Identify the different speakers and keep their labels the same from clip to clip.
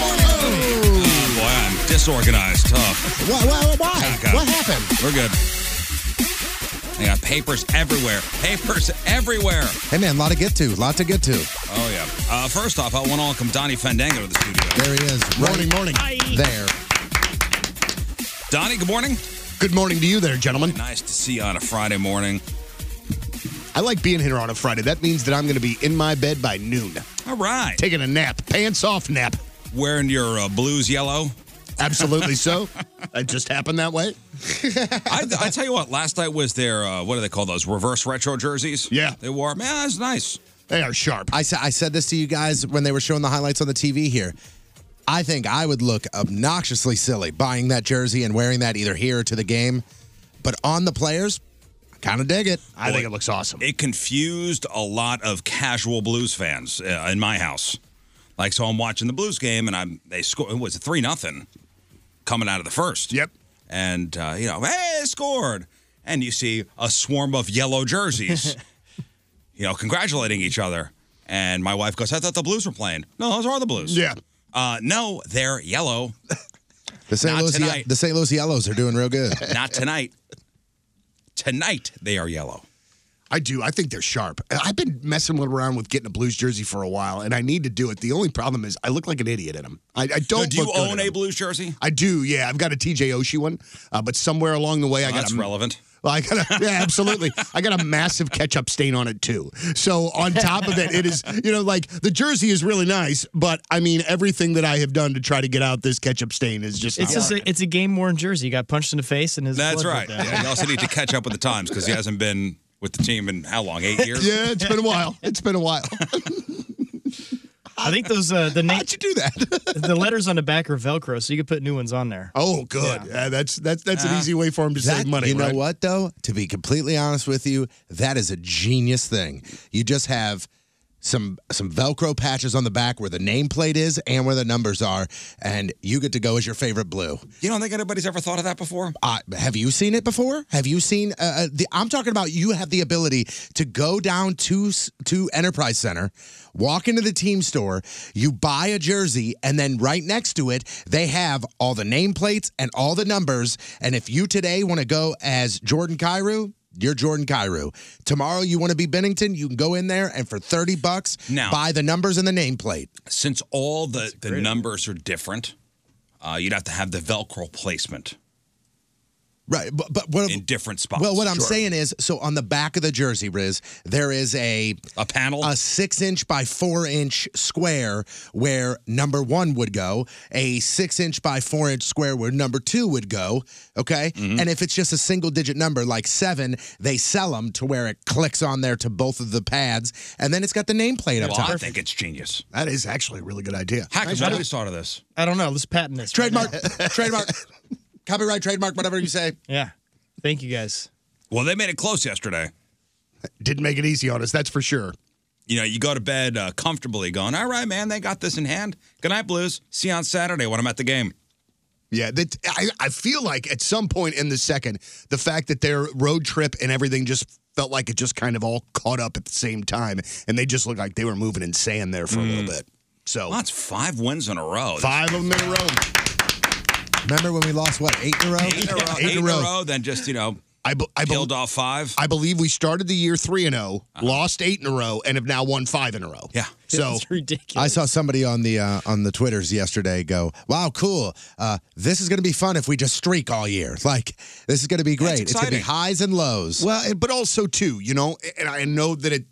Speaker 1: Oh, boy, I'm disorganized. Tough.
Speaker 2: Why? Why? why?
Speaker 1: Okay.
Speaker 2: What happened?
Speaker 1: We're good. I got papers everywhere. Papers everywhere.
Speaker 2: Hey, man, lot to get to. Lot to get to.
Speaker 1: Oh, yeah. Uh, first off, I want to welcome Donnie Fandango to the studio.
Speaker 2: There he is. Morning, morning. There.
Speaker 1: Donnie, good morning.
Speaker 2: Good morning to you, there, gentlemen.
Speaker 1: Nice to see you on a Friday morning.
Speaker 2: I like being here on a Friday. That means that I'm going to be in my bed by noon,
Speaker 1: All right.
Speaker 2: taking a nap, pants off nap.
Speaker 1: Wearing your uh, blues yellow.
Speaker 2: Absolutely so. It just happened that way.
Speaker 1: I, I tell you what, last night was their, uh, what do they call those, reverse retro jerseys?
Speaker 2: Yeah.
Speaker 1: They wore, man, that's nice.
Speaker 2: They are sharp.
Speaker 3: I said I said this to you guys when they were showing the highlights on the TV here. I think I would look obnoxiously silly buying that jersey and wearing that either here or to the game. But on the players, I kind of dig it.
Speaker 2: I think it looks awesome.
Speaker 1: It confused a lot of casual blues fans uh, in my house. Like, so I'm watching the blues game and I'm, they score, it was 3 nothing coming out of the first.
Speaker 2: Yep.
Speaker 1: and uh, you know, hey, it scored, and you see a swarm of yellow jerseys, you know, congratulating each other. And my wife goes, "I thought the Blues were playing. No, those are the Blues.
Speaker 2: Yeah.
Speaker 1: uh, no, they're yellow.
Speaker 3: The St.
Speaker 1: Not
Speaker 3: Louis
Speaker 1: tonight.
Speaker 3: the St. Louis Yellows are doing real good.
Speaker 1: Not tonight. tonight they are yellow.
Speaker 2: I do. I think they're sharp. I've been messing around with getting a Blues jersey for a while, and I need to do it. The only problem is I look like an idiot in them. I, I
Speaker 1: So
Speaker 2: don't.
Speaker 1: do you
Speaker 2: look good in
Speaker 1: own
Speaker 2: 'em.
Speaker 1: a Blues jersey?
Speaker 2: I do. Yeah, I've got a TJ Oshie one, uh, but somewhere along the way, I got
Speaker 1: Oh, That's
Speaker 2: a,
Speaker 1: relevant.
Speaker 2: Well, I got a, yeah, absolutely. I got a massive ketchup stain on it too. So on top of it, it is you know like the jersey is really nice, but I mean everything that I have done to try to get out this ketchup stain is just
Speaker 4: It's
Speaker 2: not
Speaker 4: just
Speaker 2: working.
Speaker 4: a, it's a game worn jersey. He got punched in the face and his.
Speaker 1: That's
Speaker 4: blood
Speaker 1: right.
Speaker 4: dripped out.
Speaker 1: Yeah, you also need to catch up with the times because he hasn't been with the team in how long? Eight years.
Speaker 2: yeah. It's been a while. It's been a while.
Speaker 4: I think those uh, the na-
Speaker 2: How'd you do that?
Speaker 4: the letters on the back are Velcro, so you could put new ones on there.
Speaker 2: oh, good. Yeah, that's that's that's
Speaker 1: Uh-huh.
Speaker 2: an easy way for him to
Speaker 3: Uh, That-
Speaker 2: save money.
Speaker 3: you know
Speaker 2: right?
Speaker 3: what though? To be completely honest with you, that is a genius thing. You just have some some Velcro patches on the back where the nameplate is and where the numbers are, and you get to go as your favorite blue.
Speaker 1: You don't think anybody's ever thought of that before?
Speaker 3: Uh, have you seen it before? Have you seen? Uh, uh, the, I'm talking about you have the ability to go down to s- to Enterprise Center, walk into the team store, you buy a jersey, and then right next to it they have all the nameplates and all the numbers. And if you today want to go as Jordan Cairo. You're Jordan Cairo. Tomorrow you want to be Bennington, you can go in there and for 30 bucks
Speaker 1: Now-
Speaker 3: buy the numbers and the nameplate.
Speaker 1: Since all the, the numbers are different, uh, you'd have to have the Velcro placement
Speaker 3: Right, but, but what
Speaker 1: in different spots.
Speaker 3: Well, what I'm saying is, so on the back of the jersey, Riz, there is a
Speaker 1: a panel,
Speaker 3: a six inch by four inch square where number one would go, a six inch by four inch square where number two would go. Okay,
Speaker 1: Mm-hmm.
Speaker 3: and if it's just a single digit number like seven, they sell them to where it clicks on there to both of the pads, and then it's got the nameplate up
Speaker 1: Well,
Speaker 3: top.
Speaker 1: I think it's genius.
Speaker 3: that is actually a really good idea.
Speaker 1: Hackers, what always thought of this?
Speaker 4: I don't know. Let's patent this.
Speaker 3: Trademark, trademark, copyright, trademark, whatever you say.
Speaker 4: Yeah. Thank you guys.
Speaker 1: Well, they made it close yesterday.
Speaker 2: Didn't make it easy on us, that's for sure.
Speaker 1: You know, you go to bed uh, comfortably going, all right, man, they got this in hand. Good night, Blues. See you on Saturday when I'm at the game.
Speaker 2: Yeah, that I, I feel like at some point in the second, the fact that their road trip and everything just felt like it just kind of all caught up at the same time, and they just looked like they were moving in sand there for a little bit. So
Speaker 1: that's five wins in a row.
Speaker 2: Five of them in a row.
Speaker 3: Remember when we lost what eight in a row?
Speaker 1: Eight in a row, eight in a row, then just, you know,
Speaker 2: I, b- I
Speaker 1: peeled off five. Uh-huh.
Speaker 2: I believe we started the year three and 0 lost eight in a row, and have now won five in a row.
Speaker 1: Yeah,
Speaker 2: so
Speaker 3: I saw somebody on the uh, on the twitters yesterday go, "Wow, cool! Uh, this is going to be fun if we just streak all year. Like this is going to be great. It's going to be highs and lows."
Speaker 2: Well, and, but also too, you know, and I know that it.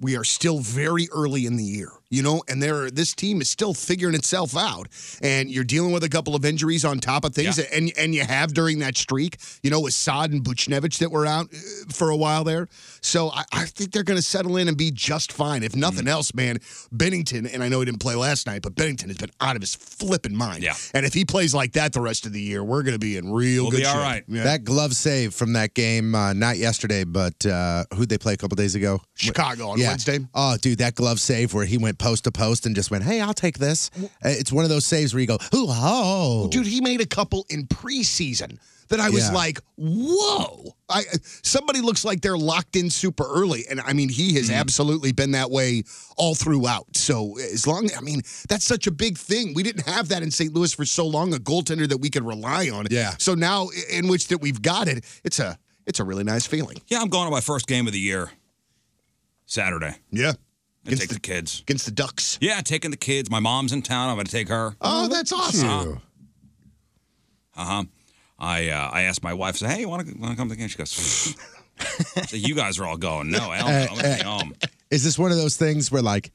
Speaker 2: We are still very early in the year, you know, and there are, this team is still figuring itself out, and you're dealing with a couple of injuries on top of things,
Speaker 1: Yeah.
Speaker 2: and and you have during that streak, you know, with Saad and Buchnevich that were out uh, for a while there. So I, I think they're going to settle in and be just fine, if nothing else, man. Bennington, and I know he didn't play last night, but Bennington has been out of his flipping mind. Yeah, and if he plays like that the rest of the year, we're going to be in real good shape. Yeah.
Speaker 3: That glove save from that game, uh, not yesterday, but uh, who'd they play a couple days ago?
Speaker 2: Chicago on Wednesday.
Speaker 3: Oh, dude, that glove save where he went post to post and just went, "Hey, I'll take this." Uh, It's one of those saves where you go, "Ooh, oh,
Speaker 2: dude, he made a couple in preseason that I was
Speaker 3: Yeah.
Speaker 2: like, whoa. I uh, somebody looks like they're locked in super early, and I mean, he has absolutely been that way all throughout. So as long, I mean, that's such a big thing. We didn't have that in St. Louis for so long, a goaltender that we could rely on. Yeah. So now, i- in which that we've got it, it's a it's a really nice feeling.
Speaker 1: Yeah, I'm going to my first game of the year Saturday.
Speaker 2: Yeah.
Speaker 1: And take the, kids.
Speaker 2: Against the Ducks.
Speaker 1: Yeah, taking the kids. My mom's in town. I'm going to take her.
Speaker 2: Oh, that's awesome.
Speaker 1: Uh huh. I uh, I asked my wife, say, hey, you want to want to come to the game? She goes, so you guys are all going. No, I don't.
Speaker 3: Uh,
Speaker 1: I'm gonna stay
Speaker 3: uh,
Speaker 1: home.
Speaker 3: Is this one of those things where like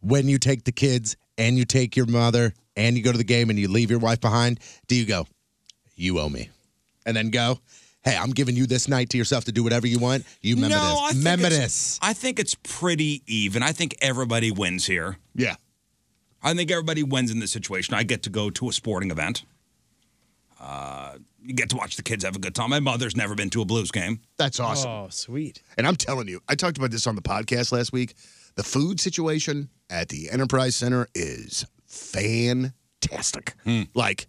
Speaker 3: when you take the kids and you take your mother and you go to the game and you leave your wife behind, do you go, You owe me? And then go, Hey, I'm giving you this night to yourself to do whatever you want. You remember
Speaker 1: no, I
Speaker 3: this.
Speaker 1: think
Speaker 3: Remember
Speaker 1: it's-
Speaker 3: this.
Speaker 1: I think it's pretty even. I think everybody wins here.
Speaker 2: Yeah.
Speaker 1: I think everybody wins in this situation. I get to go to a sporting event. Uh, you get to watch the kids have a good time. My mother's never been to a Blues game.
Speaker 2: That's awesome.
Speaker 4: Oh, sweet.
Speaker 2: And I'm telling you, I talked about this on the podcast last week. The food situation at the Enterprise Center is fantastic.
Speaker 1: Hmm.
Speaker 2: Like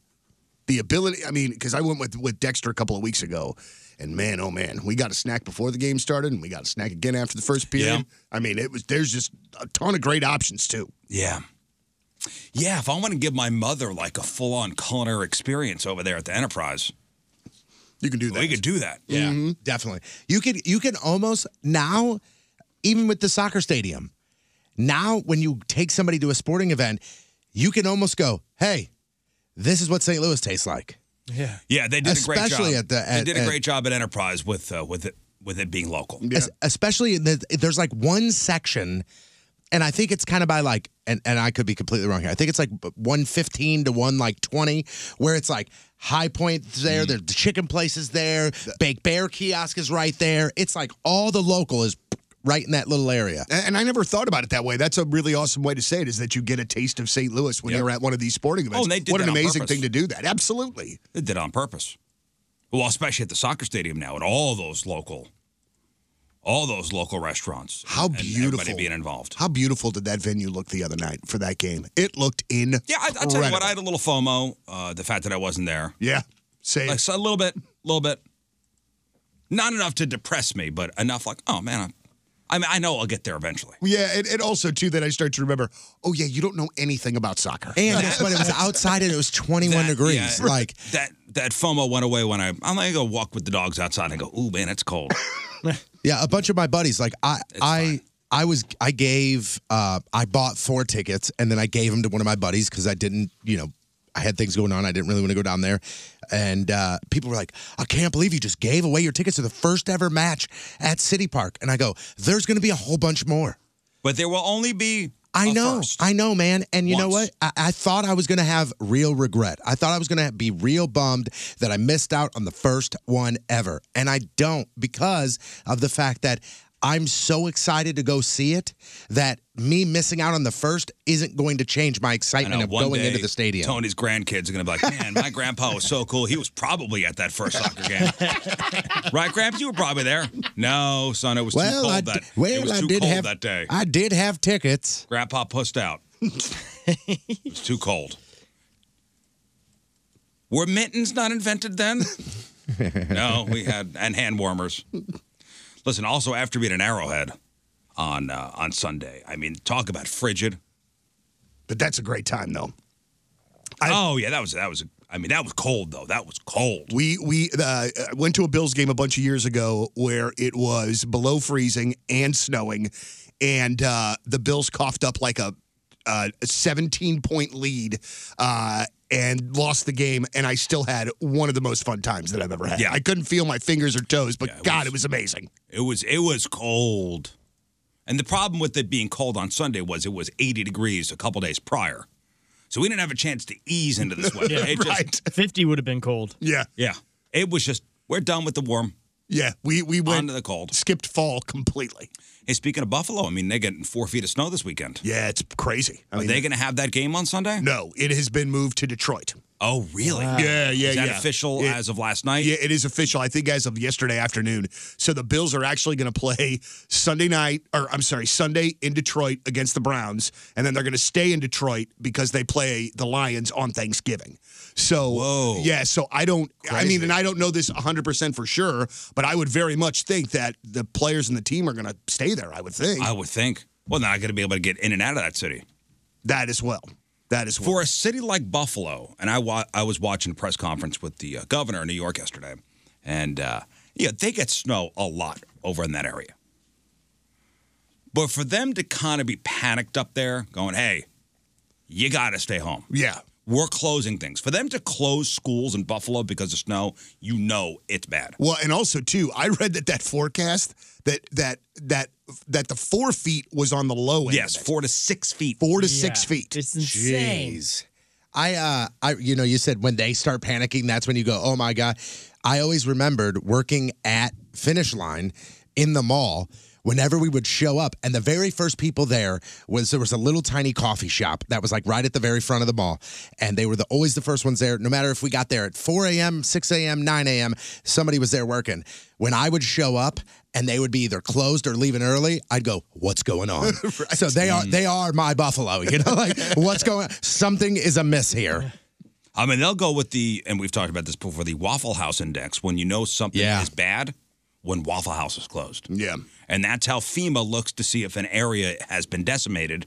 Speaker 2: the ability, I mean, because I went with, with Dexter a couple of weeks ago, and man, oh man, we got a snack before the game started, and we got a snack again after the first period. I mean, it was there's just a ton of great options too.
Speaker 1: Yeah. Yeah, if I want to give my mother like a full on culinary experience over there at the Enterprise,
Speaker 2: you can do
Speaker 1: that. We could do that. Yeah.
Speaker 3: Mhm, definitely. You could you can almost now, even with the soccer stadium, now when you take somebody to a sporting event, you can almost go, Hey, this is what St. Louis tastes like.
Speaker 4: Yeah.
Speaker 1: Yeah, they did a great job.
Speaker 3: Especially at the- at-
Speaker 1: they did a
Speaker 3: at-
Speaker 1: great job at Enterprise with uh, with it with it being local.
Speaker 3: Es- especially in the, there's like one section and i think it's kind of by like and, and i could be completely wrong here i think it's like 115 to 1 like 20 where it's like high point there
Speaker 2: Mm-hmm.
Speaker 3: there- the chicken place is there baked bear kiosk is right there it's like all the local is right in that little area
Speaker 2: And and I never thought about it that way. That's a really awesome way to say it is that you get a taste of St. Louis when you're at one of these sporting events.
Speaker 1: Oh, and they did
Speaker 2: what
Speaker 1: that
Speaker 2: an
Speaker 1: on
Speaker 2: amazing
Speaker 1: purpose.
Speaker 2: thing to do that. Absolutely.
Speaker 1: They did it on purpose. Well, especially at the soccer stadium now, at all those local, all those local restaurants.
Speaker 2: How
Speaker 1: and
Speaker 2: beautiful.
Speaker 1: Everybody being involved.
Speaker 2: How beautiful did that venue look the other night for that game? It looked in.
Speaker 1: Yeah, I, I tell you what, I had a little FOMO. Uh, the fact that I wasn't there.
Speaker 2: Yeah, same.
Speaker 1: Like, so a little bit, a little bit. Not enough to depress me, but enough. Like, oh man, I, I mean, I know I'll get there eventually.
Speaker 2: Yeah, and, and also too that I start to remember. Oh yeah, you don't know anything about soccer.
Speaker 3: And guess what? It was outside and it was 21 degrees.
Speaker 1: Yeah,
Speaker 3: Like,
Speaker 1: that, that FOMO went away when I. I'm gonna go walk with the dogs outside. and go, ooh man, it's cold.
Speaker 3: yeah, a bunch of my buddies. Like, I, I, I was, I gave, uh, I bought four tickets and then I gave them to one of my buddies because I didn't, you know, I had things going on. I didn't really want to go down there. And uh, people were like, I can't believe you just gave away your tickets to the first ever match at City Park. And I go, there's going to be a whole bunch more.
Speaker 1: but there will only be.
Speaker 3: I
Speaker 1: a
Speaker 3: know,
Speaker 1: first.
Speaker 3: I know, man. And you know
Speaker 1: Once.
Speaker 3: what? I, I thought I was gonna have real regret. I thought I was gonna be real bummed that I missed out on the first one ever, and I don't because of the fact that I'm so excited to go see it that me missing out on the first isn't going to change my
Speaker 1: I
Speaker 3: excitement
Speaker 1: know,
Speaker 3: of
Speaker 1: uh, one
Speaker 3: going
Speaker 1: day,
Speaker 3: into the stadium.
Speaker 1: Tony's grandkids are going to be like, man, my grandpa was so cool. He was probably at that first soccer game. right, Gramps? You were probably there. No, son, it was too
Speaker 3: well,
Speaker 1: cold
Speaker 3: I
Speaker 1: that
Speaker 3: d- well,
Speaker 1: it was
Speaker 3: I
Speaker 1: too
Speaker 3: did
Speaker 1: cold
Speaker 3: have
Speaker 1: that day.
Speaker 3: I did have tickets.
Speaker 1: Grandpa pussed out. it was too cold. Were mittens not invented then? no, we had and hand warmers. Listen, also after being an arrowhead on uh, on Sunday, I mean, talk about frigid.
Speaker 2: But that's a great time though.
Speaker 1: oh yeah, that was that was. I mean, that was cold though. That was cold.
Speaker 2: We we uh, went to a Bills game a bunch of years ago where it was below freezing and snowing, and uh, the Bills coughed up like a, uh, a 17 point lead uh, and lost the game. And I still had one of the most fun times that I've ever had.
Speaker 1: Yeah.
Speaker 2: I couldn't feel my fingers or toes, but God, it was amazing.
Speaker 1: It was it was cold. And the problem with it being cold on Sunday was it was 80 degrees a couple days prior. So we didn't have a chance to ease into this weather. It just-
Speaker 4: Fifty would have been cold.
Speaker 2: Yeah.
Speaker 1: yeah. It was just we're done with the warm.
Speaker 2: Yeah, we we
Speaker 1: went onto the cold.
Speaker 2: Skipped fall completely.
Speaker 1: Hey, speaking of Buffalo, I mean they're getting four feet of snow this weekend.
Speaker 2: Yeah, it's crazy. I
Speaker 1: Are
Speaker 2: mean,
Speaker 1: they going to have that game on Sunday?
Speaker 2: No, it has been moved to Detroit.
Speaker 1: Oh, really?
Speaker 2: Yeah, yeah,
Speaker 1: Is that
Speaker 2: yeah.
Speaker 1: official
Speaker 2: It-
Speaker 1: as of last night?
Speaker 2: Yeah, it is official. I think as of yesterday afternoon. So the Bills are actually going to play Sunday night, or I'm sorry, Sunday in Detroit against the Browns, and then they're going to stay in Detroit because they play the Lions on Thanksgiving. So yeah, so I don't. I mean, and I don't know this 100 percent for sure, but I would very much think that the players and the team are going to stay there. I would think
Speaker 1: I would think. Well, they're not going to be able to get in and out of that city.
Speaker 2: that as well. That is
Speaker 1: for a city like Buffalo. And I wa- I was watching a press conference with the uh, governor of New York yesterday, and uh, yeah, they get snow a lot over in that area. But for them to kind of be panicked up there, going, "Hey, you got to stay home."
Speaker 2: Yeah.
Speaker 1: We're closing things. For them to close schools in Buffalo because of snow, you know it's bad.
Speaker 2: Well, and also too, I read that that forecast that that that that the four feet was on the low end.
Speaker 1: Yes, four to six feet.
Speaker 2: Four to six feet.
Speaker 4: It's
Speaker 3: Jeez. I uh I you know you said when they start panicking that's when you go oh my god. I always remembered working at Finish Line in the mall whenever we would show up and the very first people there was there was a little tiny coffee shop that was like right at the very front of the mall and they were the always the first ones there no matter if we got there at 4 a.m 6 a.m 9 a.m somebody was there working when i would show up and they would be either closed or leaving early i'd go what's going on so they
Speaker 1: Mm.
Speaker 3: are they are my buffalo you know like what's going on something is amiss here
Speaker 1: I mean, they'll go with the, and we've talked about this before, the Waffle House Index. When you know something is bad, when Waffle House is closed.
Speaker 2: Yeah.
Speaker 1: And that's how FEMA looks to see if an area has been decimated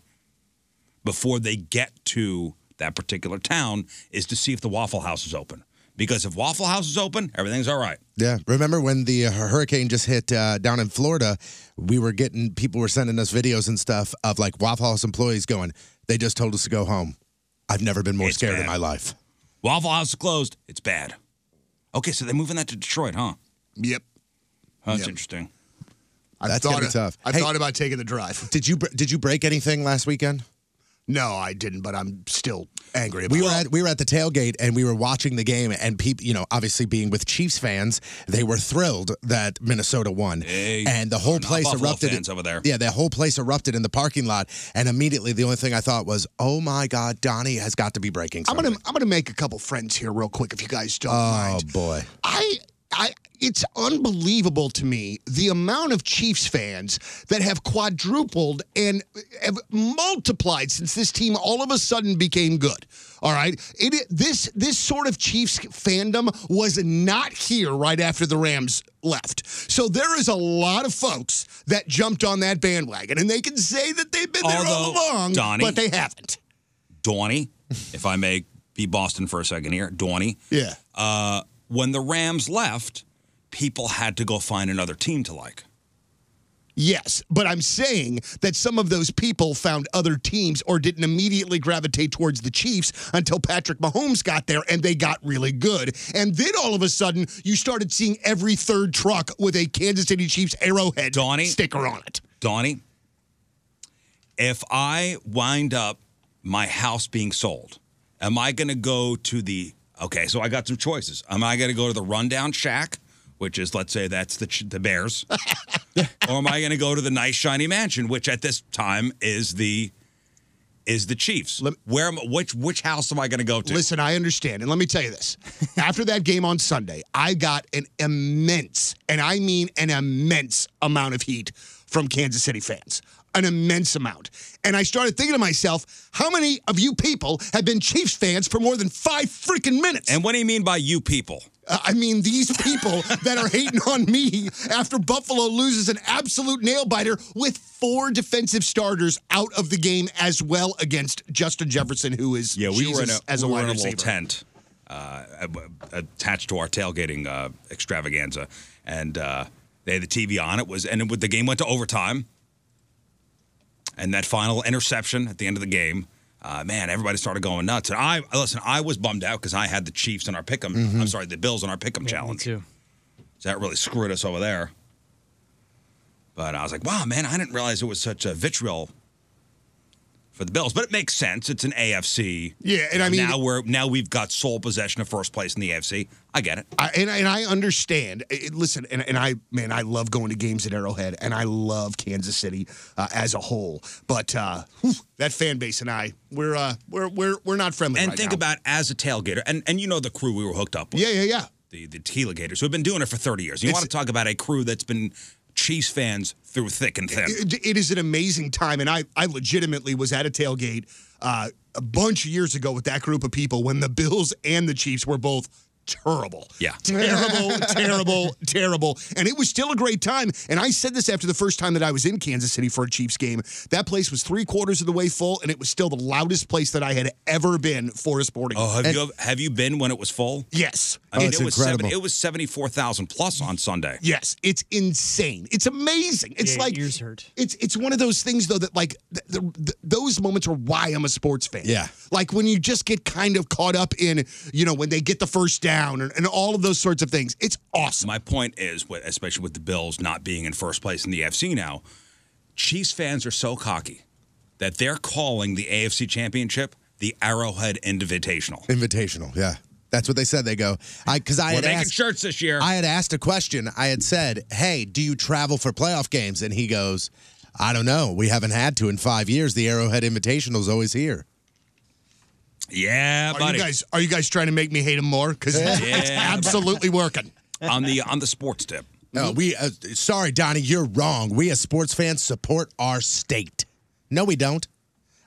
Speaker 1: before they get to that particular town, is to see if the Waffle House is open. Because if Waffle House is open, everything's all right.
Speaker 3: Yeah. Remember when the uh, hurricane just hit uh, down in Florida? We were getting people were sending us videos and stuff of like Waffle House employees going, "They just told us to go home." I've never been more scared in
Speaker 1: bad.
Speaker 3: my life.
Speaker 1: Waffle House is closed. It's bad. Okay, so they're moving that to Detroit, huh?
Speaker 2: Yep.
Speaker 1: That's
Speaker 2: Yep.
Speaker 1: interesting.
Speaker 2: I've
Speaker 3: That's
Speaker 2: thought
Speaker 3: gonna be tough.
Speaker 2: I've
Speaker 3: Hey-
Speaker 2: thought about taking the drive.
Speaker 3: Did you br- did you break anything last weekend?
Speaker 2: No, I didn't, but I'm still angry about
Speaker 3: We
Speaker 2: it.
Speaker 3: were at we were at the tailgate and we were watching the game and people, you know, obviously being with Chiefs fans, they were thrilled that Minnesota won. and the whole
Speaker 1: not
Speaker 3: place
Speaker 1: Buffalo
Speaker 3: erupted.
Speaker 1: fans over there.
Speaker 3: Yeah, the whole place erupted in the parking lot and immediately the only thing I thought was, "Oh my god, Donnie has got to be breaking
Speaker 2: I'm
Speaker 3: something."
Speaker 2: gonna I'm gonna make a couple friends here real quick if you guys don't
Speaker 3: oh
Speaker 2: mind.
Speaker 3: boy.
Speaker 2: I I it's unbelievable to me the amount of Chiefs fans that have quadrupled and have multiplied since this team all of a sudden became good. All right, it this this sort of Chiefs fandom was not here right after the Rams left. So there is a lot of folks that jumped on that bandwagon, and they can say that they've been there all
Speaker 1: Although,
Speaker 2: along,
Speaker 1: Donnie-
Speaker 2: but they haven't.
Speaker 1: Dawny, if I may be Boston for a second here, Dawny.
Speaker 2: Yeah.
Speaker 1: Uh, when the Rams left, people had to go find another team to like.
Speaker 2: Yes, but I'm saying that some of those people found other teams or didn't immediately gravitate towards the Chiefs until Patrick Mahomes got there and they got really good. And then all of a sudden, you started seeing every third truck with a Kansas City Chiefs arrowhead sticker on it.
Speaker 1: Donnie, if I wind up my house being sold, am I going to go to the, okay, so I got some choices. Am I going to go to the rundown shack, which is, let's say that's the, ch- the Bears, or am I going to go to the nice shiny mansion, which at this time is the, is the Chiefs? Where am which which house am I going to go to?
Speaker 2: Listen, I understand. And let me tell you this. After that game on Sunday, I got an immense, and I mean an immense amount of heat from Kansas City fans. An immense amount. And I started thinking to myself, how many of you people have been Chiefs fans for more than five freaking minutes?
Speaker 1: And what do you mean by you people?
Speaker 2: Uh, I mean, these people that are hating on me after Buffalo loses an absolute nail biter with four defensive starters out of the game as well against Justin Jefferson, who is
Speaker 1: Yeah, we were in a,
Speaker 2: Jesus as
Speaker 1: we
Speaker 2: a
Speaker 1: were in
Speaker 2: wide
Speaker 1: a little
Speaker 2: receiver.
Speaker 1: tent uh, attached to our tailgating uh, extravaganza, and uh, they had the TV on. It was and it, the game went to overtime, and that final interception at the end of the game. Uh, man, everybody started going nuts, and I listen. I was bummed out because I had the Chiefs in our pick'em.
Speaker 2: Mm-hmm.
Speaker 1: I'm sorry, the Bills in our pick'em challenge. So that really screwed us over there. But I was like, wow, man, I didn't realize it was such a vitriol for the Bills. But it makes sense. It's an AFC.
Speaker 2: Yeah, and
Speaker 1: You know,
Speaker 2: I mean-
Speaker 1: now we're now we've got sole possession of first place in the AFC. I get it.
Speaker 2: I, and, I- and I understand. I- I- listen, and, and I, man, I love going to games at Arrowhead, and I love Kansas City uh, as a whole. But uh, whew, that fan base and I, we're uh, we're we're we're not friendly.
Speaker 1: And
Speaker 2: right
Speaker 1: think
Speaker 2: now.
Speaker 1: about as a tailgater, and and you know the crew we were hooked up with.
Speaker 2: Yeah, yeah, yeah.
Speaker 1: The the tailgaters who've been doing it for thirty years. You
Speaker 2: It's-
Speaker 1: want to talk about a crew that's been Chiefs fans through thick and thin.
Speaker 2: It- it is an amazing time, and I, I legitimately was at a tailgate uh, a bunch of years ago with that group of people when the Bills and the Chiefs were both terrible.
Speaker 1: Yeah.
Speaker 2: terrible, terrible, terrible. And it was still a great time. And I said this after the first time that I was in Kansas City for a Chiefs game. That place was three quarters of the way full, and it was still the loudest place that I had ever been for a sporting.
Speaker 1: Oh, have
Speaker 2: And-
Speaker 1: you have you been when it was full?
Speaker 2: Yes.
Speaker 1: I mean, it was seven, it was seventy four thousand plus on Sunday.
Speaker 2: Yes, it's insane. It's amazing. It's
Speaker 4: Yeah,
Speaker 2: like
Speaker 4: ears hurt.
Speaker 2: It's it's one of those things though that like th- th- th- those moments are why I'm a sports fan.
Speaker 3: Yeah.
Speaker 2: like when you just get kind of caught up in you know when they get the first down and, and all of those sorts of things. It's awesome.
Speaker 1: My point is, with- especially with the Bills not being in first place in the AFC now, Chiefs fans are so cocky that they're calling the AFC Championship the Arrowhead Invitational.
Speaker 3: Invitational, yeah. That's what they said. They go, I because I
Speaker 1: We're
Speaker 3: had
Speaker 1: making
Speaker 3: asked,
Speaker 1: shirts this year.
Speaker 3: I had asked a question. I had said, "Hey, do you travel for playoff games?" And he goes, "I don't know. We haven't had to in five years. The Arrowhead Invitational is always here."
Speaker 1: yeah,
Speaker 2: Are
Speaker 1: buddy.
Speaker 2: you guys are you guys trying to make me hate him more? Because it's
Speaker 1: Yeah.
Speaker 2: absolutely working.
Speaker 1: on the on the sports tip.
Speaker 3: No, we. Uh, sorry, Donnie, you're wrong. We as sports fans support our state. No, we don't.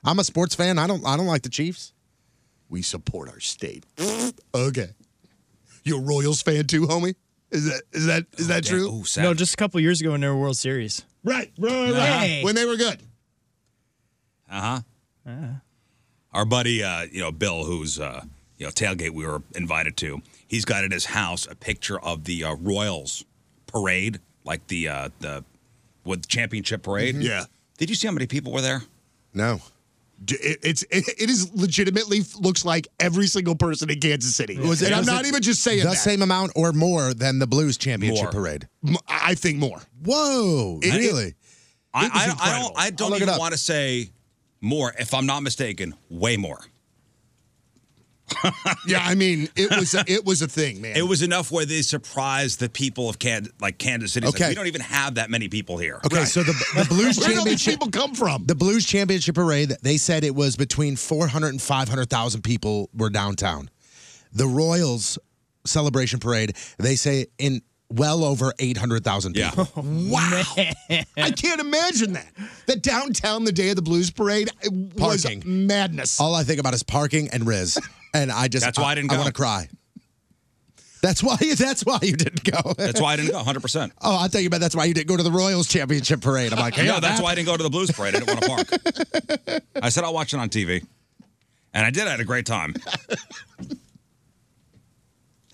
Speaker 3: I'm a sports fan. I don't. I don't like the Chiefs.
Speaker 2: We support our state. okay, you a Royals fan too, homie? Is that is that
Speaker 1: Oh,
Speaker 2: is that true?
Speaker 4: No, just a couple years ago when they were World Series.
Speaker 2: Right, right, right.
Speaker 4: Hey.
Speaker 2: When they were good.
Speaker 1: Uh huh. Our buddy, uh, you know, Bill, who's uh, you know tailgate we were invited to. He's got at his house a picture of the uh, Royals parade, like the uh, the what the championship parade.
Speaker 2: Mm-hmm. Yeah.
Speaker 1: Did you see how many people were there?
Speaker 3: No.
Speaker 2: D- It, it's it, it is legitimately f- looks like every single person in Kansas City. and I'm
Speaker 3: was
Speaker 2: not
Speaker 3: it
Speaker 2: even just saying
Speaker 3: the
Speaker 2: that.
Speaker 3: same amount or more than the Blues Championship
Speaker 1: More.
Speaker 3: Parade.
Speaker 2: M- I think more.
Speaker 3: Whoa!
Speaker 2: It-
Speaker 3: really?
Speaker 1: I,
Speaker 2: It was
Speaker 1: I, I don't.
Speaker 2: incredible.
Speaker 1: I
Speaker 3: I'll
Speaker 1: don't
Speaker 3: look it
Speaker 1: even
Speaker 3: up.
Speaker 1: want to say more. If I'm not mistaken, way more.
Speaker 2: Yeah, I mean, it was a, it was a thing, man.
Speaker 1: It was enough where they surprised the people of Can like Kansas City. It's like,
Speaker 3: Okay.
Speaker 1: we don't even have that many people here.
Speaker 3: Okay, so the, the Blues
Speaker 2: Where did all these
Speaker 3: Championship
Speaker 2: people come from?
Speaker 3: the Blues Championship Parade, they said it was between 400 and 500,000 people were downtown. The Royals celebration parade, they say in well over 800,000 people.
Speaker 2: Wow. I can't imagine that. The downtown the day of the blues parade it was
Speaker 3: Parking.
Speaker 2: madness.
Speaker 3: All I think about is parking and Riz. And I just
Speaker 1: That's why I didn't go.
Speaker 3: I want to cry. That's why that's why you didn't go.
Speaker 1: That's why I didn't go. 100. percent
Speaker 3: Oh, I thought you meant that's why you didn't go to the Royals championship parade. I'm like,
Speaker 1: no,
Speaker 3: yeah,
Speaker 1: that's why I didn't go to the blues parade. I didn't want to park. I said I'll watch it on TV, and I did. I had a great time.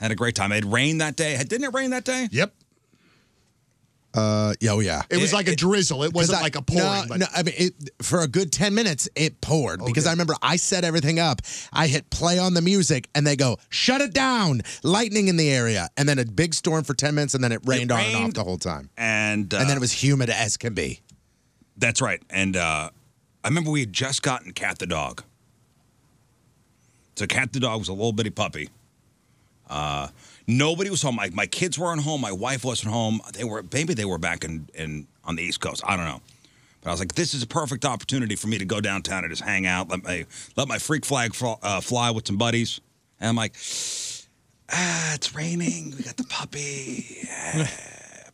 Speaker 1: had a great time. It rained that day. Didn't it rain that day?
Speaker 2: Yep.
Speaker 3: Uh, yeah, oh, yeah.
Speaker 2: It was like a drizzle. It wasn't
Speaker 3: Because I-
Speaker 2: like a pouring.
Speaker 3: No,
Speaker 2: but
Speaker 3: no, I mean, it, for a good 10 minutes, it poured because I remember I set everything up. I hit play on the music and they go, shut it down. Lightning in the area. And then a big storm for 10 minutes and then it rained, on and off
Speaker 1: rained.
Speaker 3: the whole time.
Speaker 1: and uh,
Speaker 3: and then it was humid as can be.
Speaker 1: That's right. And uh, I remember we had just gotten Cat the dog. So Cat the dog was a little bitty puppy. Uh, nobody was home. My, my kids weren't home. My wife wasn't home. They were maybe they were back in, in on the East Coast. I don't know. But I was like, this is a perfect opportunity for me to go downtown and just hang out. Let my let my freak flag fl- uh, fly with some buddies. And I'm like, ah, it's raining. We got the puppy. Ah,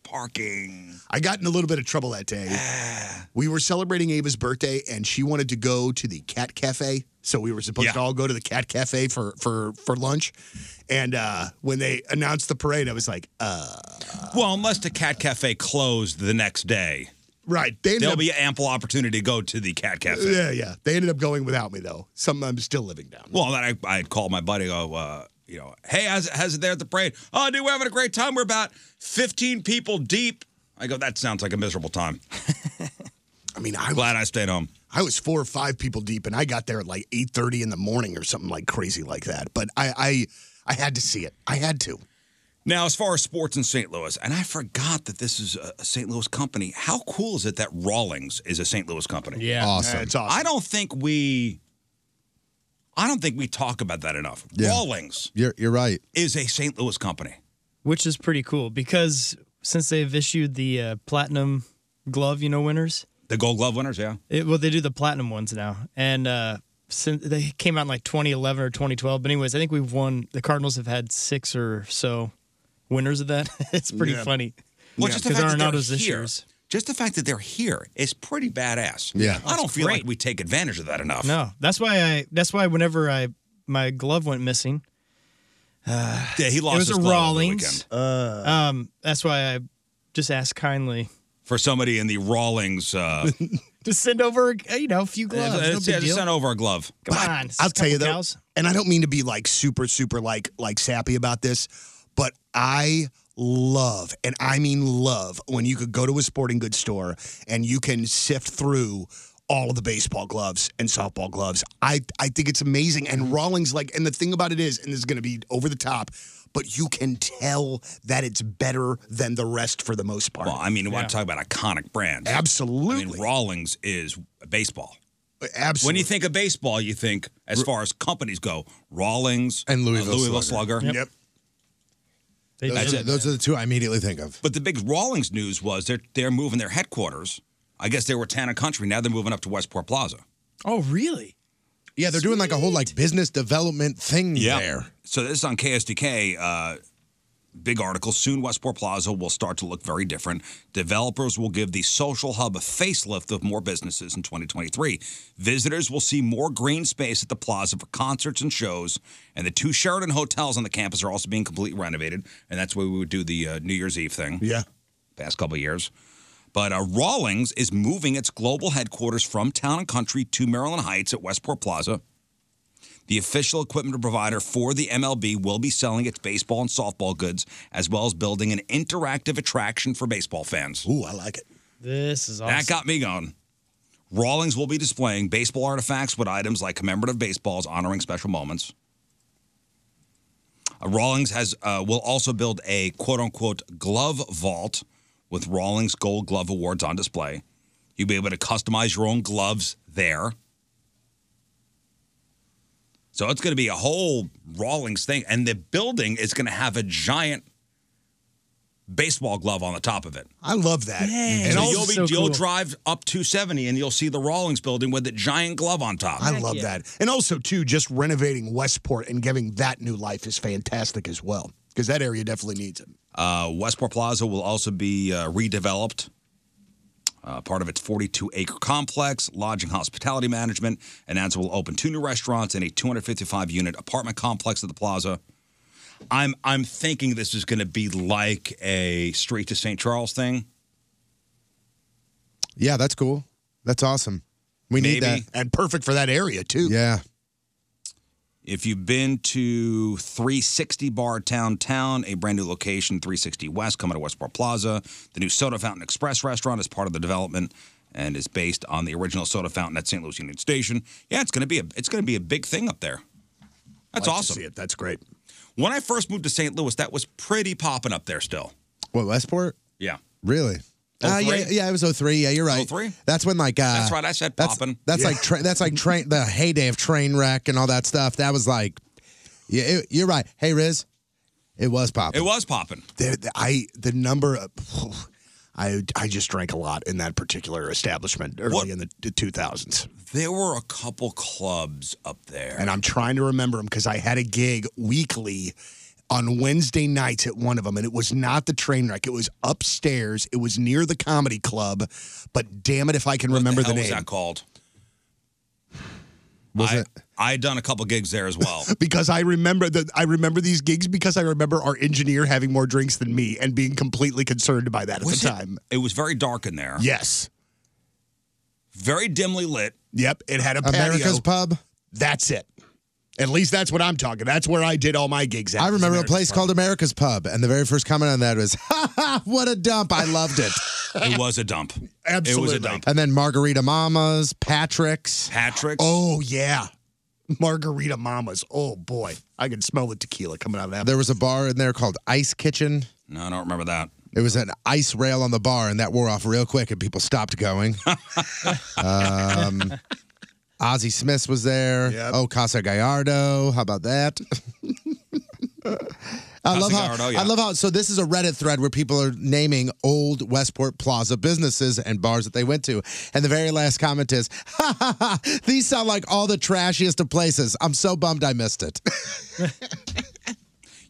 Speaker 1: parking. Ah.
Speaker 2: I got in a little bit of trouble that day. we were celebrating Ava's birthday, and she wanted to go to the Cat Cafe. So we were supposed to all go to the Cat Cafe for for for lunch. And uh, when they announced the parade, I was like, uh,
Speaker 1: Well, unless the Cat Cafe closed the next day,
Speaker 2: right. They ended
Speaker 1: there'll
Speaker 2: up,
Speaker 1: be ample opportunity to go to the Cat Cafe.
Speaker 2: yeah, yeah. They ended up going without me though. Some I'm still living down.
Speaker 1: Well, then I I called my buddy. Go, uh, you know, hey, how's, it- how's it there at the parade? Oh, dude, we're having a great time. We're about fifteen people deep. I go, that sounds like a miserable time.
Speaker 2: I mean, I
Speaker 1: glad I stayed home.
Speaker 2: I was four or five people deep, and I got there at like eight thirty in the morning or something like crazy like that. But I I, I had to see it. I had to.
Speaker 1: Now, as far as sports in St. Louis, and I forgot that this is a a St. Louis company. How cool is it that Rawlings is a St. Louis company?
Speaker 2: Yeah. Awesome. That's awesome.
Speaker 1: I don't think we, I don't think we talk about that enough.
Speaker 4: Yeah.
Speaker 1: Rawlings
Speaker 3: You're, you're right.
Speaker 1: is a St. Louis company.
Speaker 4: which is pretty cool because since they've issued the uh, platinum glove, you know, winners,
Speaker 1: The Gold Glove winners, yeah.
Speaker 4: it, well, they do the platinum ones now, and uh, since they came out in like 2011 or 2012. But anyways, I think we've won. The Cardinals have had six or so winners of that. it's pretty
Speaker 1: Yeah.
Speaker 4: funny.
Speaker 1: Well, just the fact that
Speaker 4: Arenado's
Speaker 1: they're
Speaker 4: this
Speaker 1: here.
Speaker 4: year's.
Speaker 1: Just the fact that they're here is pretty badass.
Speaker 4: Yeah.
Speaker 1: I don't
Speaker 4: It's
Speaker 1: feel
Speaker 4: great.
Speaker 1: like we take advantage of that enough.
Speaker 4: No, that's why I. That's why whenever I my glove went missing, uh,
Speaker 1: Yeah, he lost
Speaker 4: It was
Speaker 1: his
Speaker 4: a
Speaker 1: glove over the
Speaker 4: Rawlings.
Speaker 3: Uh.
Speaker 4: um, that's why I just asked kindly
Speaker 1: For somebody in the Rawlings, uh,
Speaker 4: to send over, you know, a few gloves.
Speaker 1: yeah,
Speaker 4: no
Speaker 1: just-
Speaker 4: big
Speaker 1: yeah, just
Speaker 4: deal.
Speaker 1: send over a glove.
Speaker 4: Come
Speaker 2: But
Speaker 4: on,
Speaker 2: I'll tell you though,
Speaker 4: couple
Speaker 2: and I don't mean to be like super, super like like sappy about this, but I love, and I mean love, when you could go to a sporting goods store and you can sift through all of the baseball gloves and softball gloves. I I think it's amazing. And Rawlings like, and the thing about it is, and this is going to be over the top. But you can tell that it's better than the rest for the most part.
Speaker 1: Well, I mean, when I talk about iconic brands.
Speaker 2: Absolutely.
Speaker 1: I mean, Rawlings is baseball.
Speaker 2: Absolutely.
Speaker 1: When you think of baseball, you think, as far as companies go, Rawlings
Speaker 3: And Louisville
Speaker 1: uh, Louisville
Speaker 3: Slugger.
Speaker 1: Slugger.
Speaker 3: Yep. Those,
Speaker 1: That's
Speaker 3: are,
Speaker 1: it.
Speaker 3: those are the two I immediately think of.
Speaker 1: But the big Rawlings news was they're they're moving their headquarters. I guess they were town and country. Now they're moving up to Westport Plaza.
Speaker 4: Oh, really?
Speaker 3: Yeah, they're doing like a whole like business development thing there.
Speaker 1: So this is on KSDK. Uh, big article. Soon Westport Plaza will start to look very different. Developers will give the social hub a facelift of more businesses in 2023. Visitors will see more green space at the plaza for concerts and shows. And the two Sheridan hotels on the campus are also being completely renovated. And that's where we would do the uh, New Year's Eve thing.
Speaker 2: Yeah.
Speaker 1: Past couple years. But uh, Rawlings is moving its global headquarters from town and country to Maryland Heights at Westport Plaza. The official equipment provider for the MLB will be selling its baseball and softball goods, as well as building an interactive attraction for baseball fans.
Speaker 2: Ooh, I like it.
Speaker 4: This is awesome.
Speaker 1: That got me going. Rawlings will be displaying baseball artifacts with items like commemorative baseballs honoring special moments. Uh, Rawlings has uh, will also build a quote unquote glove vault with Rawlings Gold Glove Awards on display. You'll be able to customize your own gloves there. So it's going to be a whole Rawlings thing, and the building is going to have a giant baseball glove on the top of it.
Speaker 2: I love that.
Speaker 1: And
Speaker 2: And
Speaker 1: so
Speaker 2: also-
Speaker 1: you'll, be, you'll drive up 270 and you'll see the Rawlings building with a giant glove on top.
Speaker 2: I love that. And also, too, just renovating Westport and giving that new life is fantastic as well. because that area definitely needs it.
Speaker 1: Uh, Westport Plaza will also be uh, redeveloped. Uh, part of its 42 acre complex, lodging hospitality management, and Anza will open two new restaurants and a 255 unit apartment complex at the plaza. I'm I'm thinking this is going to be like a straight to St. Charles thing.
Speaker 3: Yeah, that's cool. That's awesome. We need that.
Speaker 1: Maybe.
Speaker 2: And perfect for that area, too.
Speaker 3: Yeah.
Speaker 1: If you've been to 360 Bar Downtown, a brand new location, 360 West, coming to Westport Plaza, the new Soda Fountain Express restaurant is part of the development and is based on the original Soda Fountain at St. Louis Union Station. Yeah, it's gonna be a it's gonna be a big thing up there.
Speaker 2: Like
Speaker 1: That's
Speaker 2: to
Speaker 1: awesome.
Speaker 2: see it. That's great.
Speaker 1: When I first moved to St. Louis, that was pretty popping up there still.
Speaker 3: What, Westport?
Speaker 1: Yeah.
Speaker 3: Really?
Speaker 1: Oh,
Speaker 3: Uh, yeah,
Speaker 1: 03?
Speaker 3: yeah, it was 03. Yeah, you're right. 03? That's when like uh,
Speaker 1: Oh, That's right, I said
Speaker 3: that's,
Speaker 1: poppin'.
Speaker 3: That's
Speaker 1: Yeah.
Speaker 3: like tra- that's like train the heyday of train wreck and all that stuff. That was like, yeah, it, you're right. Hey Riz, it was popping.
Speaker 1: It was popping.
Speaker 2: There, the- I the number of, I I just drank a lot in that particular establishment early in the, the 2000s.
Speaker 1: There were a couple clubs up there.
Speaker 2: And I'm trying to remember them because I had a gig weekly on Wednesday nights at one of them, and it was not the train wreck. It was upstairs. It was near the comedy club, but damn it if I can remember
Speaker 1: How
Speaker 2: the
Speaker 1: was
Speaker 2: name.
Speaker 1: that called? I, I had done a couple gigs there as well.
Speaker 2: because I remember that I remember these gigs because I remember our engineer having more drinks than me and being completely concerned by that at
Speaker 1: Was
Speaker 2: the
Speaker 1: it-
Speaker 2: time.
Speaker 1: It was very dark in there.
Speaker 2: Yes.
Speaker 1: Very dimly lit.
Speaker 2: Yep. It had a
Speaker 3: America's
Speaker 2: patio.
Speaker 3: Pub.
Speaker 2: That's it. At least that's what I'm talking. That's where I did all my gigs at.
Speaker 3: I
Speaker 2: was
Speaker 3: remember a
Speaker 2: America's
Speaker 3: place
Speaker 2: Pub.
Speaker 3: called America's Pub, and the very first comment on that was, "Ha ha, what a dump! I loved it."
Speaker 1: It was a dump. It was a dump.
Speaker 3: And then Margarita Mamas, Patrick's.
Speaker 1: Patrick's.
Speaker 2: Oh yeah. Margarita Mamas. Oh boy. I can smell the tequila coming out of that.
Speaker 3: There was a bar in there called Ice Kitchen.
Speaker 1: No, I don't remember that.
Speaker 3: There was an ice rail on the bar, and that wore off real quick, and people stopped going. um, Ozzy Smith was there. Oh, Casa Gallardo. How about that? I
Speaker 2: Casa
Speaker 3: love how
Speaker 2: Gallardo, yeah.
Speaker 3: I love how. So this is a Reddit thread where people are naming old Westport Plaza businesses and bars that they went to, and the very last comment is, "Ha ha ha! These sound like all the trashiest of places. I'm so bummed I missed it."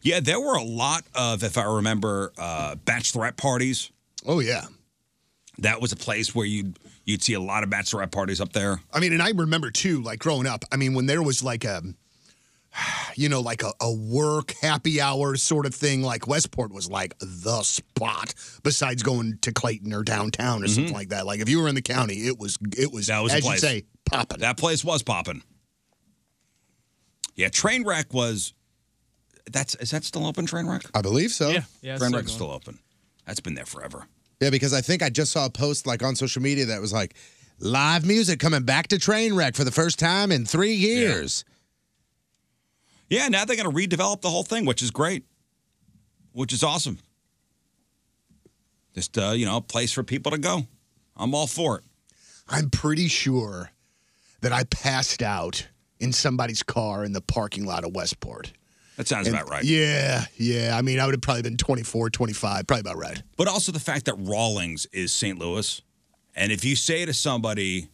Speaker 1: Yeah, there were a lot of, if I remember, uh, bachelorette parties.
Speaker 2: Oh yeah.
Speaker 1: That was a place where you'd you'd see a lot of bachelorette parties up there.
Speaker 2: I mean, and I remember too, like growing up. I mean, when there was like a, you know, like a, a work happy hour sort of thing, like Westport was like the spot. Besides going to Clayton or downtown or something like that. Like if you were in the county, it was it was,
Speaker 1: Mm-hmm. That was
Speaker 2: as
Speaker 1: a place.
Speaker 2: you say popping.
Speaker 1: That place was popping. Yeah, Trainwreck was. That's is that still open? Trainwreck.
Speaker 3: I believe so. Yeah,
Speaker 1: Trainwreck's still open. That's been there forever.
Speaker 3: Yeah, because I think I just saw a post like on social media that was like live music coming back to Trainwreck for the first time in three years.
Speaker 1: Yeah, now they're going to redevelop the whole thing, which is great, which is awesome. Just uh, you know, a place for people to go. I'm all for it.
Speaker 2: I'm pretty sure that I passed out in somebody's car in the parking lot of Westport.
Speaker 1: That sounds
Speaker 2: And-
Speaker 1: about right.
Speaker 2: Yeah, yeah. I mean, I would have probably been 24, 25, probably about right.
Speaker 1: But also the fact that Rawlings is St. Louis. And if you say to somebody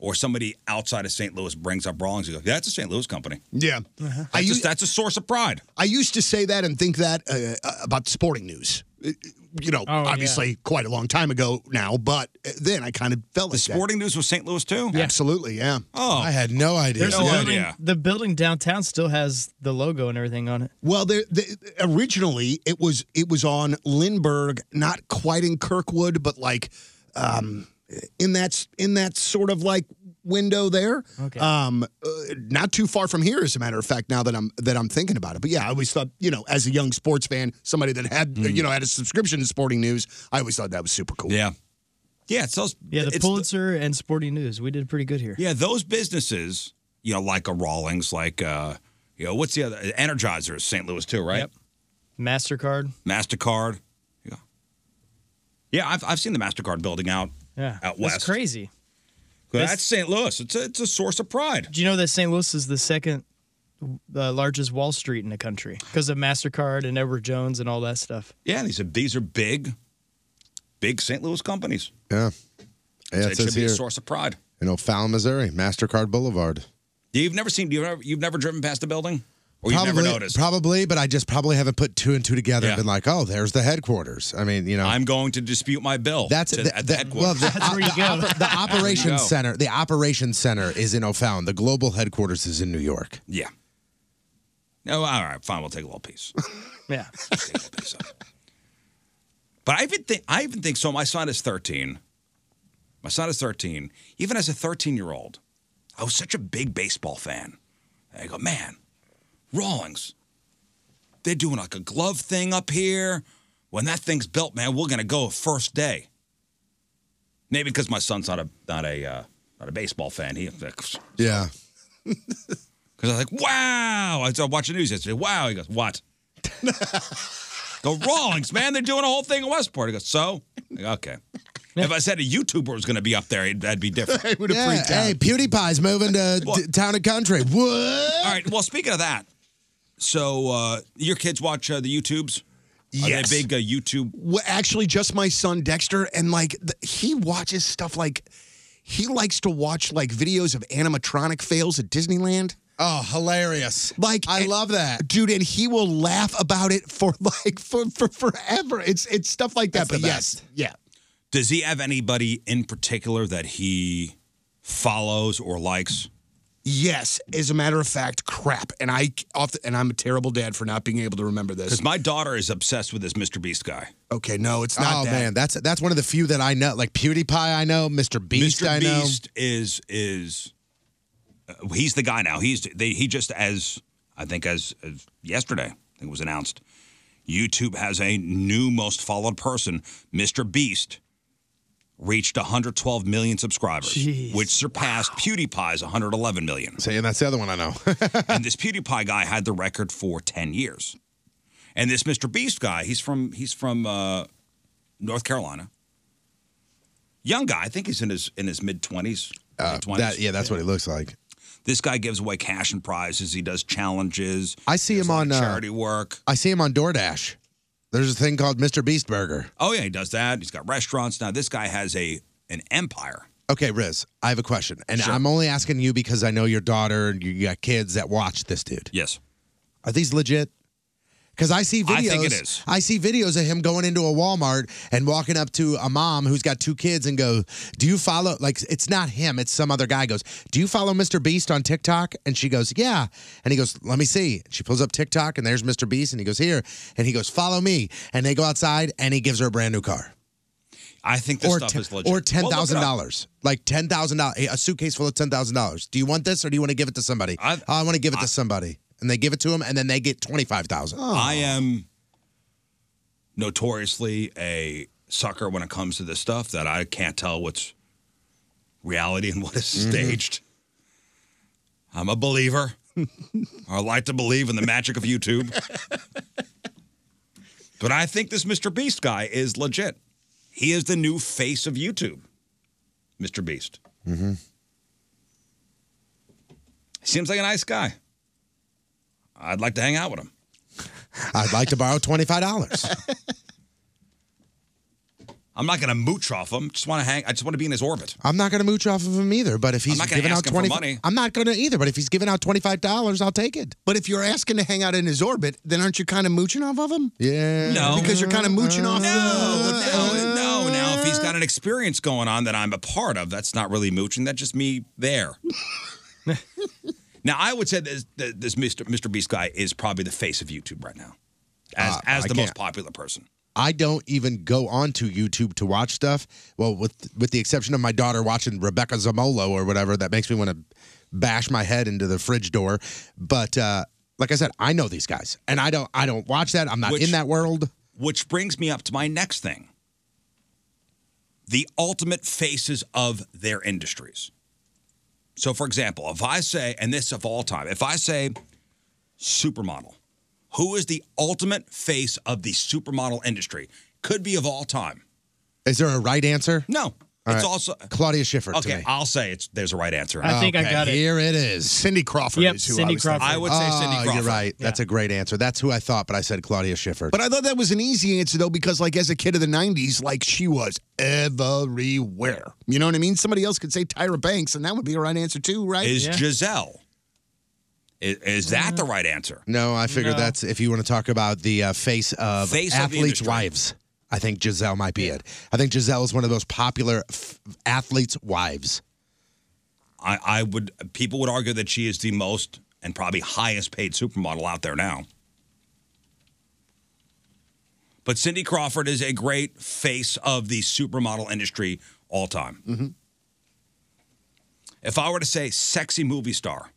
Speaker 1: or somebody outside of St. Louis brings up Rawlings, you go, that's a St. Louis company.
Speaker 2: Yeah.
Speaker 1: Uh-huh. That's, a, that's a source of pride.
Speaker 2: I used to say that and think that uh, uh, about sporting news. Uh, You know, obviously quite a long time ago now, but uh, then I kind of felt the like
Speaker 1: sporting news was St. Louis too.
Speaker 2: Absolutely, yeah.
Speaker 1: Oh,
Speaker 3: I had no idea.
Speaker 4: There's the building, The building downtown still has the logo and everything on it.
Speaker 2: Well, there, the, originally it was it was on Lindbergh, not quite in Kirkwood, but like um, in that in that sort of like window there. Okay. Um, uh, not too far from here, as a matter of fact. Now that I'm that I'm thinking about it, but yeah, I always thought you know, as a young sports fan, somebody that had
Speaker 4: Hmm.
Speaker 2: you know had a subscription to Sporting News, I always thought that was super cool.
Speaker 1: Yeah. Yeah, it's those.
Speaker 4: Yeah, the
Speaker 1: it's
Speaker 4: Pulitzer and Sporting News. We did pretty good here.
Speaker 1: Yeah, those businesses, you know, like a Rawlings, like uh, you know, what's the other Energizer is St. Louis too, right?
Speaker 4: Mastercard.
Speaker 1: Mastercard. Yeah. Yeah, I've I've seen the Mastercard building out
Speaker 4: Yeah,
Speaker 1: out
Speaker 4: that's
Speaker 1: west.
Speaker 4: crazy.
Speaker 1: That's, St. Louis. It's a, it's a source of pride.
Speaker 4: Do you know that St. Louis is the second uh, largest Wall Street in the country because of Mastercard and Edward Jones and all that stuff?
Speaker 1: Yeah, these are these are big, big St. Louis companies.
Speaker 3: Yeah.
Speaker 1: So
Speaker 3: Yeah,
Speaker 1: it
Speaker 3: it
Speaker 1: should
Speaker 3: says
Speaker 1: be
Speaker 3: here
Speaker 1: a source of pride.
Speaker 3: in O'Fallon, Missouri, MasterCard Boulevard.
Speaker 1: You've never seen you've never, you've never driven past the building? Or you've never
Speaker 3: Probably-
Speaker 1: noticed.
Speaker 3: Probably, but I just probably haven't put two and two together and been like, oh, there's the headquarters. I mean, you know.
Speaker 1: I'm going to dispute my bill.
Speaker 3: That's
Speaker 1: to,
Speaker 3: the-
Speaker 1: at
Speaker 3: the-
Speaker 1: the headquarters.
Speaker 3: well, the, the oper- the
Speaker 1: There you
Speaker 3: operations
Speaker 1: go.
Speaker 3: center. The operations center is in O'Fallon. The global headquarters is in New York.
Speaker 1: Yeah. No, all right, fine. We'll take a little piece.
Speaker 4: yeah.
Speaker 1: But I even think I even think so. My son is 13. My son is 13. Even as a 13 year old, I was such a big baseball fan. And I go, man, Rawlings, they're doing like a glove thing up here. When that thing's built, man, we're gonna go first day. Maybe because my son's not a not a uh, not a baseball fan. He because
Speaker 3: Yeah.
Speaker 1: I was like, wow. I started watching the news yesterday. Wow. He goes, what? go Rawlings, man. They're doing a whole thing in Westport. He goes, so I go, okay. If I said a YouTuber was going to be up there, it'd- that'd be different.
Speaker 3: Yeah, Hey, PewDiePie's moving to d- town and country. What?
Speaker 1: All right. Well, speaking of that, so uh, your kids watch uh, the YouTubes?
Speaker 2: Yes.
Speaker 1: Are they big uh, YouTube?
Speaker 2: Well, actually, just my son Dexter, and like th- he watches stuff like he likes to watch like videos of animatronic fails at Disneyland.
Speaker 3: Oh, hilarious!
Speaker 2: Like I
Speaker 3: love that,
Speaker 2: dude, and he will laugh about it for like for, for forever. It's it's stuff like that. but yes, yeah.
Speaker 1: Does he have anybody in particular that he follows or likes?
Speaker 2: Yes, as a matter of fact, crap. And I off and I'm a terrible dad for not being able to remember this.
Speaker 1: Because my daughter is obsessed with this Mr. Beast guy.
Speaker 2: Okay, no, it's not
Speaker 3: Oh
Speaker 2: that.
Speaker 3: man, that's that's one of the few that I know. Like PewDiePie, I know. Mr. Beast,
Speaker 1: Mr.
Speaker 3: I know.
Speaker 1: Beast is is uh, he's the guy now. He's they, he just as I think as, as yesterday I think it was announced. YouTube has a new most followed person, Mr. Beast, reached 112 million subscribers, which surpassed PewDiePie's 111 million.
Speaker 3: See, and that's the other one I know.
Speaker 1: and this PewDiePie guy had the record for 10 years. And this Mr. Beast guy, he's from he's from uh, North Carolina. Young guy, I think he's in his in his mid 20s.
Speaker 3: Uh, that- yeah, that's what he looks like.
Speaker 1: This guy gives away cash and prizes. He does challenges.
Speaker 3: I see him on uh,
Speaker 1: charity work.
Speaker 3: I see him on DoorDash. There's a thing called Mr. Beast Burger.
Speaker 1: Oh yeah, he does that. He's got restaurants now. This guy has a an empire.
Speaker 3: Okay, Riz, I have a question, and
Speaker 1: Sure.
Speaker 3: I'm only asking you because I know your daughter and you got kids that watch this dude.
Speaker 1: Yes.
Speaker 3: Are these legit? Because I see videos.
Speaker 1: I think it is.
Speaker 3: I see videos of him going into a Walmart and walking up to a mom who's got two kids and go, "Do you follow?" Like it's not him; it's some other guy. Goes, "Do you follow Mr. Beast on TikTok?" And she goes, "Yeah." And he goes, "Let me see." She pulls up TikTok and there's Mr. Beast, and he goes, "Here," and he goes, "Follow me." And they go outside, and he gives her a brand new car.
Speaker 1: I think this
Speaker 3: or
Speaker 1: stuff
Speaker 3: te-
Speaker 1: is legit.
Speaker 3: Or ten
Speaker 1: Well, look it
Speaker 3: thousand
Speaker 1: up.
Speaker 3: dollars, like ten thousand dollars, a suitcase full of ten thousand dollars. Do you want this, or do you want to give it to somebody? I, I want to give it to somebody, and they give it to him, and then they get twenty five thousand.
Speaker 1: I am notoriously a sucker when it comes to this stuff that I can't tell what's reality and what is staged. I'm a believer. I like to believe in the magic of YouTube. but I think this Mr. Beast guy is legit. He is the new face of YouTube, Mr. Beast.
Speaker 3: Mm-hmm.
Speaker 1: Seems like a nice guy. I'd like to hang out with him.
Speaker 3: I'd like to borrow twenty five dollars.
Speaker 1: I'm not going to mooch off him. Just want to hang. I just want to be in his orbit.
Speaker 3: I'm not going to mooch off of him either. But if he's
Speaker 1: not gonna
Speaker 3: giving out
Speaker 1: ask him for
Speaker 3: twenty,
Speaker 1: money.
Speaker 3: I'm not going to either. But if he's giving out twenty five dollars, I'll take it.
Speaker 2: But if you're asking to hang out in his orbit, then aren't you kind of mooching off of him?
Speaker 3: Yeah.
Speaker 1: No.
Speaker 2: Because you're kind of mooching off.
Speaker 1: No, no, no. Now, if he's
Speaker 3: Uh.
Speaker 1: got an experience going on that I'm a part of, that's not really mooching. That's just me there. now, I would say this, that this Mr. Mr. Beast guy is probably the face of YouTube right now, as
Speaker 3: Uh,
Speaker 1: as
Speaker 3: I
Speaker 1: the most
Speaker 3: can't.
Speaker 1: popular person.
Speaker 3: I don't even go onto YouTube to watch stuff. Well, with with the exception of my daughter watching Rebecca Zamolo or whatever, that makes me want to bash my head into the fridge door. But uh, like I said, I know these guys, and I don't I don't watch that. I'm not
Speaker 1: Which-
Speaker 3: in that world.
Speaker 1: Which brings me up to my next thing: the ultimate faces of their industries. So, for example, if I say, and this of all time, if I say supermodel, who is the ultimate face of the supermodel industry? Could be of all time.
Speaker 3: Is there a right answer?
Speaker 1: No.
Speaker 3: All
Speaker 1: It's
Speaker 3: right.
Speaker 1: also
Speaker 3: Claudia Schiffer. to
Speaker 1: okay.
Speaker 3: me.
Speaker 1: I'll say it's there's a right answer.
Speaker 2: Okay,
Speaker 3: Here it is.
Speaker 2: Cindy Crawford is who I was thinking.
Speaker 1: I would say Cindy
Speaker 3: Oh,
Speaker 1: Crawford.
Speaker 3: You're right. That's a great answer. That's who I thought, but I said Claudia Schiffer.
Speaker 2: But I thought that was an easy answer though, because like as a kid of the '90s, like she was everywhere. You know what I mean? Somebody else could say Tyra Banks, and that would be the right answer too, right?
Speaker 1: Is Giselle Is, is that the right answer?
Speaker 3: No, I figure
Speaker 1: No.
Speaker 3: that's if you want to talk about the uh, face of
Speaker 1: Face of the
Speaker 3: athletes'
Speaker 1: industry.
Speaker 3: wives. I think Giselle might be it. I think Giselle is one of those popular f- athletes' wives.
Speaker 1: I, I would. People would argue that she is the most and probably highest paid supermodel out there now. But Cindy Crawford is a great face of the supermodel industry all time.
Speaker 3: Mm-hmm.
Speaker 5: Mhm.
Speaker 1: If I were to say sexy movie star,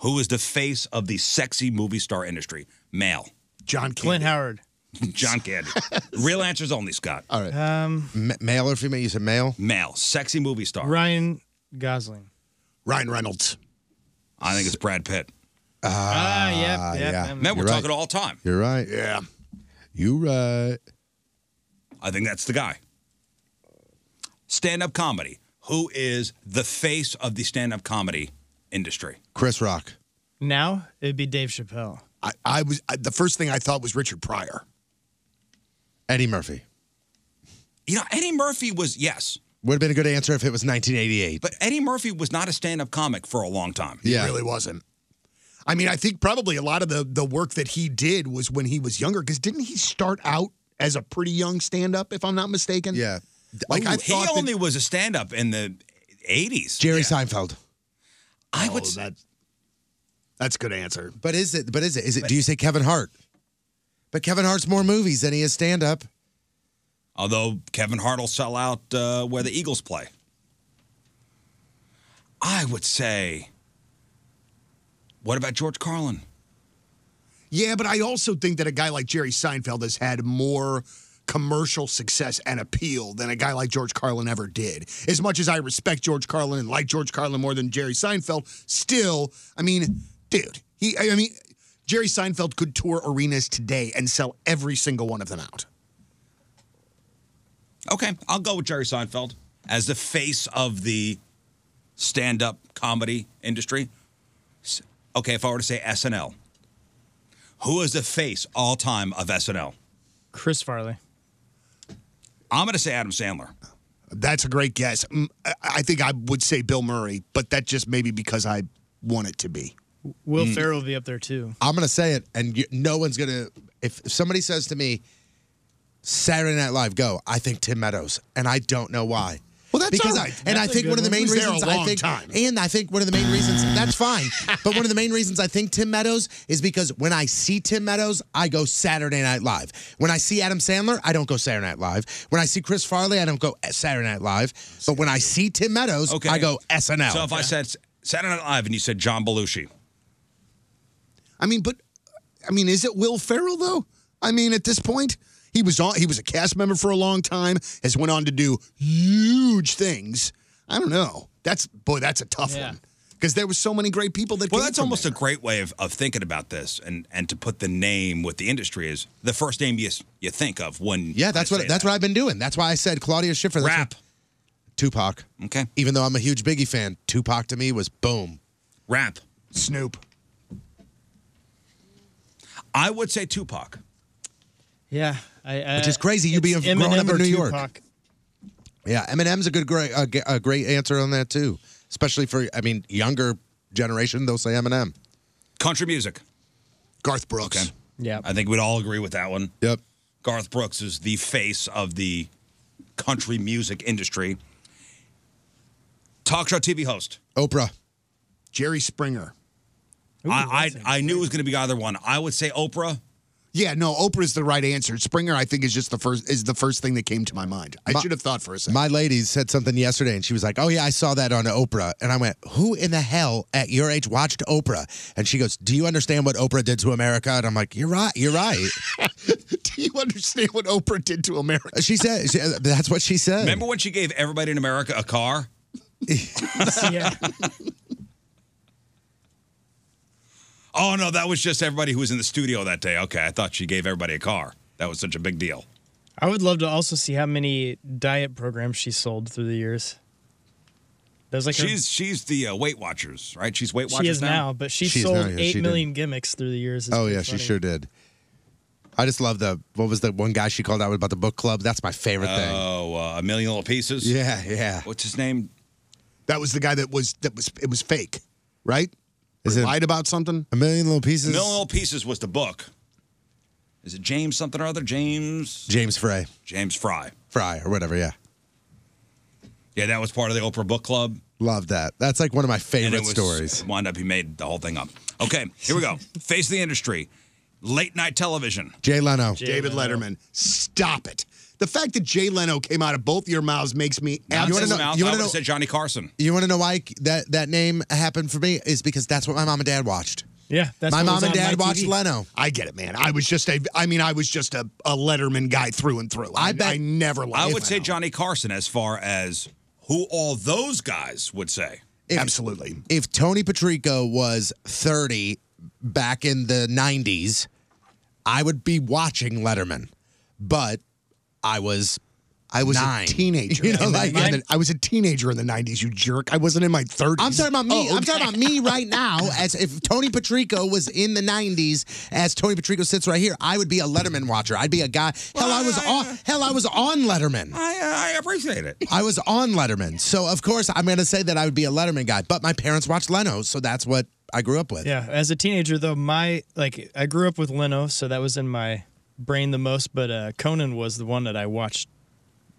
Speaker 1: who is the face of the sexy movie star industry? Male.
Speaker 2: John
Speaker 4: Clint Howard.
Speaker 1: John Candy. Real answers only, Scott.
Speaker 3: All right.
Speaker 4: Um,
Speaker 3: male or female? You said male?
Speaker 1: Male. Sexy movie star.
Speaker 4: Ryan Gosling.
Speaker 2: Ryan Reynolds.
Speaker 1: I think it's Brad Pitt.
Speaker 4: Ah, yep, yep, yeah.
Speaker 1: Man, we're
Speaker 3: You're right.
Speaker 1: talking all time.
Speaker 3: You're right.
Speaker 2: Yeah.
Speaker 3: You uh, right.
Speaker 1: I think that's the guy. Stand up comedy. Who is the face of the stand up comedy industry?
Speaker 3: Chris Rock.
Speaker 4: Now it'd be Dave Chappelle.
Speaker 2: I, I was I, the first thing I thought was Richard Pryor.
Speaker 3: Eddie Murphy.
Speaker 1: You know, Eddie Murphy was, yes,
Speaker 3: Would have been a good answer if it was 1988.
Speaker 1: but Eddie Murphy was not a stand up comic for a long time.
Speaker 2: He really wasn't. I mean, I think probably a lot of the the work that he did was when he was younger. Because didn't he start out as a pretty young stand up, if I'm not mistaken?
Speaker 3: Yeah.
Speaker 2: Like I
Speaker 1: Ooh, Oh, he
Speaker 2: thought that-
Speaker 1: only was a stand up in the 80s.
Speaker 3: Jerry Seinfeld.
Speaker 1: I would
Speaker 2: say. Oh, That's a good answer.
Speaker 3: But is it? But is it? Is it? Do you say Kevin Hart? But Kevin Hart's more movies than he is stand up.
Speaker 1: Although Kevin Hart will sell out uh, where the Eagles play. I would say, what about George Carlin?
Speaker 2: Yeah, but I also think that a guy like Jerry Seinfeld has had more commercial success and appeal than a guy like George Carlin ever did. As much as I respect George Carlin and like George Carlin more than Jerry Seinfeld, still, I mean, dude, he I mean, Jerry Seinfeld could tour arenas today and sell every single one of them out.
Speaker 1: Okay, I'll go with Jerry Seinfeld as the face of the stand up comedy industry. S- Okay, if I were to say SNL, who is the face all time of SNL?
Speaker 4: Chris Farley.
Speaker 1: I'm going to say Adam Sandler.
Speaker 2: That's a great guess. Mm, I- I think I would say Bill Murray, but that just maybe because I want it to be.
Speaker 4: Will
Speaker 3: Mm.
Speaker 4: Ferrell will be up there too.
Speaker 3: I'm gonna say it, and you, no one's gonna. If, if somebody says to me, "Saturday Night Live, go," I think Tim Meadows, and I don't know why.
Speaker 2: Well, that's
Speaker 3: because
Speaker 2: all right.
Speaker 3: I, and
Speaker 2: That's
Speaker 3: I
Speaker 2: a
Speaker 3: think
Speaker 2: good
Speaker 3: one of the
Speaker 2: one. He
Speaker 3: main
Speaker 2: was there
Speaker 3: reasons
Speaker 2: a
Speaker 3: I
Speaker 2: long
Speaker 3: think,
Speaker 2: time.
Speaker 3: and I think one of the main reasons that's fine, but one of the main reasons I think Tim Meadows is because when I see Tim Meadows, I go Saturday Night Live. When I see Adam Sandler, I don't go Saturday Night Live. When I see Chris Farley, I don't go Saturday Night Live. But when I see Tim Meadows,
Speaker 1: Okay.
Speaker 3: I go SNL.
Speaker 1: So if I said S- Saturday Night Live and you said John Belushi,
Speaker 2: I mean, but I mean, is it Will Ferrell though? I mean, at this point, he was on. He was a cast member for a long time. Has went on to do huge things. I don't know. That's boy, that's a tough one because there was so many great people that.
Speaker 1: well,
Speaker 2: came
Speaker 1: that's
Speaker 2: from
Speaker 1: almost
Speaker 2: there.
Speaker 1: a great way of, of thinking about this and, and to put the name with the industry is the first name you, s- you think of when.
Speaker 3: Yeah, that's
Speaker 1: I
Speaker 3: what
Speaker 1: say
Speaker 3: that's what I've been doing. That's why I said Claudia Schiffer. That's
Speaker 1: Rap.
Speaker 3: what- Tupac.
Speaker 1: Okay.
Speaker 3: Even though I'm a huge Biggie fan, Tupac to me was boom.
Speaker 1: Rap.
Speaker 2: Snoop.
Speaker 1: I would say Tupac.
Speaker 4: Yeah, I, I,
Speaker 3: Which is crazy, you
Speaker 4: it's
Speaker 3: being grown up
Speaker 4: Eminem
Speaker 3: in
Speaker 4: or
Speaker 3: New York.
Speaker 4: Tupac.
Speaker 3: Yeah, Eminem's a good great a, g- a great answer on that too. Especially for I mean younger generation, they'll say Eminem.
Speaker 1: Country music.
Speaker 2: Garth Brooks.
Speaker 4: Yeah.
Speaker 1: I think we'd all agree with that one.
Speaker 3: Yep.
Speaker 1: Garth Brooks is the face of the country music industry. Talk show TV host.
Speaker 3: Oprah.
Speaker 2: Jerry Springer.
Speaker 1: I, I I knew it was going to be either one. I would say Oprah.
Speaker 2: Yeah, no, Oprah's the right answer. Springer, I think, is just the first is the first thing that came to my mind. I
Speaker 3: My-
Speaker 2: should have thought for a second.
Speaker 3: My lady said something yesterday and she was like, Oh yeah, I saw that on Oprah. And I went, Who in the hell at your age watched Oprah? And she goes, Do you understand what Oprah did to America? And I'm like, You're right, you're right.
Speaker 2: Do you understand what Oprah did to America?
Speaker 3: she said she, that's what she said.
Speaker 1: Remember when she gave everybody in America a car?
Speaker 4: yeah.
Speaker 1: Oh no, that was just everybody who was in the studio that day. Okay, I thought she gave everybody a car. That was such a big deal.
Speaker 4: I would love to also see how many diet programs she sold through the years. There's like her-
Speaker 1: she's she's the uh, Weight Watchers, right? She's Weight Watchers
Speaker 4: she is now,
Speaker 1: now,
Speaker 4: but she
Speaker 3: She is
Speaker 4: sold
Speaker 3: now, yeah, she
Speaker 4: eight
Speaker 3: did.
Speaker 4: million gimmicks through the years. It's
Speaker 3: Oh
Speaker 4: pretty
Speaker 3: yeah, she
Speaker 4: funny.
Speaker 3: sure did. I just love the what was the one guy she called out about the book club. That's my favorite thing.
Speaker 1: Oh, uh, a million little pieces.
Speaker 3: Yeah, yeah.
Speaker 1: What's his name?
Speaker 2: That was the guy that was that was it was fake, right?
Speaker 3: Is
Speaker 2: We
Speaker 3: it
Speaker 2: lied about something?
Speaker 3: A million little
Speaker 1: A
Speaker 3: pieces.
Speaker 1: Million Little Pieces was the book. Is it James something or other? James
Speaker 3: James Frey,
Speaker 1: James Fry.
Speaker 3: Fry or whatever. Yeah,
Speaker 1: Yeah, that was part of the Oprah Book Club.
Speaker 3: love that. That's like one of my favorite stories.
Speaker 1: Wind up, he made the whole thing up. Okay, here we go. Face the industry. Late night television.
Speaker 3: Jay Leno,
Speaker 2: David Letterman. Stop it. The fact that Jay Leno came out of both your mouths makes me
Speaker 1: Out of his
Speaker 2: absolutely.
Speaker 1: mouth, I would have said Johnny Carson.
Speaker 3: You want to know why that that name happened for me is because that's what my mom and dad watched.
Speaker 4: Yeah,
Speaker 3: my mom and dad watched Leno.
Speaker 2: I get it, man. I was just a. I mean, I was just a, a Letterman guy through and through. I, I never liked.
Speaker 1: I would say Johnny Carson as far as who all those guys would say.
Speaker 2: Absolutely.
Speaker 3: If Tony Patrico was 30 back in the 90s, I would be watching Letterman. But I was
Speaker 2: I was
Speaker 3: nine.
Speaker 2: a teenager.
Speaker 3: You know,
Speaker 2: in the-
Speaker 3: like
Speaker 2: in the- I was a teenager in the '90s. You jerk. I wasn't in my 30s.
Speaker 3: I'm talking about me.
Speaker 2: Oh,
Speaker 3: I'm talking
Speaker 2: okay.
Speaker 3: about me right now. As if Tony Patrico was in the '90s, as Tony Patrico sits right here, I would be a Letterman watcher. I'd be a guy. Hell, I was on. Hell, I was on Letterman.
Speaker 1: I, I appreciate it.
Speaker 3: I was on Letterman, so of course I'm going to say that I would be a Letterman guy. But my parents watched Leno, so that's what I grew up with.
Speaker 4: Yeah, as a teenager though, my like I grew up with Leno, so that was in my brain the most. But uh, Conan was the one that I watched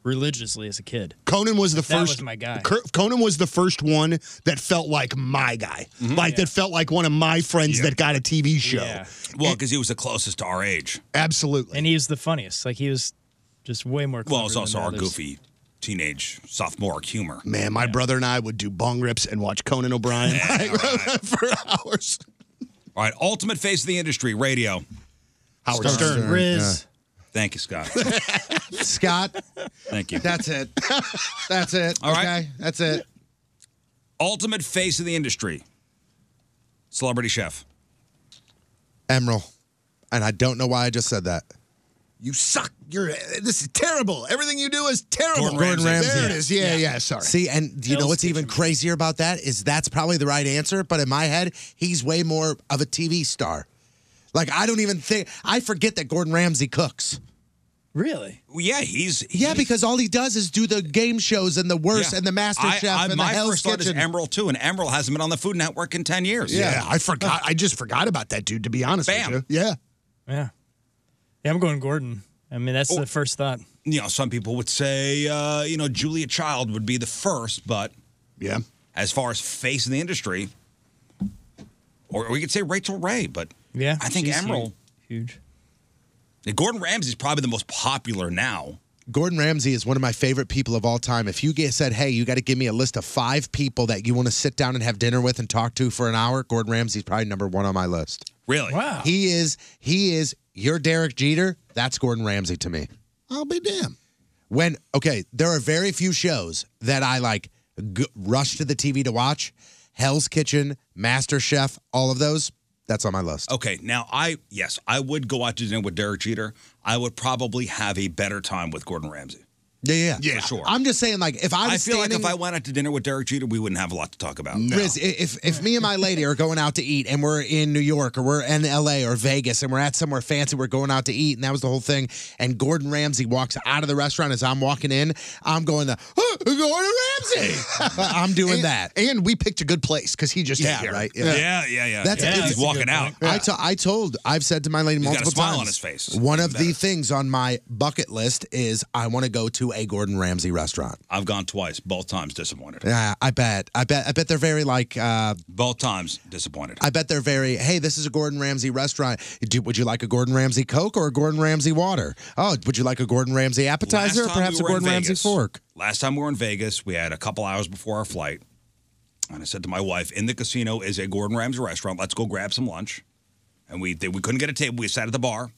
Speaker 4: religiously as a kid.
Speaker 2: Conan was the
Speaker 4: That was
Speaker 2: first.
Speaker 4: my guy.
Speaker 2: Cur- Conan was the first one that felt like my guy,
Speaker 3: Mm-hmm.
Speaker 2: like that felt like one of my friends that got a TV show.
Speaker 1: Well, because he was the closest to our age.
Speaker 2: Absolutely.
Speaker 4: And he was the funniest. Like he was just way more.
Speaker 1: Well,
Speaker 4: clever
Speaker 1: it's
Speaker 4: than
Speaker 1: also
Speaker 4: the
Speaker 1: our
Speaker 4: others.
Speaker 1: goofy teenage sophomoric humor.
Speaker 2: Man, my brother and I would do bong rips and watch Conan O'Brien for hours.
Speaker 1: All right, ultimate face of the industry, radio.
Speaker 2: Howard Stern. Stern, Riz.
Speaker 1: Thank you, Scott.
Speaker 3: Scott,
Speaker 1: Thank you.
Speaker 3: that's it. That's it.
Speaker 1: All
Speaker 3: okay,
Speaker 1: right.
Speaker 3: that's it.
Speaker 1: ultimate face of the industry, celebrity chef.
Speaker 3: Emerald, and I don't know why I just said that.
Speaker 2: You suck. You're this is terrible. Everything you do is terrible.
Speaker 3: Gordon Gordon Ramsay. Ramsay.
Speaker 2: There it is. Yeah, yeah, sorry.
Speaker 3: See, and do you know what's even crazier about that is that's probably the right answer, but in my head, he's way more of a TV star. Like I don't even think I forget that Gordon Ramsay cooks.
Speaker 4: Really?
Speaker 1: Well, yeah, he's
Speaker 3: Yeah, because all he does is do the game shows and the worst
Speaker 1: Yeah.
Speaker 3: and the Master
Speaker 1: I-
Speaker 3: Chef
Speaker 1: I-
Speaker 3: and the
Speaker 1: my
Speaker 3: Hell's
Speaker 1: first thought is
Speaker 3: Kitchen.
Speaker 1: Emerald too, and Emerald hasn't been on the Food Network in ten years.
Speaker 2: Yeah, I forgot. I just forgot about that dude. To be honest
Speaker 1: Bam.
Speaker 2: with you, yeah.
Speaker 4: Yeah. Yeah, I'm going Gordon. I mean,
Speaker 2: Oh.
Speaker 4: that's the first thought.
Speaker 1: you know, some people would say, uh, you know, Julia Child would be the first, but
Speaker 2: yeah,
Speaker 1: as far as face in the industry, or we could say Rachel Ray, but
Speaker 4: Yeah,
Speaker 1: I think
Speaker 4: she's
Speaker 1: Emerald.
Speaker 4: Huge.
Speaker 1: Gordon Ramsay's probably the most popular now.
Speaker 3: Gordon Ramsay is one of my favorite people of all time. If you get said, "Hey, you got to give me a list of five people that you want to sit down and have dinner with and talk to for an hour," Gordon Ramsay's probably number one on my list.
Speaker 1: Really?
Speaker 4: Wow.
Speaker 3: He is. He is. You're Derek Jeter. That's Gordon Ramsay to me.
Speaker 2: I'll be damned.
Speaker 3: when okay there are very few shows that i like g- rush to the tv to watch hell's kitchen master chef all of those that's on my list
Speaker 1: Okay, now I yes, I would go out to dinner with Derek Jeter. I would probably have a better time with Gordon Ramsay.
Speaker 3: yeah yeah
Speaker 1: Yeah, for sure.
Speaker 3: i'm just saying like if i
Speaker 1: I,
Speaker 3: was
Speaker 1: feel like
Speaker 3: standing
Speaker 1: if I went out to dinner with Derek Jeter, we wouldn't have a lot to talk about.
Speaker 3: Riz, i- if if me and my lady are going out to eat and we're in New York or we're in LA or Vegas and we're at somewhere fancy, we're going out to eat, and that was the whole thing. And Gordon Ramsay walks out of the restaurant as I'm walking in, I'm going to "Huh, Gordon Ramsay. I'm doing
Speaker 2: and,
Speaker 3: that.
Speaker 2: And we picked a good place because he just ate
Speaker 3: Yeah,
Speaker 2: here.
Speaker 3: right, yeah.
Speaker 1: Yeah, yeah, yeah. yeah.
Speaker 3: That's it.
Speaker 1: he's
Speaker 3: That's a
Speaker 1: walking out.
Speaker 3: I, to- I told, I've said to my lady
Speaker 1: got a
Speaker 3: multiple
Speaker 1: smile on
Speaker 3: times.
Speaker 1: his face. It's
Speaker 3: One
Speaker 1: even
Speaker 3: of
Speaker 1: better.
Speaker 3: the things on my bucket list is I want to go to a Gordon Ramsay restaurant.
Speaker 1: I've gone twice, both times disappointed.
Speaker 3: Yeah, I bet. I bet. I bet they're very like. Uh,
Speaker 1: Both times disappointed.
Speaker 3: I bet they're very. Hey, this is a Gordon Ramsay restaurant. Do, would you like a Gordon Ramsay Coke or a Gordon Ramsay water? Oh, would you like a Gordon Ramsay appetizer or
Speaker 1: Last time
Speaker 3: perhaps
Speaker 1: we were
Speaker 3: a
Speaker 1: in
Speaker 3: Gordon Ramsay
Speaker 1: Vegas-
Speaker 3: fork?
Speaker 1: Last time we were in Vegas, we had a couple hours before our flight, and I said to my wife, "In the casino is a Gordon Ramsay restaurant. Let's go grab some lunch." And we they, we couldn't get a table. We sat at the bar.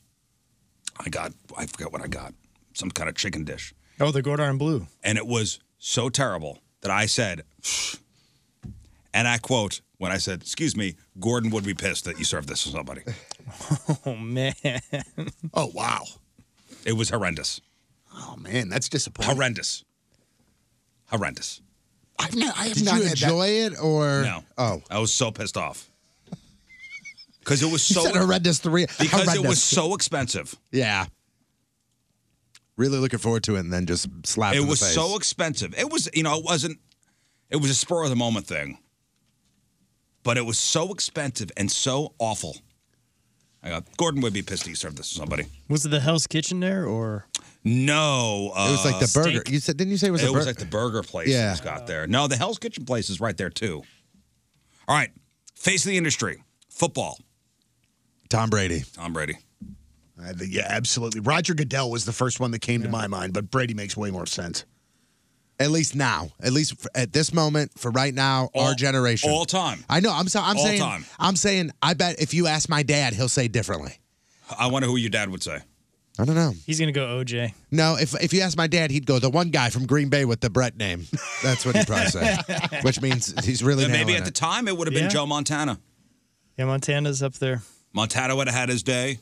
Speaker 1: I got I forget what I got, some kind of chicken dish,
Speaker 4: Oh, the Gordon Blue.
Speaker 1: and it was so terrible that I said, and I quote when I said, "Excuse me, Gordon would be pissed that you served this to somebody."
Speaker 4: Oh man.
Speaker 2: Oh wow.
Speaker 1: It was horrendous,
Speaker 2: Oh man, that's disappointing.
Speaker 1: horrendous, horrendous.
Speaker 2: I've not. I have
Speaker 3: Did
Speaker 2: not
Speaker 3: you
Speaker 2: had that-
Speaker 3: enjoy it or
Speaker 1: No.
Speaker 3: Oh,
Speaker 1: I was so pissed off. Because it was
Speaker 3: you
Speaker 1: so
Speaker 3: said horrendous three.
Speaker 1: because
Speaker 3: horrendous.
Speaker 1: it was so expensive.
Speaker 3: Yeah. Really looking forward to it, and then just slap.
Speaker 1: It
Speaker 3: in the
Speaker 1: was
Speaker 3: face.
Speaker 1: so expensive. It was you know, it wasn't it was a spur of the moment thing. but it was so expensive and so awful. I got Gordon would be pissed he served this to somebody.
Speaker 4: Was it the Hell's Kitchen there or?
Speaker 1: No, uh,
Speaker 4: It was like the burger.
Speaker 1: steak.
Speaker 3: You said, didn't you say it was a burger?
Speaker 1: like the burger place.
Speaker 3: Yeah.
Speaker 1: Yeah, got there. No, the Hell's Kitchen place is right there too. All right, face of the industry, football.
Speaker 3: Tom Brady.
Speaker 1: Tom Brady.
Speaker 2: I think, yeah, absolutely. Roger Goodell was the first one that came to my mind, but Brady makes way more sense.
Speaker 3: At least now, at least f- at this moment, for right now, our generation,
Speaker 1: all time.
Speaker 3: I know. I'm so, I'm
Speaker 1: All
Speaker 3: saying.
Speaker 1: time.
Speaker 3: I'm saying. I bet if you ask my dad, he'll say differently.
Speaker 1: I wonder who your dad would say.
Speaker 3: I don't know.
Speaker 4: He's gonna go OJ.
Speaker 3: No, if if you ask my dad, he'd go the one guy from Green Bay with the Brett name. That's what he'd probably say. Which means he's really
Speaker 1: And maybe
Speaker 3: nailing
Speaker 1: at the
Speaker 3: it.
Speaker 1: time it would have been
Speaker 4: Yeah.
Speaker 1: Joe Montana.
Speaker 4: Yeah, Montana's up there.
Speaker 1: Montana would have had his day.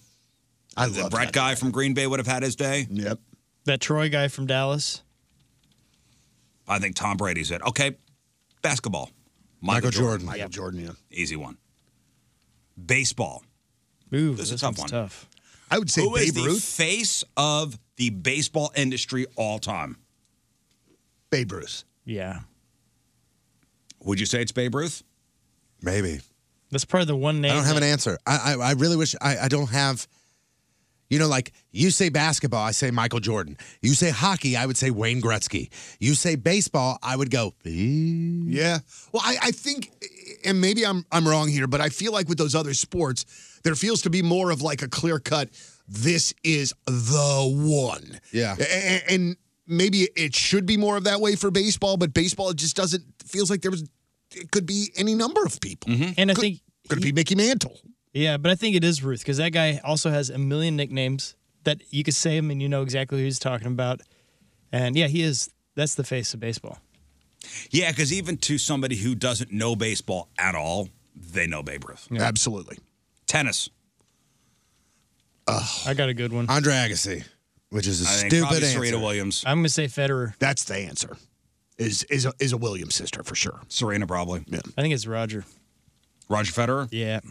Speaker 3: I
Speaker 1: the Brett guy from Green Bay would have had his day.
Speaker 2: Yep.
Speaker 4: That Troy guy from Dallas.
Speaker 1: I think Tom Brady's it. Okay, basketball.
Speaker 3: Michael Jordan.
Speaker 1: Michael
Speaker 2: Jordan, yeah.
Speaker 1: Easy one. Baseball.
Speaker 4: Ooh,
Speaker 1: this, is a tough one. Tough.
Speaker 2: I would say
Speaker 1: Who is
Speaker 2: Babe
Speaker 1: the
Speaker 2: Ruth.
Speaker 1: face of the baseball industry all time?
Speaker 2: Babe Ruth.
Speaker 4: Yeah.
Speaker 1: Would you say it's Babe Ruth?
Speaker 3: Maybe.
Speaker 4: That's probably the one name.
Speaker 3: I don't have an answer. I I, I really wish I, I don't have. You know, like you say basketball, I say Michael Jordan. You say hockey, I would say Wayne Gretzky. You say baseball, I would go. "Eh."
Speaker 2: Yeah. Well, I, I think, and maybe I'm I'm wrong here, but I feel like with those other sports, there feels to be more of like a clear cut. This is the one.
Speaker 3: Yeah.
Speaker 2: A- a- And, maybe it should be more of that way for baseball, but baseball it just doesn't feels like there was. It could be any number of people,
Speaker 3: Mm-hmm.
Speaker 4: And I
Speaker 2: Could-
Speaker 4: think
Speaker 2: could be Mickey Mantle.
Speaker 4: Yeah, but I think it is Ruth because that guy also has a million nicknames that you could say him and you know exactly who he's talking about. And yeah, he is. That's the face of baseball.
Speaker 1: Yeah, because even to somebody who doesn't know baseball at all, they know Babe Ruth.
Speaker 2: Absolutely.
Speaker 1: Tennis.
Speaker 4: I got a good one.
Speaker 3: Andre Agassi, which is a
Speaker 1: I think
Speaker 3: stupid
Speaker 1: probably
Speaker 3: answer.
Speaker 1: Serena Williams.
Speaker 4: I'm gonna say Federer.
Speaker 2: That's the answer. Is is a, is a Williams sister for sure.
Speaker 1: Serena probably.
Speaker 2: Yeah.
Speaker 4: I think it's Roger.
Speaker 1: Roger Federer.
Speaker 4: Yeah.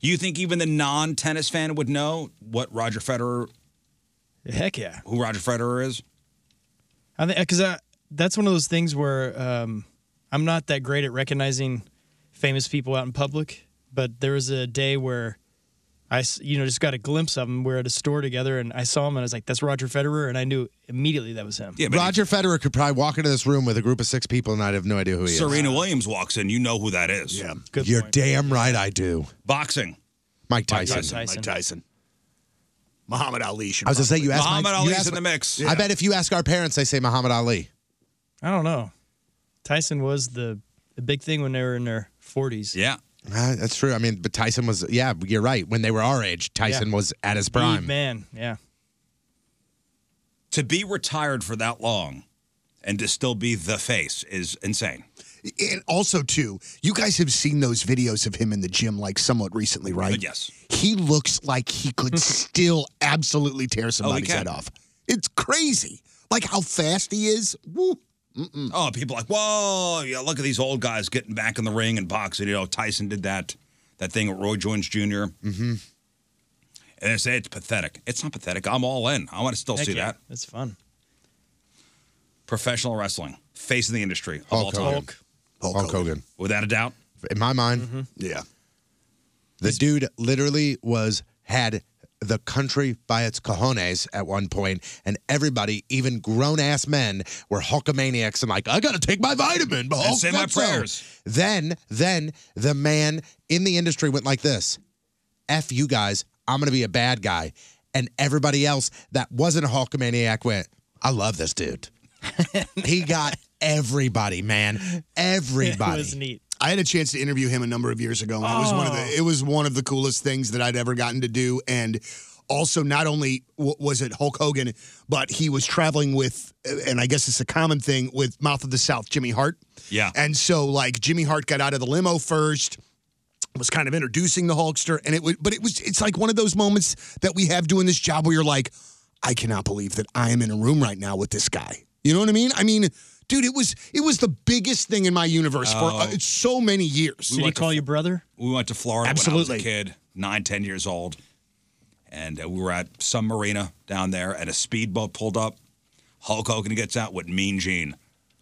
Speaker 1: You think even the non-tennis fan would know what Roger Federer,
Speaker 4: Heck yeah.
Speaker 1: who Roger Federer is?
Speaker 4: I think because I that's one of those things where um, I'm not that great at recognizing famous people out in public. But there was a day where I s- you know just got a glimpse of him. We are at a store together, and I saw him, and I was like, "That's Roger Federer," and I knew immediately that was him.
Speaker 3: Roger Federer could probably walk into this room with a group of six people and I'd have no idea who he
Speaker 1: Serena Williams walks in, you know who that is. Yeah.
Speaker 3: is. You're damn right I do.
Speaker 1: Boxing.
Speaker 3: Mike Tyson.
Speaker 2: Mike Tyson. Muhammad Ali. Should
Speaker 3: I was gonna say you asked
Speaker 1: Muhammad
Speaker 3: my,
Speaker 1: Ali's
Speaker 3: you asked
Speaker 1: in the
Speaker 3: my-
Speaker 1: mix.
Speaker 3: I bet if you ask our parents, they say Muhammad Ali.
Speaker 4: I don't know. Tyson was the, the big thing when they were in their 40s.
Speaker 1: Yeah.
Speaker 3: Uh, that's true. I mean, but Tyson was yeah, you're right. When they were our age, Tyson
Speaker 4: Yeah.
Speaker 3: was at his
Speaker 4: Big
Speaker 3: prime.
Speaker 4: man, yeah.
Speaker 1: To be retired for that long and to still be the face is insane.
Speaker 2: And also, too, you guys have seen those videos of him in the gym like somewhat recently, right?
Speaker 1: Uh, yes.
Speaker 2: He looks like he could still absolutely tear somebody's
Speaker 1: Oh, can.
Speaker 2: head off. It's crazy. Like how fast he is. Woo. Mm-mm.
Speaker 1: Oh, people are like, whoa, yeah, look at these old guys getting back in the ring and boxing. You know, Tyson did that that thing with Roy Jones junior Mm-hmm. And they say it's pathetic. It's not pathetic. I'm all in. I want to still
Speaker 4: Heck
Speaker 1: see
Speaker 4: yeah.
Speaker 1: that.
Speaker 4: That's fun.
Speaker 1: Professional wrestling, face of the industry of all
Speaker 3: Hulk
Speaker 1: time.
Speaker 3: Hogan. Hulk, Hogan.
Speaker 1: Without a doubt.
Speaker 3: In my mind,
Speaker 2: Yeah.
Speaker 3: the dude literally was had the country by its cojones at one point, and everybody, even grown ass men, were Hulkamaniacs and like, I gotta take my vitamin, but
Speaker 1: And
Speaker 3: Hulk
Speaker 1: say my
Speaker 3: said so."
Speaker 1: prayers.
Speaker 3: Then, then the man in the industry went like this: "F you guys, I'm gonna be a bad guy," and everybody else that wasn't a Hulkamaniac went, "I love this dude." he got everybody, man, everybody.
Speaker 4: neat.
Speaker 2: I had a chance to interview him a number of years ago, and it was one of the it was one of the coolest things that I'd ever gotten to do. And also, not only w- was it Hulk Hogan, but he was traveling with, and I guess it's a common thing with Mouth of the South, Jimmy Hart.
Speaker 1: Yeah.
Speaker 2: And so, like Jimmy Hart got out of the limo first, was kind of introducing the Hulkster, and it was, but it was, it's like one of those moments that we have doing this job where you're like, I cannot believe that I am in a room right now with this guy. You know what I mean? I mean, dude, it was it was the biggest thing in my universe for uh,
Speaker 1: Oh.
Speaker 2: so many years.
Speaker 1: We Did he went to call f-
Speaker 4: Your brother?
Speaker 1: We went to Florida when I was
Speaker 2: Absolutely.
Speaker 1: a kid, nine, ten years old. And uh, we were at some marina down there, and a speedboat pulled up. Hulk Hogan gets out with Mean Gene.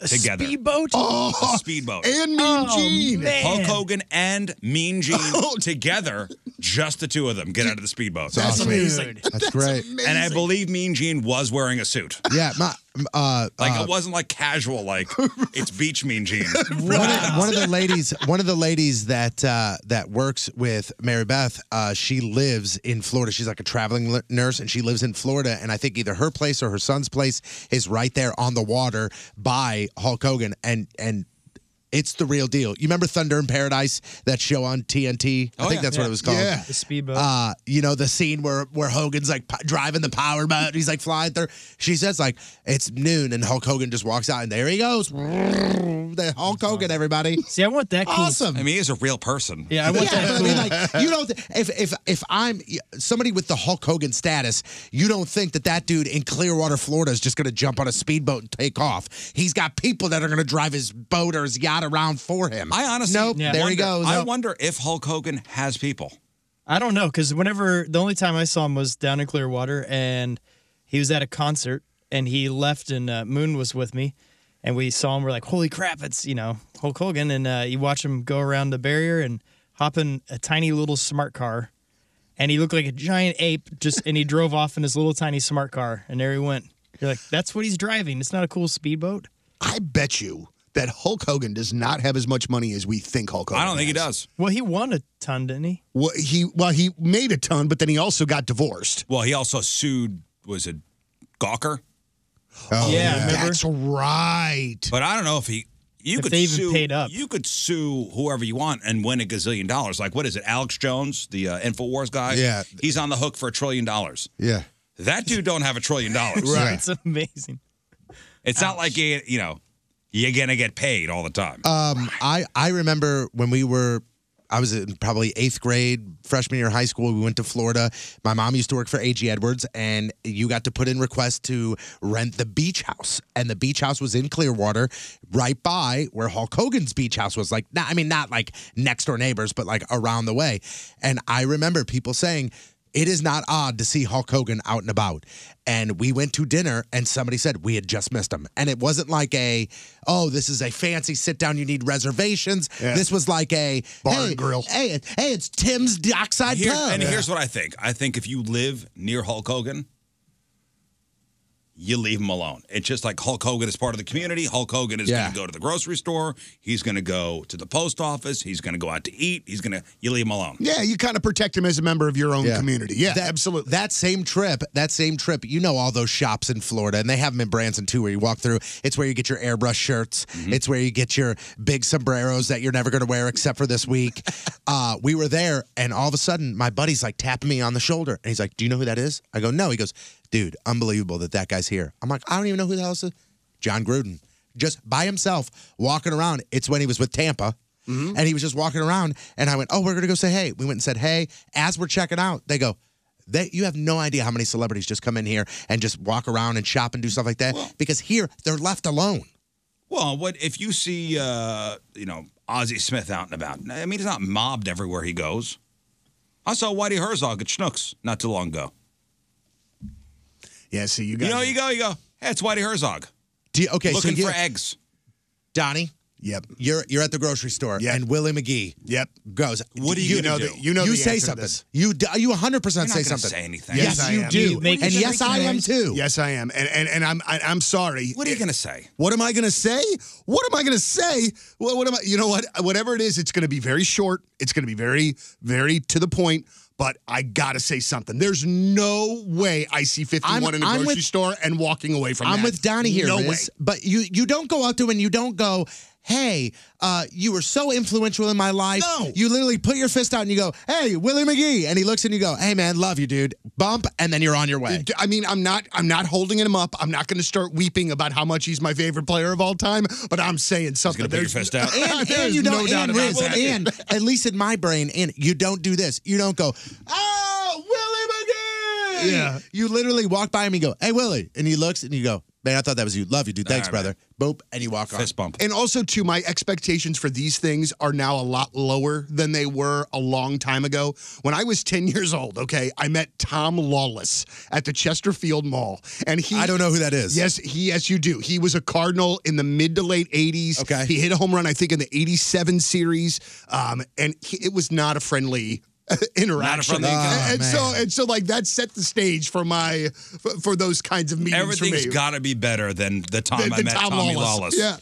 Speaker 1: together.
Speaker 4: speedboat?
Speaker 1: Oh,
Speaker 4: Oh,
Speaker 1: speedboat.
Speaker 4: and Mean Oh, Gene. man.
Speaker 1: Hulk Hogan and Mean Gene
Speaker 3: Oh.
Speaker 1: together, just the two of them get out of the speedboat.
Speaker 3: That's That's awesome. amazing.
Speaker 1: Like-
Speaker 3: That's That's great.
Speaker 1: And I believe Mean Gene was wearing a suit.
Speaker 3: Yeah, my uh,
Speaker 1: Like
Speaker 3: uh,
Speaker 1: it wasn't like casual, like it's beach Mean Gene.
Speaker 3: one of, one of the ladies, one of the ladies that uh, that works with Mary Beth, uh, she lives in Florida. She's like a traveling l- nurse, and she lives in Florida. And I think either her place or her son's place is right there on the water by Hulk Hogan, and and it's the real deal. You remember Thunder in Paradise, that show on TNT?
Speaker 4: Oh,
Speaker 3: I think that's what it was called.
Speaker 4: The speedboat.
Speaker 3: Uh, you know the scene where where Hogan's like p- driving the power boat. He's like flying through. She says like it's noon, and Hulk Hogan just walks out, and there he goes. The Hulk Hogan, everybody.
Speaker 4: See, I want that.
Speaker 3: Awesome.
Speaker 1: I mean, he's a real person.
Speaker 4: Yeah, I want
Speaker 3: but I mean, like, you don't. If if if I'm somebody with the Hulk Hogan status, you don't think that that dude in Clearwater, Florida, is just going to jump on a speedboat and take off. He's got people that are going to drive his boat or his yacht around for him.
Speaker 1: I honestly,
Speaker 3: nope. There he
Speaker 1: wonder-
Speaker 3: goes.
Speaker 1: I
Speaker 3: Nope.
Speaker 1: wonder if Hulk Hogan has people.
Speaker 4: I don't know because whenever the only time I saw him was down in Clearwater, and he was at a concert, and he left, and uh, Moon was with me, and we saw him. We're like, "Holy crap! It's you know Hulk Hogan!" And uh, you watch him go around the barrier and hop in a tiny little smart car, and he looked like a giant ape. Just and he drove off in his little tiny smart car, and there he went. You're like, "That's what he's driving. It's not a cool speedboat."
Speaker 2: I bet you that Hulk Hogan does not have as much money as we think Hulk Hogan.
Speaker 1: I don't think he does.
Speaker 4: Well, he won a ton, didn't he?
Speaker 2: Well, he well he made a ton, but then he also got divorced.
Speaker 1: Well, he also sued. Was it Gawker?
Speaker 2: Oh,
Speaker 1: Yeah, remember?
Speaker 2: that's right.
Speaker 1: But I don't know if he. You
Speaker 2: If
Speaker 1: could
Speaker 2: they even
Speaker 1: sue,
Speaker 2: paid up.
Speaker 1: You could sue whoever you want and win a gazillion dollars. Like what is it? Alex Jones, the uh, Infowars guy.
Speaker 3: Yeah.
Speaker 1: he's on the hook for a trillion dollars.
Speaker 3: Yeah.
Speaker 1: That dude don't have a trillion dollars.
Speaker 4: it's amazing.
Speaker 1: It's not like you, you know you're gonna get paid all the time.
Speaker 3: Um, I I remember when we were. I was in probably eighth grade, freshman year of high school. We went to Florida. My mom used to work for A.G. Edwards, and you got to put in requests to rent the beach house. And the beach house was in Clearwater, right by where Hulk Hogan's beach house was. Like, not, I mean, not like next door neighbors, but like around the way. And I remember people saying, it is not odd to see Hulk Hogan out and about. And we went to dinner and somebody said we had just missed him. And it wasn't like a, oh, this is a fancy sit down, you need reservations.
Speaker 1: Yeah.
Speaker 3: This was like a hey, grill. Hey, it- hey, it's Tim's Dockside
Speaker 1: Here-
Speaker 3: Pub.
Speaker 1: and here's what I think. I think if you live near Hulk Hogan, you leave him alone. It's just like Hulk Hogan is part of the community. Hulk Hogan is
Speaker 3: Yeah.
Speaker 1: going to go to the grocery store. He's going to go to the post office. He's going to go out to eat. He's going to you leave him alone.
Speaker 2: Yeah, you kind of protect him as a member of your own community. Yeah,
Speaker 3: That-
Speaker 2: absolutely.
Speaker 3: That same trip, that same trip, you know all those shops in Florida, and they have them in Branson too, where you walk through. It's where you get your airbrush shirts. It's where you get your big sombreros that you're never going to wear except for this week. uh, we were there, and all of a sudden, my buddy's like tapping me on the shoulder, and he's like, "Do you know who that is?" I go, "No." He goes, "Dude, unbelievable that that guy's here." I'm like, "I don't even know who the hell this is." John Gruden, just by himself, walking around. It's when he was with Tampa.
Speaker 1: Hmm?
Speaker 3: And he was just walking around, and I went, "Oh, we're gonna go say hey." We went and said hey. As we're checking out, they go, they, you have no idea how many celebrities just come in here and just walk around and shop and do stuff like that because here they're left alone.
Speaker 1: Well, what if you see uh, you know Ozzy Smith out and about? I mean, he's not mobbed everywhere he goes. I saw Whitey Herzog at Schnucks not too long ago.
Speaker 2: Yeah, see, you
Speaker 1: You know, you go, you go. Hey, it's Whitey Herzog.
Speaker 3: Do you, okay,
Speaker 1: looking
Speaker 3: so you,
Speaker 1: for eggs.
Speaker 3: Donnie.
Speaker 2: Yep.
Speaker 3: You're you're at the grocery store and Willie McGee.
Speaker 2: Yep.
Speaker 3: Goes.
Speaker 1: What are you
Speaker 3: know
Speaker 1: gonna do?
Speaker 3: You know. You
Speaker 1: the
Speaker 3: say
Speaker 1: answer to
Speaker 3: something.
Speaker 1: this.
Speaker 3: You d- you 100
Speaker 1: You're
Speaker 3: percent
Speaker 1: not
Speaker 3: say
Speaker 1: gonna
Speaker 3: something.
Speaker 1: say anything.
Speaker 3: Yes,
Speaker 2: I
Speaker 3: you
Speaker 2: am.
Speaker 3: do.
Speaker 2: You make
Speaker 3: and
Speaker 2: it
Speaker 3: yes, I am
Speaker 2: nice.
Speaker 3: too.
Speaker 2: Yes, I am. And and, and I'm I, I'm sorry. What are you
Speaker 1: gonna say?
Speaker 2: What am I gonna say? What am I gonna say? What, what am I? You know what? Whatever it is, it's gonna be very short. It's gonna be very very to the point. But I gotta say something. There's no way I see 51
Speaker 3: I'm-
Speaker 2: in a
Speaker 3: I'm
Speaker 2: grocery
Speaker 3: with-
Speaker 2: store and walking away from.
Speaker 3: I'm
Speaker 2: that.
Speaker 3: with Donnie here,
Speaker 2: No
Speaker 3: Riz,
Speaker 2: way.
Speaker 3: but you you don't go out to and you don't go, hey, uh, you were so influential in my life. No. You literally put your fist out and you go, hey, Willie McGee, and he looks and you go, hey man, love you, dude. Bump, and then you're on your way.
Speaker 2: I mean, I'm not I'm not holding him up. I'm not going to start weeping about how much he's my favorite player of all time. But I'm saying something.
Speaker 1: put your
Speaker 2: There's-
Speaker 1: fist out.
Speaker 3: And, and
Speaker 2: There's
Speaker 3: you
Speaker 2: no
Speaker 3: don't,
Speaker 2: doubt
Speaker 3: and,
Speaker 2: about
Speaker 3: Riz,
Speaker 2: that.
Speaker 3: and at least in my brain, and you don't do this. You don't go, oh, Willie McGee.
Speaker 2: Yeah.
Speaker 3: You literally walk by him and you go, hey, Willie. And he looks and you go, Man, I thought that was you. Love you, dude. Thanks,
Speaker 2: All right,
Speaker 3: brother. Boop, and you walk on.
Speaker 1: Fist bump.
Speaker 2: And also, too, my expectations for these things are now a lot lower than they were a long time ago. When I was 10 years old, okay, I met Tom Lawless at the Chesterfield Mall. And he. I don't
Speaker 3: know who that is.
Speaker 2: Yes, he, yes, you do. He was a Cardinal in the mid to late 80s. Okay. He hit a home run, I think, in the 87 series. Um, and he, it was not a friendly. Interaction,
Speaker 1: friendly encounter.
Speaker 2: and, and
Speaker 1: Oh,
Speaker 2: so
Speaker 1: man.
Speaker 2: and so, like that set the stage for my for, for those kinds of meetings.
Speaker 1: Everything's
Speaker 2: for me.
Speaker 1: got to be better than the time
Speaker 2: The-
Speaker 1: I
Speaker 2: the
Speaker 1: met
Speaker 2: Tom
Speaker 1: Tommy
Speaker 2: Lawless.
Speaker 1: Lawless.
Speaker 2: Yeah.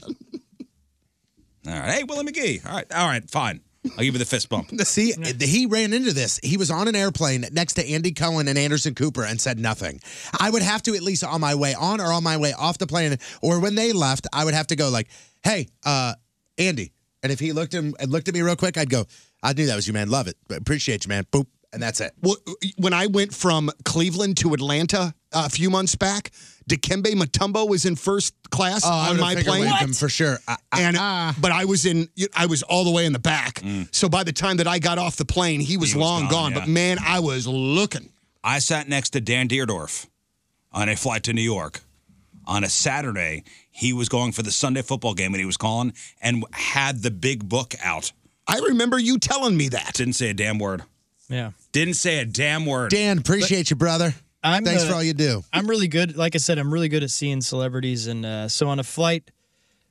Speaker 1: All right. Hey, Willie McGee. All right. All right. Fine. I'll give you the fist
Speaker 2: Oh,
Speaker 1: bump.
Speaker 3: See, he ran into this. He was on an airplane next to Andy Cohen and Anderson Cooper and said nothing. I would have to at least on my way on or on my way off the plane or when they left, I would have to go like, "Hey, uh, Andy." And if he looked him and looked at me real quick, I'd go, "I knew that was you, man. Love it. Appreciate you, man." Boop, and that's it.
Speaker 2: Well, when I went from Um, Cleveland to Atlanta uh, a few months back, Dikembe Mutombo was in first class
Speaker 3: Oh, I
Speaker 2: on
Speaker 3: would've
Speaker 2: my
Speaker 3: figured
Speaker 2: plane.
Speaker 3: waved him for sure. I- I-
Speaker 2: and but I was in I was all the way in the back. So by the time that I got off the plane, he was,
Speaker 1: Mm. He was
Speaker 2: long gone.
Speaker 1: gone,
Speaker 2: But
Speaker 1: yeah.
Speaker 2: man, I was looking.
Speaker 1: I sat next to Dan Deerdorf on a flight to New York on a Saturday. He was going for the Sunday football game and he was calling and had the big book out.
Speaker 2: I remember you telling me that.
Speaker 1: Didn't say a damn word.
Speaker 4: Yeah.
Speaker 1: Didn't say a damn word.
Speaker 3: Dan, appreciate you, brother.
Speaker 4: I'm
Speaker 3: Thanks
Speaker 4: the-
Speaker 3: for all you do.
Speaker 4: I'm really good. Like I said, I'm really good at seeing celebrities. And uh, so on a flight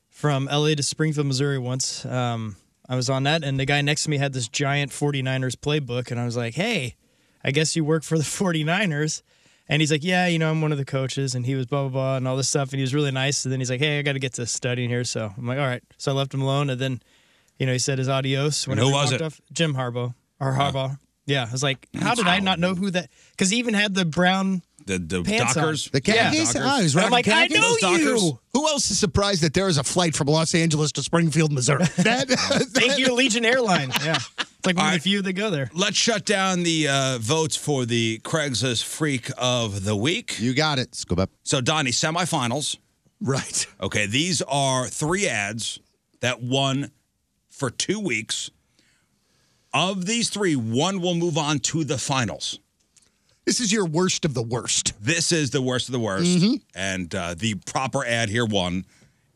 Speaker 4: from LA to Springfield, Missouri once, um, I was on that, and the guy next to me had this giant 49ers playbook. And I was like, hey, I guess you work for the 49ers. And he's like, yeah, you know, I'm one of the coaches. And he was blah, blah, blah, and all this stuff. And he was really nice. And then he's like, hey, I got to get to studying here. So I'm like, all right. So I left him alone. And then, you know, he said his adios.
Speaker 1: Who
Speaker 4: whenever he
Speaker 1: was
Speaker 4: walked
Speaker 1: it?
Speaker 4: Jim Harbaugh or Harbaugh. Yeah. I was like, how did I not know who that? Because he even had the brown
Speaker 1: The, the
Speaker 4: Pants on.
Speaker 1: Dockers.
Speaker 4: The khakis?
Speaker 1: Dockers.
Speaker 4: Oh, he's I'm rocking like, I khakis? know
Speaker 1: Those Dockers?
Speaker 4: you.
Speaker 2: Who else is surprised that there is a flight from Los Angeles to Springfield, Missouri? That,
Speaker 4: Thank you, Legion Airlines. Yeah. It's like one of the few that go there.
Speaker 1: Let's shut down the uh, votes for the Craigslist Freak of the Week.
Speaker 3: You got it. Scoop up.
Speaker 1: So, Donnie, semifinals.
Speaker 2: Right.
Speaker 1: Okay, these are three ads that won for two weeks. Of these three, one will move on to the finals.
Speaker 2: This is your worst of the worst. Mm-hmm.
Speaker 1: This is the worst of the worst. And uh, the proper ad here won.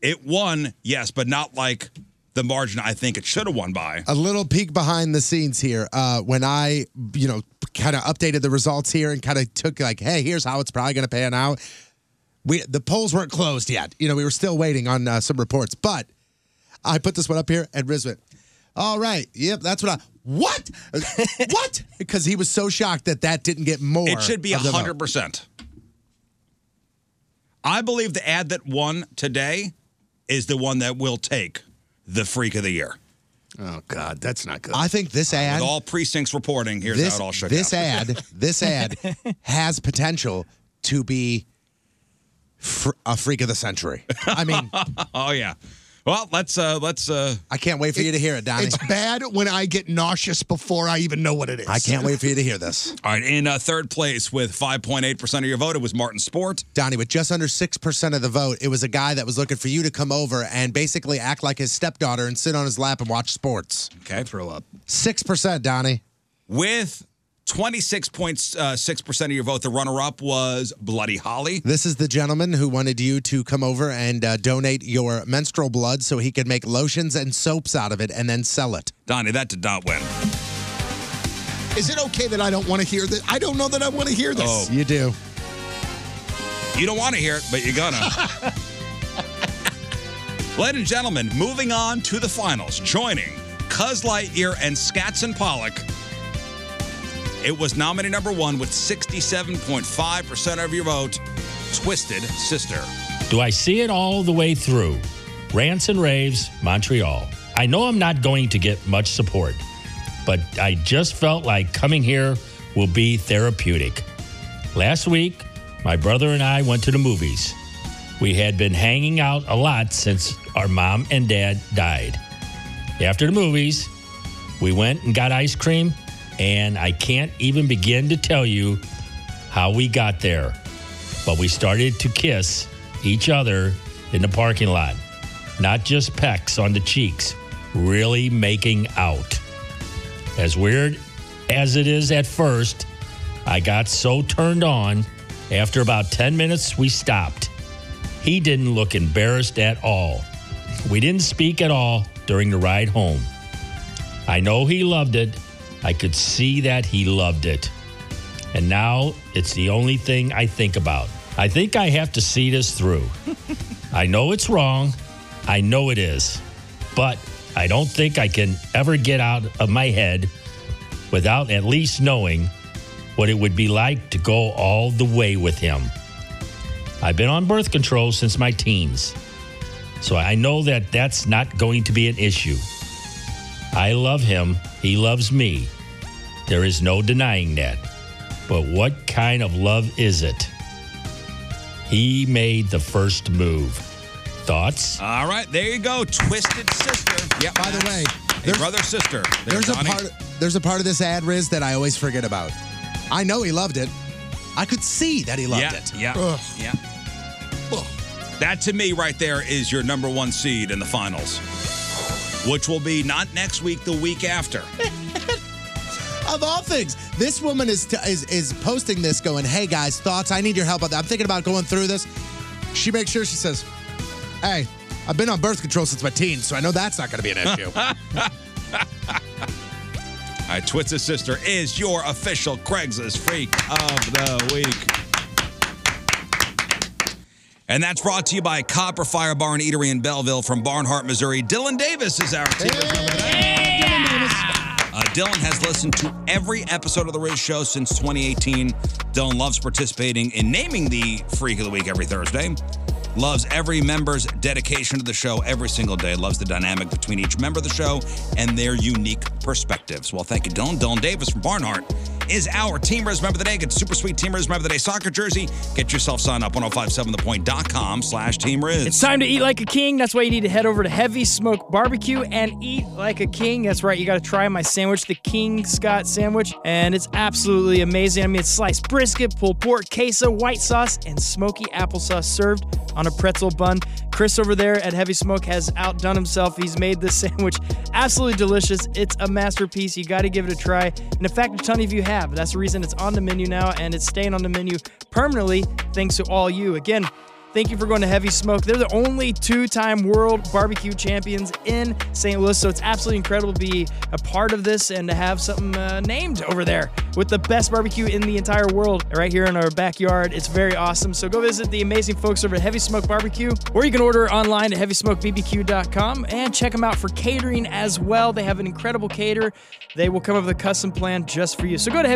Speaker 1: It won, yes, but not like the margin I think it should have won by.
Speaker 3: a little peek behind the scenes here. Uh, when I, you know, kind of updated the results here and kind of took like, hey, here's how it's probably going to pan out. We the polls weren't closed yet. You know, we were still waiting on uh, some reports, but I put this one up here and Riz went, All right, yep, that's what I. What? what? Because he was so shocked that that didn't get more.
Speaker 1: It should be
Speaker 3: of the vote.
Speaker 1: 100%. I believe the ad that won today is the one that will take the freak of the year.
Speaker 2: Oh, God, that's not good.
Speaker 3: I think this ad.
Speaker 1: With all precincts reporting, here's
Speaker 3: this,
Speaker 1: how it all shook
Speaker 3: this
Speaker 1: out.
Speaker 3: ad this ad has potential to be fr- a freak of the century i mean
Speaker 1: oh yeah well let's uh let's uh
Speaker 3: i can't wait for you to hear it donnie
Speaker 2: It's bad when I get nauseous before I even know what it is.
Speaker 3: i can't wait for you to hear this
Speaker 1: All right, in uh, third place with 5.8% of your vote, it was Martin Sport.
Speaker 3: donnie with just under 6% of the vote it was a guy that was looking for you to come over and basically act like his stepdaughter and sit on his lap and watch sports
Speaker 1: Okay. Throw up.
Speaker 3: 6% donnie
Speaker 1: With 26.6% of your vote, the runner up was Bloody Holly.
Speaker 3: this is the gentleman who wanted you to come over and uh, donate your menstrual blood so he could make lotions and soaps out of it and then sell it
Speaker 1: Donnie, that did not win.
Speaker 2: Is it okay that I don't want to hear this? I don't know that I want to hear this.
Speaker 1: Oh.
Speaker 3: you do
Speaker 1: You don't want to hear it, but you're gonna. Ladies and gentlemen, moving on to the finals, joining Cuz Lightyear and Scatson Pollock. It was nominee number one with 67.5% of your vote, Twisted Sister.
Speaker 5: Do I see it all the way through? Rants and Raves, Montreal. I know I'm not going to get much support, but I just felt like coming here will be therapeutic. Last week, my brother and I went to the movies. We had been hanging out a lot since our mom and dad died. After the movies, we went and got ice cream, and I can't even begin to tell you how we got there but we started to kiss each other in the parking lot. Not just pecks on the cheeks, really making out. As weird as it is at first, I got so turned on. After about 10 minutes, we stopped. He didn't look embarrassed at all. We didn't speak at all during the ride home. I know he loved it. I could see that he loved it. And now it's the only thing I think about. I think I have to see this through. I know it's wrong. I know it is. But I don't think I can ever get out of my head without at least knowing what it would be like to go all the way with him. I've been on birth control since my teens. So I know that that's not going to be an issue. I love him. He loves me. There is no denying that. But what kind of love is it? He made the first move. Thoughts?
Speaker 1: All right, there you go. Twisted sister. Yeah. By the way,
Speaker 3: there's-
Speaker 1: brother sister. There,
Speaker 3: There's a
Speaker 1: Donnie.
Speaker 3: part. There's a part of this ad, Riz, that I always forget about. I know he loved it. I could see that he loved
Speaker 1: yeah,
Speaker 3: it.
Speaker 1: Yeah.
Speaker 3: Ugh.
Speaker 1: Yeah. That to me right there is your number one seed in the finals, which will be not next week, the week after.
Speaker 3: Of all things, this woman is, t- is is posting this, going, "Hey guys, thoughts? I need your help on that. I'm thinking about going through this." She makes sure she says, "Hey, I've been on birth control since my teens, so I know that's not going to be an issue."
Speaker 1: All right, Twisted Sister is your official Craigslist Freak of the Week. And that's brought to you by Copper Fire Bar and Eatery in Belleville from Barnhart, Missouri. Dylan Davis is our team. Uh, Dylan has listened to every episode of The Riz Show since 2018. Dylan loves participating in naming the Freak of the Week every Thursday. Loves every member's dedication to the show every single day. Loves the dynamic between each member of the show and their unique perspectives. Well, thank you, Dylan. Dylan Davis from Barnhart is our Team Riz Member of the Day. Get Super Sweet Team Riz Member of the Day soccer jersey. Get yourself signed up 1057thepoint.com slash Team Riz.
Speaker 4: It's time to eat like a king. That's why you need to head over to Heavy Smoke Barbecue and eat like a king. That's right, you got to try my sandwich, the King Scott sandwich, and it's absolutely amazing. I mean, it's sliced brisket, pulled pork, queso, white sauce, and smoky applesauce served on a pretzel bun. Chris over there at Heavy Smoke has outdone himself. He's made this sandwich absolutely delicious. It's a masterpiece. You got to give it a try. And in fact, a ton of you have. That's the reason it's on the menu now and it's staying on the menu permanently thanks to all you. Again, Thank you for going to Heavy Smoke. They're the only two time world barbecue champions in St. Louis, so it's absolutely incredible to be a part of this and to have something uh, named over there with the best barbecue in the entire world right here in our backyard. It's very awesome. So go visit the amazing folks over at Heavy Smoke Barbecue, or you can order online at heavysmokebbq.com and check them out for catering as well. They have an incredible cater. They will come up with a custom plan just for you. So go to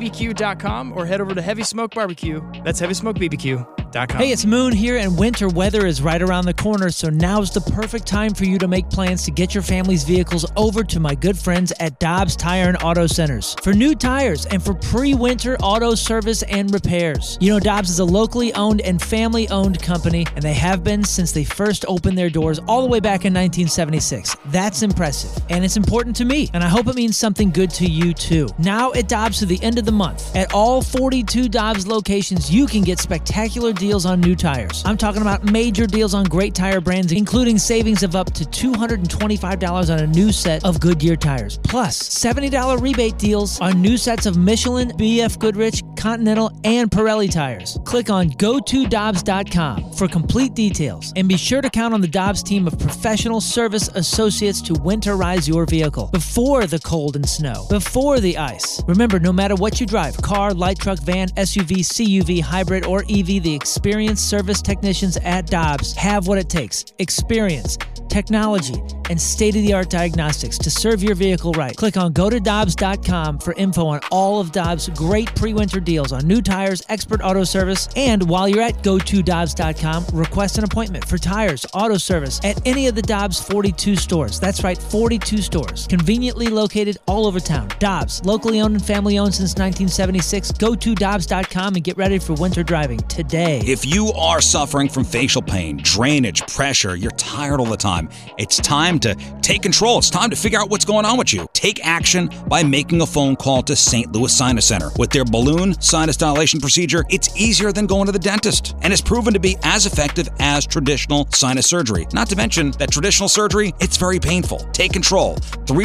Speaker 4: heavysmokebbq.com or head over to Heavy Smoke Barbecue. That's heavysmokebbq.com.
Speaker 6: Hey, it's Moon here, and winter weather is right around the corner, so now's the perfect time for you to make plans to get your family's vehicles over to my good friends at Dobbs Tire and Auto Centers for new tires and for pre winter auto service and repairs. You know, Dobbs is a locally owned and family owned company, and they have been since they first opened their doors all the way back in 1976. That's impressive, and it's important to me, and I hope it means something good to you too. Now at Dobbs through the end of the month, at all 42 Dobbs locations, you can get spectacular deals on new tires. I'm talking about major deals on great tire brands, including savings of up to $225 on a new set of Goodyear tires, plus $70 rebate deals on new sets of Michelin, BF Goodrich, Continental, and Pirelli tires. Click on go to Dobbs.com for complete details and be sure to count on the Dobbs team of professional service associates to winterize your vehicle before the cold and snow, before the ice. Remember, no matter what you drive car, light truck, van, SUV, CUV, hybrid, or EV the experienced service technicians at Dobbs have what it takes experience, technology, and state of the art diagnostics to serve your vehicle right. Click on go to Dobbs.com for info on all of Dobbs' great pre winter deals on new tires, expert auto service, and while you're at go to Dobbs.com, request an appointment for tires, auto service at any of the Dobbs 42 stores. That's right, 42 stores. Conveniently located all over town. Dobbs, locally owned and family owned since 1976. Go to Dobbs.com and get ready for winter driving today.
Speaker 1: If you are suffering from facial pain, drainage, pressure, you're tired all the time, time. It's time to take control. It's time to figure out what's going on with you. Take action by making a phone call to St. Louis Sinus Center. With their balloon sinus dilation procedure, it's easier than going to the dentist and it's proven to be as effective as traditional sinus surgery. Not to mention that traditional surgery, it's very painful. Take control.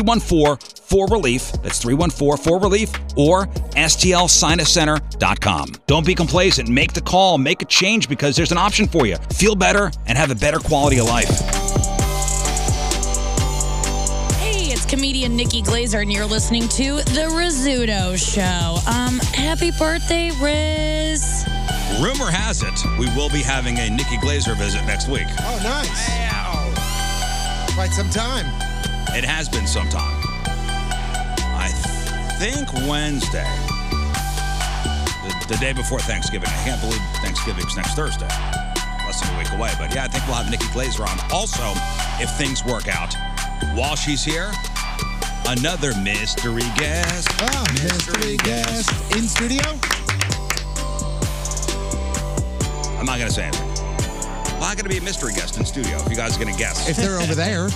Speaker 1: 314 4 Relief. That's 314 4 Relief or STLSinusCenter.com. Don't be complacent. Make the call, make a change because there's an option for you. Feel better and have a better quality of life.
Speaker 7: Hey, it's comedian Nikki Glazer, and you're listening to The Rizzuto Show. Um, happy birthday, Riz.
Speaker 1: Rumor has it we will be having a Nikki Glazer visit next week.
Speaker 3: Oh, nice. Quite some time.
Speaker 1: It has been some time. I th- think Wednesday, the, the day before Thanksgiving. I can't believe Thanksgiving's next Thursday, less than a week away. But yeah, I think we'll have Nikki Glazer on. Also, if things work out, while she's here, another mystery guest.
Speaker 3: Oh, mystery guest in studio.
Speaker 1: I'm not gonna say anything. Well, I'm gonna be a mystery guest in studio. If you guys are gonna guess,
Speaker 3: If they're over there,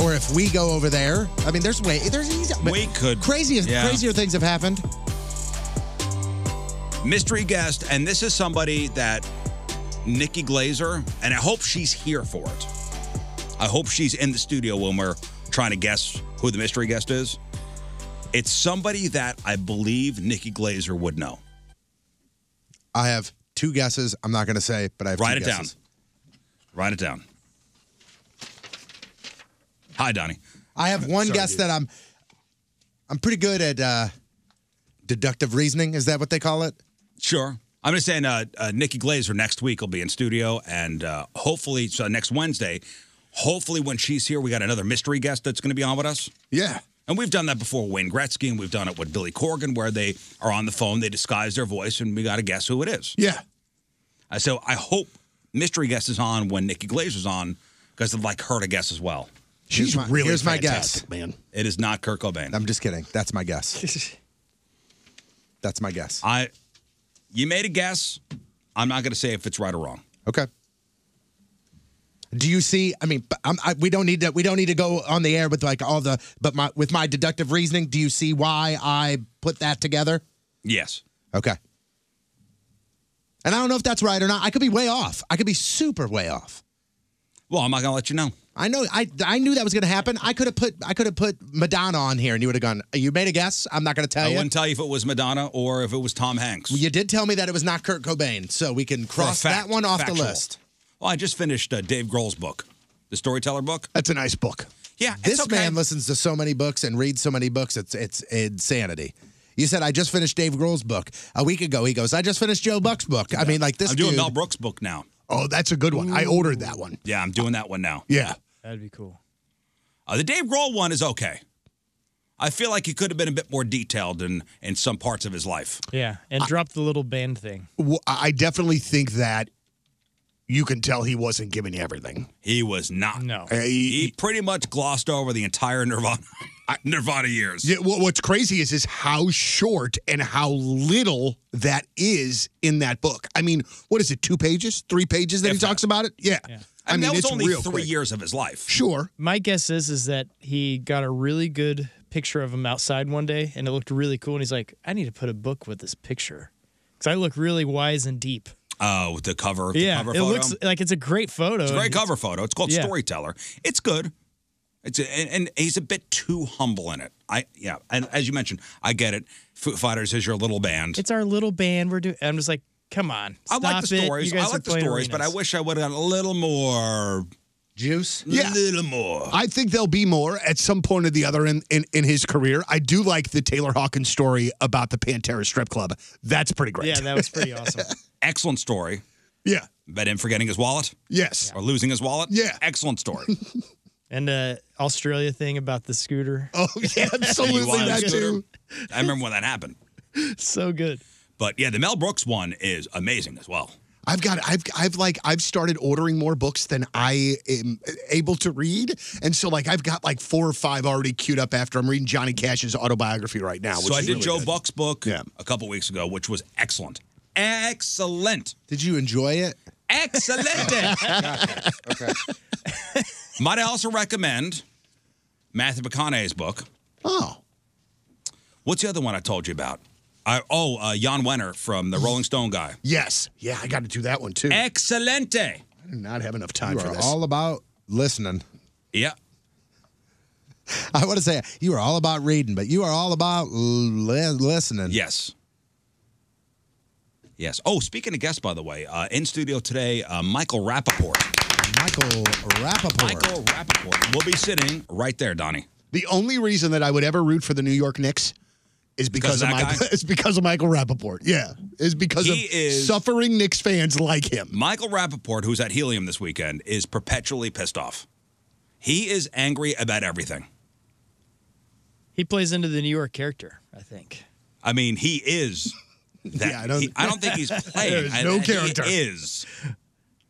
Speaker 3: or if we go over there, I mean, there's way there's easy, but
Speaker 1: we could
Speaker 3: crazier
Speaker 1: Yeah.
Speaker 3: crazier things have happened.
Speaker 1: mystery guest, and this is somebody that Nikki Glazer, and I hope she's here for it. I hope she's in the studio when we're trying to guess who the mystery guest is. It's somebody that I believe Nikki Glazer would know.
Speaker 3: I have two guesses. I'm not going to say, but I have
Speaker 1: Write
Speaker 3: two
Speaker 1: it
Speaker 3: guesses.
Speaker 1: down. Write it down. Hi, Donnie.
Speaker 3: I have one
Speaker 1: Sorry,
Speaker 3: guess
Speaker 1: dude.
Speaker 3: that I'm I'm pretty good at uh, deductive reasoning. Is that what they call it?
Speaker 1: Sure. I'm just saying, uh, uh, Nikki Glazer next week will be in studio, and uh, hopefully, so next Wednesday, hopefully when she's here, we got another mystery guest that's going to be on with us.
Speaker 3: Yeah.
Speaker 1: And we've done that before, Wayne Gretzky, and we've done it with Billy Corgan, where they are on the phone, they disguise their voice, and we got to guess who it is.
Speaker 3: Yeah.
Speaker 1: Uh, so I hope mystery guest is on when Nikki Glazer's on, because I'd like her to guess as well.
Speaker 3: She's my,
Speaker 1: really
Speaker 3: Here's my
Speaker 1: fantastic,
Speaker 3: guess, man.
Speaker 1: It is not Kurt Cobain.
Speaker 3: I'm just kidding. That's my guess. That's my guess.
Speaker 1: I, you made a guess. I'm not going to say if it's right or wrong.
Speaker 3: Okay. Do you see? I mean, but I'm, I, we don't need to. We don't need to go on the air with like all the. But my with my deductive reasoning, do you see why I put that together?
Speaker 1: Yes.
Speaker 3: Okay. And I don't know if that's right or not. I could be way off. I could be super way off.
Speaker 1: Well, I'm not gonna let you know.
Speaker 3: I know. I I knew that was gonna happen. I could have put I could have put Madonna on here, and you would have gone. You made a guess. I'm not gonna tell
Speaker 1: I
Speaker 3: you.
Speaker 1: wouldn't tell you if it was Madonna or if it was Tom Hanks.
Speaker 3: You did tell me that it was not Kurt Cobain, so we can
Speaker 1: For a
Speaker 3: cross
Speaker 1: fact,
Speaker 3: that one off the
Speaker 1: factual.
Speaker 3: list.
Speaker 1: Well, I just finished uh, Dave Grohl's book, the storyteller book.
Speaker 3: That's a nice book.
Speaker 1: Yeah,
Speaker 3: This
Speaker 1: it's okay.
Speaker 3: man listens to so many books and reads so many books. It's it's insanity. You said I just finished Dave Grohl's book a week ago. He goes, I just finished Joe Buck's book. I mean, like this.
Speaker 1: I'm doing
Speaker 3: dude,
Speaker 1: Mel Brooks' book now.
Speaker 3: Oh, that's a good one. I ordered that one.
Speaker 1: Yeah, I'm doing that one now.
Speaker 3: Yeah.
Speaker 4: That'd be cool.
Speaker 1: Uh, the Dave Grohl one is okay. I feel like he could have been a bit more detailed in, in some parts of his life.
Speaker 4: Yeah, and drop the little band thing.
Speaker 2: Well, I I definitely think that you can tell he wasn't giving you everything.
Speaker 1: He was not. No. He, pretty much glossed over the entire Nirvana Nirvana years.
Speaker 2: Yeah, what, what's crazy is is how short and how little that is in that book. I mean, what is it? Two pages, three pages that he talks about it. Yeah,
Speaker 1: I mean, that was
Speaker 2: it's
Speaker 1: only
Speaker 2: real
Speaker 1: three
Speaker 2: quick.
Speaker 1: years of his life.
Speaker 2: Sure.
Speaker 4: My guess is is that he got a really good picture of him outside one day, and it looked really cool. And he's like, I need to put a book with this picture because I look really wise and deep.
Speaker 1: Uh, with the cover, the
Speaker 4: yeah,
Speaker 1: cover
Speaker 4: it
Speaker 1: photo.
Speaker 4: looks like it's a great photo.
Speaker 1: It's a great
Speaker 4: and
Speaker 1: cover photo. It's called
Speaker 4: Yeah.
Speaker 1: Storyteller. It's good. It's a, and, and he's a bit too humble in it. I yeah. And as you mentioned, I get it. Foo Fighters is your little band.
Speaker 4: It's our little band. We're doing. I'm just like, come on.
Speaker 1: I like
Speaker 4: stop
Speaker 1: the
Speaker 4: it.
Speaker 1: stories.
Speaker 4: You
Speaker 1: I
Speaker 4: guys are
Speaker 1: like the
Speaker 4: playing
Speaker 1: stories, but I
Speaker 4: arenas.
Speaker 1: wish I would have got a little more
Speaker 3: juice.
Speaker 1: Yeah, little more.
Speaker 2: I think there'll be more at some point or the other in, in, in his career. I do like the Taylor Hawkins story about the Pantera strip club. That's pretty great.
Speaker 4: Yeah, that was pretty awesome.
Speaker 1: Excellent story.
Speaker 2: Yeah.
Speaker 1: About him forgetting his wallet.
Speaker 2: Yes.
Speaker 1: Or losing his wallet. Yeah. Excellent story.
Speaker 4: And uh, Australia thing about the scooter.
Speaker 2: Oh yeah,
Speaker 1: You want a scooter? I remember when that happened.
Speaker 4: so good.
Speaker 1: But yeah, the Mel Brooks one is amazing as well.
Speaker 2: I've got I've I've like I've started ordering more books than I am able to read, and so like I've got like four or five already queued up after I'm reading Johnny Cash's autobiography right now.
Speaker 1: so I did Joe Buck's book
Speaker 2: Yeah.
Speaker 1: a couple weeks ago, which was excellent. Excellent.
Speaker 3: Did you enjoy it?
Speaker 1: Excellent.
Speaker 3: Okay.
Speaker 1: Might I also recommend Matthew McConaughey's book?
Speaker 2: Oh.
Speaker 1: What's the other one I told you about? I, oh, uh, Jan Wenner from the Rolling Stone guy.
Speaker 2: Yes. Yeah, I got to do that one too.
Speaker 1: Excelente.
Speaker 2: I do not have enough time
Speaker 3: you
Speaker 2: for
Speaker 3: are
Speaker 2: this.
Speaker 3: all about listening.
Speaker 1: Yeah.
Speaker 3: I want to say you are all about reading, but you are all about l- li- listening.
Speaker 1: Yes. Yes. Oh, speaking of guests, by the way, uh, in studio today, uh, Michael Rappaport.
Speaker 3: Michael Rappaport.
Speaker 1: Michael Rappaport. We'll be sitting right there, Donnie.
Speaker 2: The only reason that I would ever root for the New York Knicks is because,
Speaker 1: Because
Speaker 2: of
Speaker 1: of that
Speaker 2: Michael.
Speaker 1: guy?
Speaker 2: It's because of Michael Rappaport. Yeah, is because
Speaker 1: He
Speaker 2: of
Speaker 1: is-
Speaker 2: suffering Knicks fans like him.
Speaker 1: Michael Rappaport, who's at Helium this weekend, is perpetually pissed off. He is angry about everything.
Speaker 8: He plays into the New York character, I think.
Speaker 1: I mean, he is. That,
Speaker 8: Yeah,
Speaker 1: yeah,
Speaker 8: I
Speaker 1: I
Speaker 8: don't-
Speaker 1: don't. I don't think he's playing.
Speaker 8: There is
Speaker 1: I-
Speaker 8: no
Speaker 1: he
Speaker 8: character.
Speaker 1: is.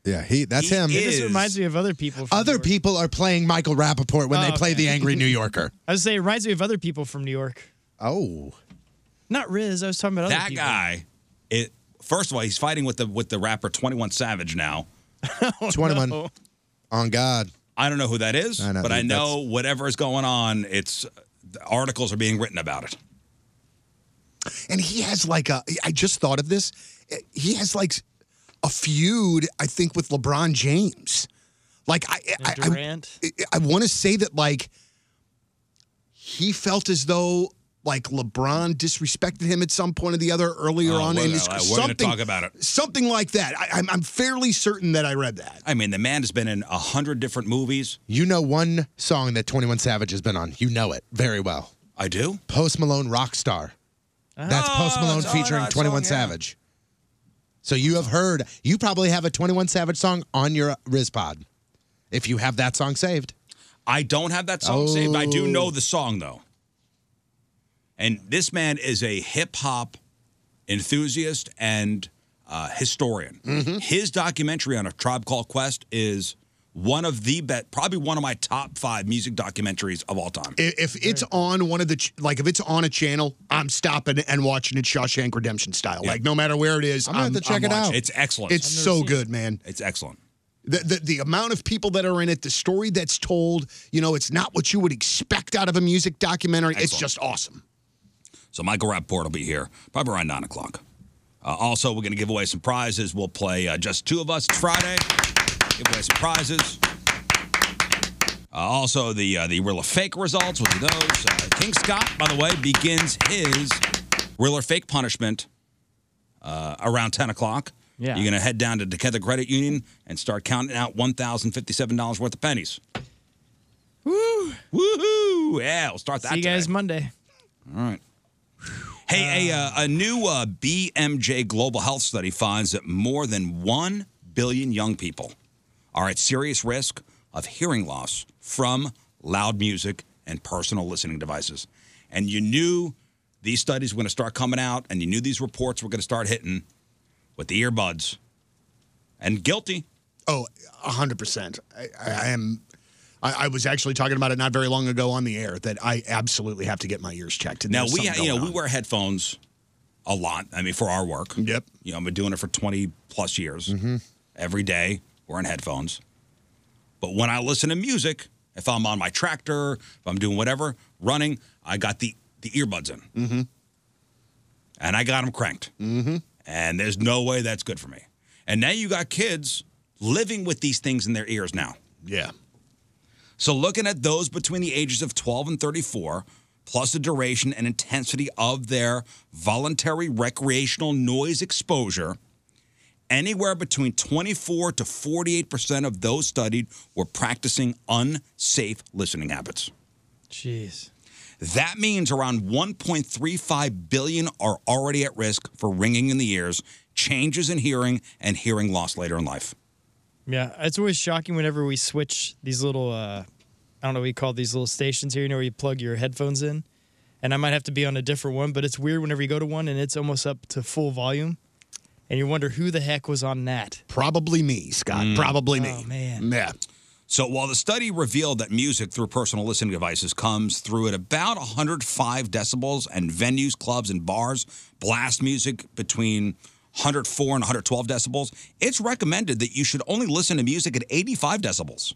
Speaker 3: Yeah, he that's him.
Speaker 1: It just reminds
Speaker 8: me of other people.
Speaker 3: Other people are playing Michael Rappaport when
Speaker 8: Oh,
Speaker 3: they play
Speaker 8: okay.
Speaker 3: the angry New Yorker.
Speaker 8: I would say it reminds me of other people from New York.
Speaker 3: Oh.
Speaker 8: Not Riz. I was talking about other
Speaker 1: That
Speaker 8: people.
Speaker 1: guy. It. First of all, he's fighting with the with the rapper Twenty One Savage now. Oh,
Speaker 3: 21. On God.
Speaker 1: I don't know who that is,
Speaker 3: I know,
Speaker 1: but I
Speaker 3: that's-
Speaker 1: know whatever is going on. It's the articles are being written about it.
Speaker 2: and he has like a i just thought of this he has like a feud i think with lebron james like i I,
Speaker 8: And Durant.
Speaker 2: I, I want to say that like he felt as though like LeBron disrespected him at some point or the other earlier
Speaker 1: Oh,
Speaker 2: on
Speaker 1: well,
Speaker 2: in his
Speaker 1: uh, we're gonna
Speaker 2: something
Speaker 1: talk about it.
Speaker 2: something like that. I, I'm, I'm fairly certain that I read that.
Speaker 1: I mean, the man has been in a hundred different movies.
Speaker 3: You know one song that 21 Savage has been on. You know it very well.
Speaker 1: I do. Oh,
Speaker 3: Post Malone Rockstar. That's Post Malone featuring 21 Savage. So you have heard, you probably have a 21 Savage song on your Rizpod. If you have that song saved.
Speaker 1: I don't have that song
Speaker 3: Oh.
Speaker 1: saved. I do know the song though. And this man is a hip hop enthusiast and uh, historian.
Speaker 2: Mm-hmm.
Speaker 1: His documentary on a tribe called Quest is one of the best, probably one of my top five music documentaries of all time.
Speaker 2: I- If it's on one of the ch- like, if it's on a channel, I'm stopping and watching it Shawshank Redemption style. Like, no matter where it is,
Speaker 3: I'm gonna have to check it
Speaker 2: watching
Speaker 3: out.
Speaker 1: It's excellent.
Speaker 2: It's
Speaker 1: I've
Speaker 2: so
Speaker 1: never seen
Speaker 2: good, man.
Speaker 1: It's excellent.
Speaker 2: The, the the amount of people that are in it, the story that's told, you know, it's not what you would expect out of a music documentary. It's
Speaker 1: Excellent.
Speaker 2: just awesome.
Speaker 1: So Michael Rapport will be here probably around nine o'clock. Uh, also, we're going to give away some prizes. We'll play uh, just two of us It's Friday. Give away some prizes. Uh, also, the uh, the real or fake results. We'll do those. Uh, King Scott, by the way, begins his real or fake punishment uh, around ten o'clock.
Speaker 8: Yeah.
Speaker 1: You're going to head down to Decatur Credit Union and start counting out one thousand fifty-seven dollars worth of pennies.
Speaker 8: Woo!
Speaker 1: Woohoo! Yeah, we'll start that.
Speaker 8: See you guys Monday.
Speaker 1: All right. Hey, a, uh, a new uh, BMJ Global Health study finds that more than 1 billion young people are at serious risk of hearing loss from loud music and personal listening devices. And you knew these studies were going to start coming out, and you knew these reports were going to start hitting with the earbuds. And guilty.
Speaker 2: Oh, hundred percent. I, I I am. I, I was actually talking about it not very long ago on the air that I absolutely have to get my ears checked. and
Speaker 1: Now
Speaker 2: there's
Speaker 1: we,
Speaker 2: something
Speaker 1: you know,
Speaker 2: going
Speaker 1: we wear headphones a lot. I mean, for our work. Yep. You know, I've been doing it for twenty plus years.
Speaker 2: Mm-hmm.
Speaker 1: Every day we're in headphones. But when I listen to music, if I'm on my tractor, if I'm doing whatever, running, I got the the earbuds in,
Speaker 2: on. Mhm.
Speaker 1: and I got them cranked. Mm-hmm. And there's no way that's good for me. And now you got kids living with these things in their ears now.
Speaker 2: Yeah.
Speaker 1: So, looking at those between the ages of 12 and 34, plus the duration and intensity of their voluntary recreational noise exposure, anywhere between 24 to 48% of those studied were practicing unsafe listening habits.
Speaker 8: Jeez.
Speaker 1: That means around 1.35 billion are already at risk for ringing in the ears, changes in hearing, and hearing loss later in life.
Speaker 8: Yeah, it's always shocking whenever we switch these little, uh, I don't know what you call these little stations here, you know, where you plug your headphones in. And I might have to be on a different one, but it's weird whenever you go to one and it's almost up to full volume. And you wonder who the heck was on that.
Speaker 2: Probably me, Scott.
Speaker 1: Mm.
Speaker 2: Uh, Probably me.
Speaker 8: Oh, man.
Speaker 2: Yeah.
Speaker 1: So while the study revealed that music through personal listening devices comes through at about 105 decibels, and venues, clubs, and bars blast music between 104 and 112 decibels, it's recommended that you should only listen to music at 85 decibels.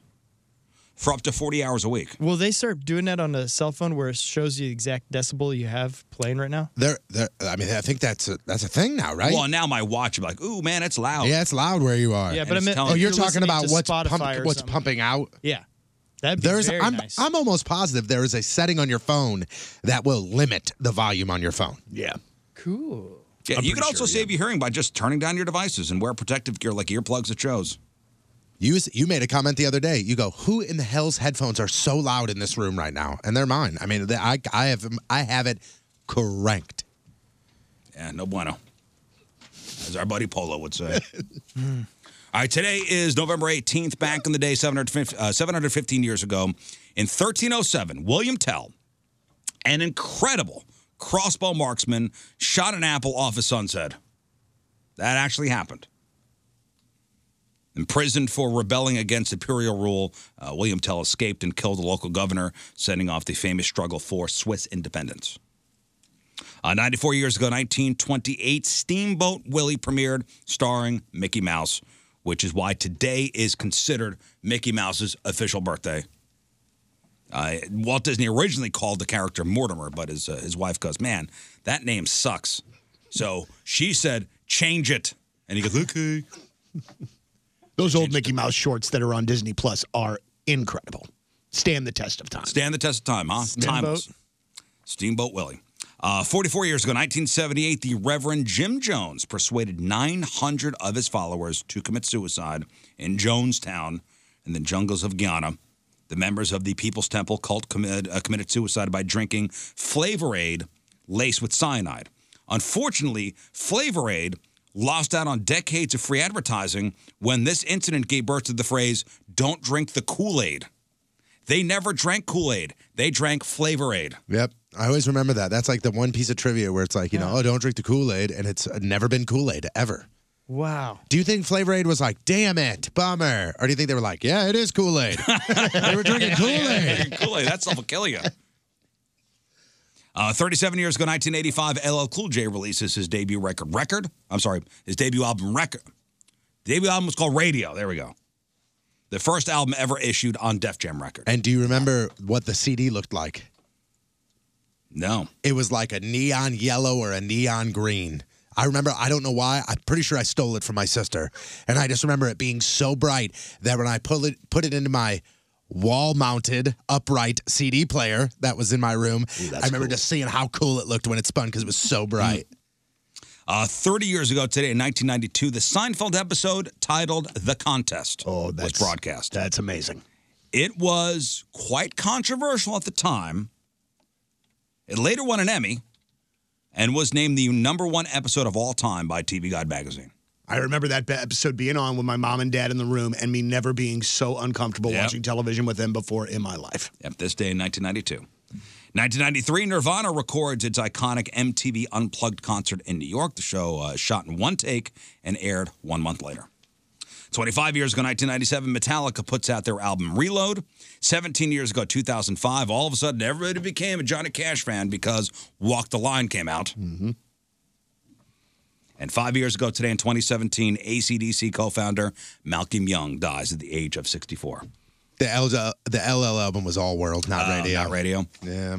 Speaker 1: for up to 40 hours a week.
Speaker 8: Will they start doing that on the cell phone where it shows you the exact decibel you have playing right now?
Speaker 3: There, there. I mean, I think that's a, that's a thing now, right?
Speaker 1: Well, now my watch, I'm like, ooh, man, it's loud.
Speaker 3: yeah, it's loud where you are.
Speaker 1: Yeah, but I meant-
Speaker 3: oh, you're,
Speaker 1: if you're
Speaker 3: talking
Speaker 1: listening
Speaker 3: about
Speaker 1: to
Speaker 3: what's
Speaker 1: Spotify
Speaker 3: pump,
Speaker 1: or
Speaker 3: what's
Speaker 1: something.
Speaker 3: pumping out.
Speaker 8: Yeah. That'd be
Speaker 3: There's,
Speaker 8: very
Speaker 3: I'm,
Speaker 8: nice.
Speaker 3: I'm almost positive there is a setting on your phone that will limit the volume on your phone.
Speaker 1: Yeah.
Speaker 8: Cool.
Speaker 1: Yeah,
Speaker 3: I'm
Speaker 1: you can
Speaker 3: pretty
Speaker 1: also
Speaker 3: sure,
Speaker 1: save your hearing by just turning down your devices and wear protective gear like earplugs at shows.
Speaker 3: You s- you made a comment the other day. You go, who in the hell's headphones are so loud in this room right now? And they're mine. I mean, they, I I have I have it cranked.
Speaker 1: Yeah, no bueno. As our buddy Polo would say.
Speaker 6: Hmm.
Speaker 1: All right, today is November 18th, back in the day, 750, uh, 715 years ago. In 1307, William Tell, an incredible crossbow marksman, shot an apple off his sunset. That actually happened. Imprisoned for rebelling against imperial rule, uh, William Tell escaped and killed the local governor, sending off the famous struggle for Swiss independence. Uh, 94 years ago, 1928, Steamboat Willie premiered starring Mickey Mouse, which is why today is considered Mickey Mouse's official birthday. Uh, Walt Disney originally called the character Mortimer, but his, uh, his wife goes, Man, that name sucks. So she said, Change it. And he goes, Okay.
Speaker 9: Those old Mickey Mouse shorts that are on Disney Plus are incredible. Stand the test of time.
Speaker 1: Stand the test of time, huh?
Speaker 9: Steamboat.
Speaker 1: Timeless. Steamboat Willie. Uh, 44 years ago, 1978, the Reverend Jim Jones persuaded 900 of his followers to commit suicide in Jonestown in the jungles of Guyana. The members of the People's Temple cult committed, uh, committed suicide by drinking Flavor Aid laced with cyanide. Unfortunately, Flavor Aid lost out on decades of free advertising when this incident gave birth to the phrase, don't drink the Kool Aid. They never drank Kool Aid. They drank Flavor Aid.
Speaker 3: Yep, I always remember that. That's like the one piece of trivia where it's like, you know, oh, don't drink the Kool Aid, and it's uh, never been Kool Aid ever.
Speaker 8: Wow.
Speaker 3: Do you think Flavor Aid was like, damn it, bummer? Or do you think they were like, yeah, it is Kool Aid? they were drinking Kool Aid.
Speaker 1: Kool Aid, that stuff will kill you. Uh, 37 years ago, 1985, LL Cool J releases his debut record. Record? I'm sorry, his debut album, Record. The debut album was called Radio. There we go. The first album ever issued on Def Jam Record.
Speaker 3: And do you remember what the CD looked like?
Speaker 1: No.
Speaker 3: It was like a neon yellow or a neon green. I remember, I don't know why, I'm pretty sure I stole it from my sister. And I just remember it being so bright that when I put it, put it into my wall mounted upright CD player that was in my room, I remember just seeing how cool it looked when it spun because it was so bright.
Speaker 1: Uh, 30 years ago today, in 1992, the Seinfeld episode titled The Contest was broadcast. Oh, That's amazing. It was quite controversial at the time. It later won an Emmy and was named the number one episode of all time by TV Guide magazine.
Speaker 9: I remember that be- episode being on with my mom and dad in the room and me never being so uncomfortable
Speaker 1: Yep.
Speaker 9: watching television with them before in my life.
Speaker 1: Yep, this day in 1992. 1993, Nirvana records its iconic MTV Unplugged concert in New York. The show uh, shot in one take and aired one month later. 25 years ago, 1997, Metallica puts out their album Reload. 17 years ago, 2005, all of a sudden everybody became a Johnny Cash fan because Walk the Line came out. Mm-hmm. And five years ago today in 2017, ACDC co founder Malcolm Young dies at the age of 64.
Speaker 3: The, L- uh, the LL album was all world, not
Speaker 1: Oh,
Speaker 3: radio.
Speaker 1: not radio.
Speaker 3: Yeah.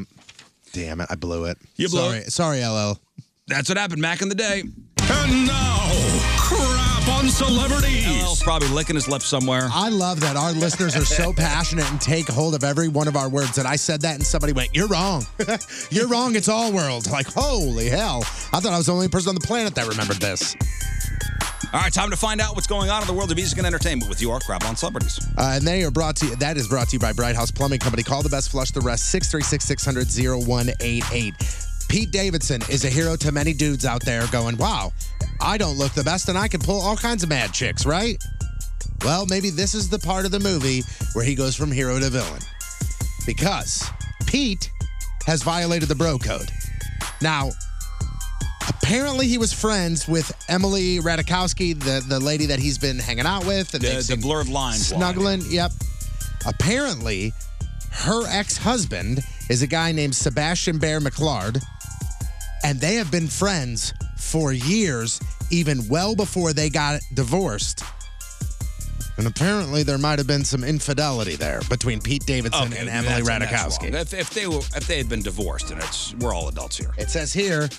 Speaker 3: Damn it, I blew it.
Speaker 1: You blew
Speaker 3: sorry,
Speaker 1: it.
Speaker 3: sorry, LL.
Speaker 1: That's what happened back in the day. And now, crap on celebrities. probably licking his lips somewhere.
Speaker 3: I love that our listeners are so passionate and take hold of every one of our words that I said that and somebody went, You're wrong. You're wrong. It's all world. Like, holy hell. I thought I was the only person on the planet that remembered this.
Speaker 1: All right, time to find out what's going on in the world of music and entertainment with your crap on celebrities.
Speaker 3: Uh, and they are brought to you, that is brought to you by Bright House Plumbing Company. Call the best, flush the rest, 636 600 0188. Pete Davidson is a hero to many dudes out there going, wow, I don't look the best and I can pull all kinds of mad chicks, right? Well, maybe this is the part of the movie where he goes from hero to villain. Because Pete has violated the bro code. Now, apparently he was friends with Emily Radikowski, the, the lady that he's been hanging out with. And
Speaker 1: The-
Speaker 3: they've
Speaker 1: the
Speaker 3: seen
Speaker 1: blurred lines one.
Speaker 3: Snuggling, yep. Apparently, her ex husband is a guy named Sebastian Bear McLard, and they have been friends for years, even well before they got divorced. And apparently, there might have been some infidelity there between Pete Davidson
Speaker 1: Okay,
Speaker 3: and Emily
Speaker 1: that's- that's
Speaker 3: Radikowski.
Speaker 1: wrong. If, if they were, if they had been divorced, and it's we're all adults here.
Speaker 3: It says here,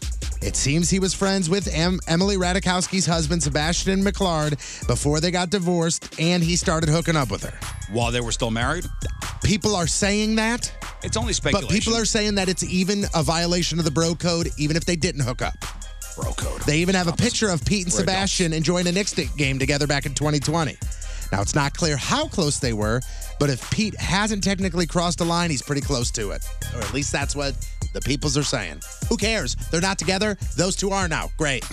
Speaker 3: it seems he was friends with em- Emily Radikowski's husband, Sebastian McLeod, before they got divorced, and he started hooking up with her.
Speaker 1: While they were still married,
Speaker 3: People are saying that,
Speaker 1: it's only
Speaker 3: but
Speaker 1: speculation.
Speaker 3: people are saying that it's even a violation of the bro code, even if they didn't hook up.
Speaker 1: Bro code.
Speaker 3: They even have a picture of Pete and
Speaker 1: We're adults.
Speaker 3: Sebastian enjoying a Knicks game together back in 2020. Now, it's not clear how close they were, but if Pete hasn't technically crossed the line, he's pretty close to it. Or at least that's what the peoples are saying. Who cares? They're not together. Those two are now. Great.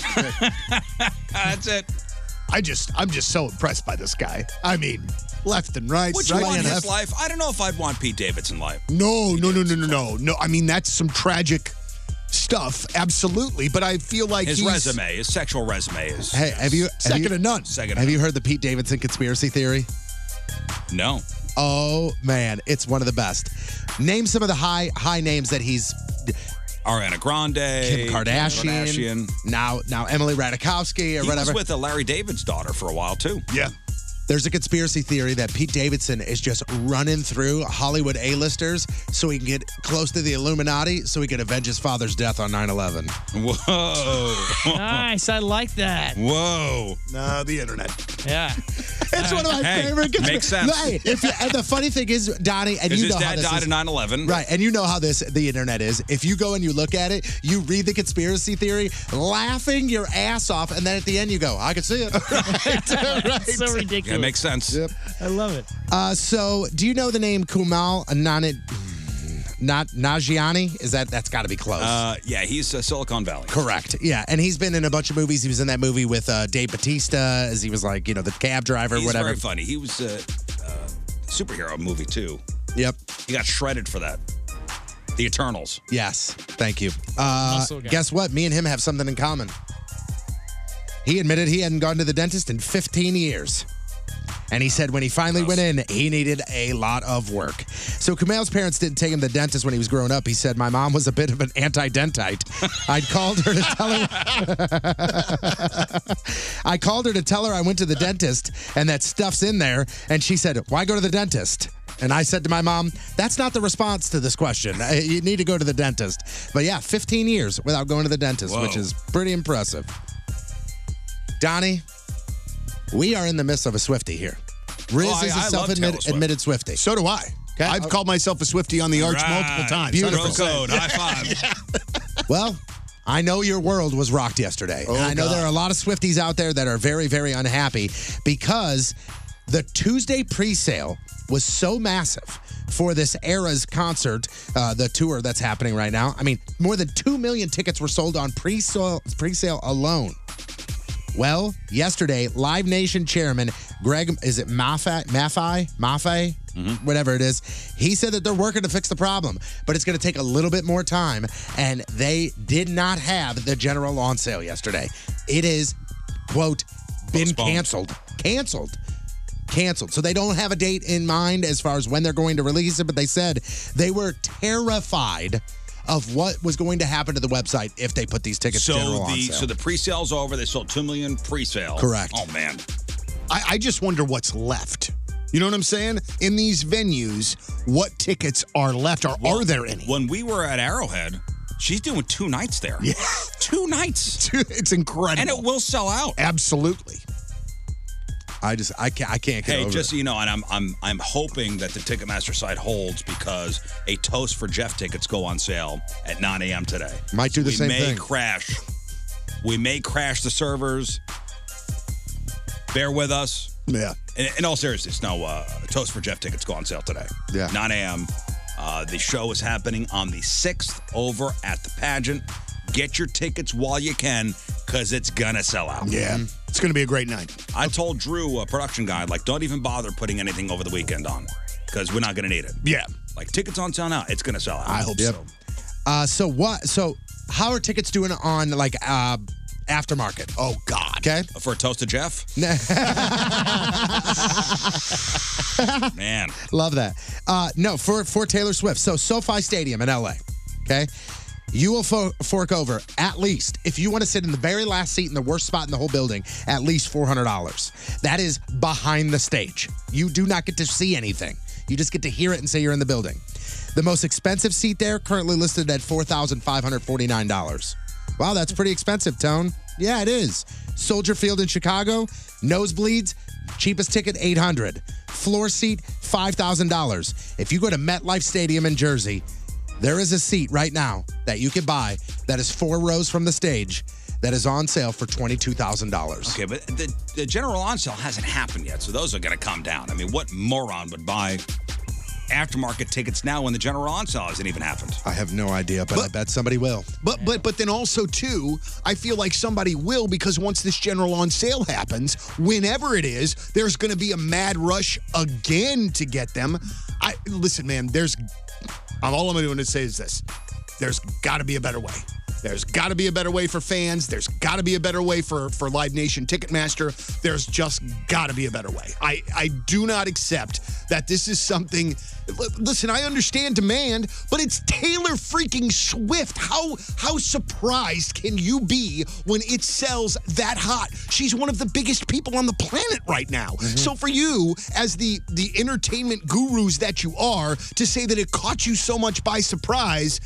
Speaker 1: That's it.
Speaker 9: I just, I'm just so impressed by this guy. I mean, left and right,
Speaker 1: Would you
Speaker 9: right
Speaker 1: want
Speaker 9: and left.
Speaker 1: his life? I don't know if I'd want Pete Davidson life.
Speaker 9: No, no, no, no, no, no, no. I mean, that's some tragic stuff, absolutely. But I feel like
Speaker 1: his
Speaker 9: he's-
Speaker 1: resume, his sexual resume is
Speaker 3: Hey, have you have
Speaker 1: Second
Speaker 3: you,
Speaker 1: to none. Second to
Speaker 3: Have you heard the Pete Davidson conspiracy theory?
Speaker 1: no.
Speaker 3: Oh man, it's one of the best. Name some of the high high names that he's
Speaker 1: Ariana Grande,
Speaker 3: Kim Kardashian.
Speaker 1: Kardashian.
Speaker 3: Now now Emily Radikowski or
Speaker 1: he
Speaker 3: whatever.
Speaker 1: was with uh, Larry David's daughter for a while too.
Speaker 9: Yeah.
Speaker 3: There's a conspiracy theory that Pete Davidson is just running through Hollywood A-listers so he can get close to the Illuminati so he can avenge his father's death on 9/11.
Speaker 1: Whoa.
Speaker 8: nice. I like that.
Speaker 1: Whoa.
Speaker 9: No, Uh, the internet.
Speaker 8: Yeah.
Speaker 3: It's one of my
Speaker 1: Hey,
Speaker 3: favorite. conspira-
Speaker 1: makes sense.
Speaker 3: Hey, if you, and the funny thing is, Donnie, and
Speaker 1: 'Cause
Speaker 3: you
Speaker 1: his
Speaker 3: know how
Speaker 1: dad
Speaker 3: this
Speaker 1: died
Speaker 3: is.
Speaker 1: in 9/11.
Speaker 3: right? And you know how this the internet is. If you go and you look at it, you read the conspiracy theory, laughing your ass off, and then at the end you go, "I can see it." Right, right.
Speaker 8: It's so ridiculous.
Speaker 1: Yeah, it makes sense.
Speaker 3: Yep.
Speaker 8: I love it.
Speaker 3: Uh, so, do you know the name Kumal Ananit? Not Najiani? Is that that's got to be close?
Speaker 1: Uh, yeah, he's uh, Silicon Valley.
Speaker 3: Correct. Yeah, and he's been in a bunch of movies. He was in that movie with uh, Dave Batista, as he was like, you know, the cab driver,
Speaker 1: He's
Speaker 3: whatever.
Speaker 1: very funny. He was a uh, superhero movie too.
Speaker 3: Yep.
Speaker 1: He got shredded for that. The Eternals.
Speaker 3: Yes, thank you. Uh,
Speaker 1: Muscle guy.
Speaker 3: guess what? Me and him have something in common. He admitted he hadn't gone to the dentist in 15 years. And he said when he finally went in, he needed a lot of work. So Kumail's parents didn't take him to the dentist when he was growing up. He said, My mom was a bit of an anti dentite. I'd called her to tell her I called her to tell her I went to the dentist and that stuff's in there. And she said, Why go to the dentist? And I said to my mom, That's not the response to this question. Uh, You need to go to the dentist. But yeah, 15 years without going to the dentist, which
Speaker 1: Whoa.
Speaker 3: is pretty impressive. Donnie, we are in the midst of a Swifty here. Riz
Speaker 9: Oh, I-
Speaker 3: is
Speaker 9: I
Speaker 3: a
Speaker 9: love
Speaker 3: self
Speaker 9: Taylor Swift.
Speaker 3: admitted Swifty.
Speaker 9: So do I. I've called myself a Swifty on the arch multiple times.
Speaker 3: Beautiful.
Speaker 9: 100%.
Speaker 3: Well, I know your world was rocked yesterday. and I know
Speaker 9: Oh, God.
Speaker 3: there are a lot of Swifties out there that are very, very unhappy because the Tuesday pre sale was so massive for this era's concert, uh, the tour that's happening right now. I mean, more than 2 million tickets were sold on pre sale alone. Well, yesterday, Live Nation chairman Greg, is it Maffei, Maffei, Maffei,
Speaker 1: Mm-hmm.
Speaker 3: whatever it is, he said that they're working to fix the problem, but it's going to take a little bit more time. And they did not have the general on sale yesterday. It is, quote, been canceled, canceled, canceled. So they don't have a date in mind as far as when they're going to release it, but they said they were terrified. Of what was going to happen to the website if they put these tickets
Speaker 1: So
Speaker 3: general on
Speaker 1: the
Speaker 3: sale.
Speaker 1: so the pre-sale's over. They sold two million pre-sale.
Speaker 3: Correct.
Speaker 1: Oh man.
Speaker 9: I, I just wonder what's left. You know what I'm saying? In these venues, what tickets are left? Or are there any?
Speaker 1: When we were at Arrowhead, she's doing two nights there.
Speaker 9: Yeah.
Speaker 1: Two nights.
Speaker 9: it's incredible.
Speaker 1: And it will sell out.
Speaker 9: Absolutely.
Speaker 3: I just I can't I can't get
Speaker 1: Hey,
Speaker 3: over it.
Speaker 1: just so you know, and I'm I'm I'm hoping that the Ticketmaster site holds because a toast for Jeff tickets go on sale at 9 a.m. today.
Speaker 3: Might do the
Speaker 1: we
Speaker 3: same
Speaker 1: may
Speaker 3: thing.
Speaker 1: crash. We may crash the servers. Bear with us.
Speaker 9: Yeah.
Speaker 1: In, in all seriousness, no. Uh, toast for Jeff tickets go on sale today.
Speaker 9: Yeah.
Speaker 1: 9 a.m. Uh, the show is happening on the 6th over at the pageant. Get your tickets while you can because it's going to sell out.
Speaker 9: Yeah. It's going to be a great night.
Speaker 1: I told Drew, a production guy, like, don't even bother putting anything over the weekend on because we're not going to need it.
Speaker 9: Yeah.
Speaker 1: Like, tickets on sale now. It's going to sell out. I
Speaker 9: hope
Speaker 3: so. Uh, so what? So how are tickets doing on like uh, aftermarket?
Speaker 9: Oh God.
Speaker 3: Okay.
Speaker 1: For a toast to Jeff? Man.
Speaker 3: Love that. Uh, no, for for Taylor Swift. So SoFi Stadium in LA. Okay. You will fo- fork over at least, if you want to sit in the very last seat in the worst spot in the whole building, at least $400. That is behind the stage. You do not get to see anything. You just get to hear it and say you're in the building. The most expensive seat there, currently listed at $4,549. Wow, that's pretty expensive, Tone. Yeah, it is. Soldier Field in Chicago, nosebleeds, cheapest ticket 800. Floor seat $5,000. If you go to MetLife Stadium in Jersey, there is a seat right now that you could buy that is four rows from the stage that is on sale for $22,000.
Speaker 1: Okay, but the, the general on sale hasn't happened yet, so those are going to come down. I mean, what moron would buy aftermarket tickets now when the general on sale hasn't even happened?
Speaker 3: I have no idea, but, I bet somebody will.
Speaker 2: But but but then also too, I feel like somebody will because once this general on sale happens, whenever it is, there's going to be a mad rush again to get them. I listen, man. There's I'm all I'm going to say is this: there's got to be a better way. There's got to be a better way for fans. There's got to be a better way for for Live Nation Ticketmaster. There's just got to be a better way. I I do not accept that this is something. l- Listen, I understand demand, but it's Taylor freaking Swift. How how surprised can you be when it sells that hot? She's one of the biggest people on the planet right now.
Speaker 3: Mm-hmm.
Speaker 2: So for you, as the the entertainment gurus that you are, to say that it caught you so much by surprise.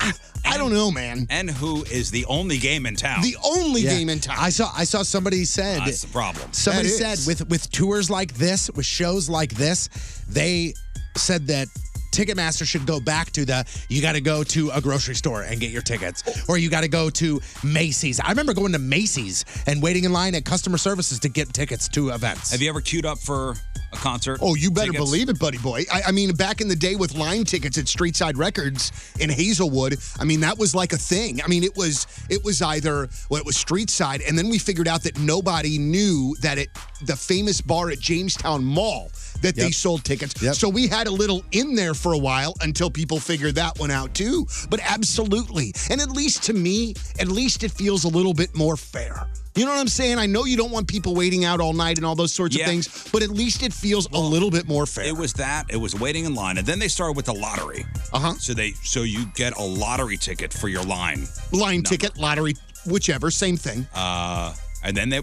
Speaker 2: I, I don't know, man.
Speaker 1: And who is the only game in town?
Speaker 2: The only
Speaker 3: Yeah.
Speaker 2: game in town.
Speaker 3: I saw I saw somebody said
Speaker 1: That's the problem.
Speaker 3: Somebody
Speaker 1: That
Speaker 3: said
Speaker 1: is.
Speaker 3: with with tours like this, with shows like this, they said that Ticketmaster should go back to the you got to go to a grocery store and get your tickets, or you got to go to Macy's. I remember going to Macy's and waiting in line at customer services to get tickets to events.
Speaker 1: Have you ever queued up for a concert?
Speaker 2: Oh, you better
Speaker 1: Tickets?
Speaker 2: believe it, buddy boy. I, I mean, back in the day with line tickets at Streetside Records in Hazelwood, I mean that was like a thing. I mean, it was it was either well, it was Streetside, and then we figured out that nobody knew that at the famous bar at Jamestown Mall that they
Speaker 3: Yep.
Speaker 2: sold tickets. So we had a little in there for a while until people figured that one out too. But absolutely, and at least to me, at least it feels a little bit more fair. You know what I'm saying? I know you don't want people waiting out all night and all those sorts
Speaker 1: Yeah.
Speaker 2: of things, but at least it feels a little bit more fair.
Speaker 1: It was that. It was waiting in line, and then they started with the lottery. Uh
Speaker 3: Uh-huh.
Speaker 1: huh. So they so you get a lottery ticket for your line,
Speaker 2: Line ticket, lottery, whichever, same thing.
Speaker 1: uh, and then they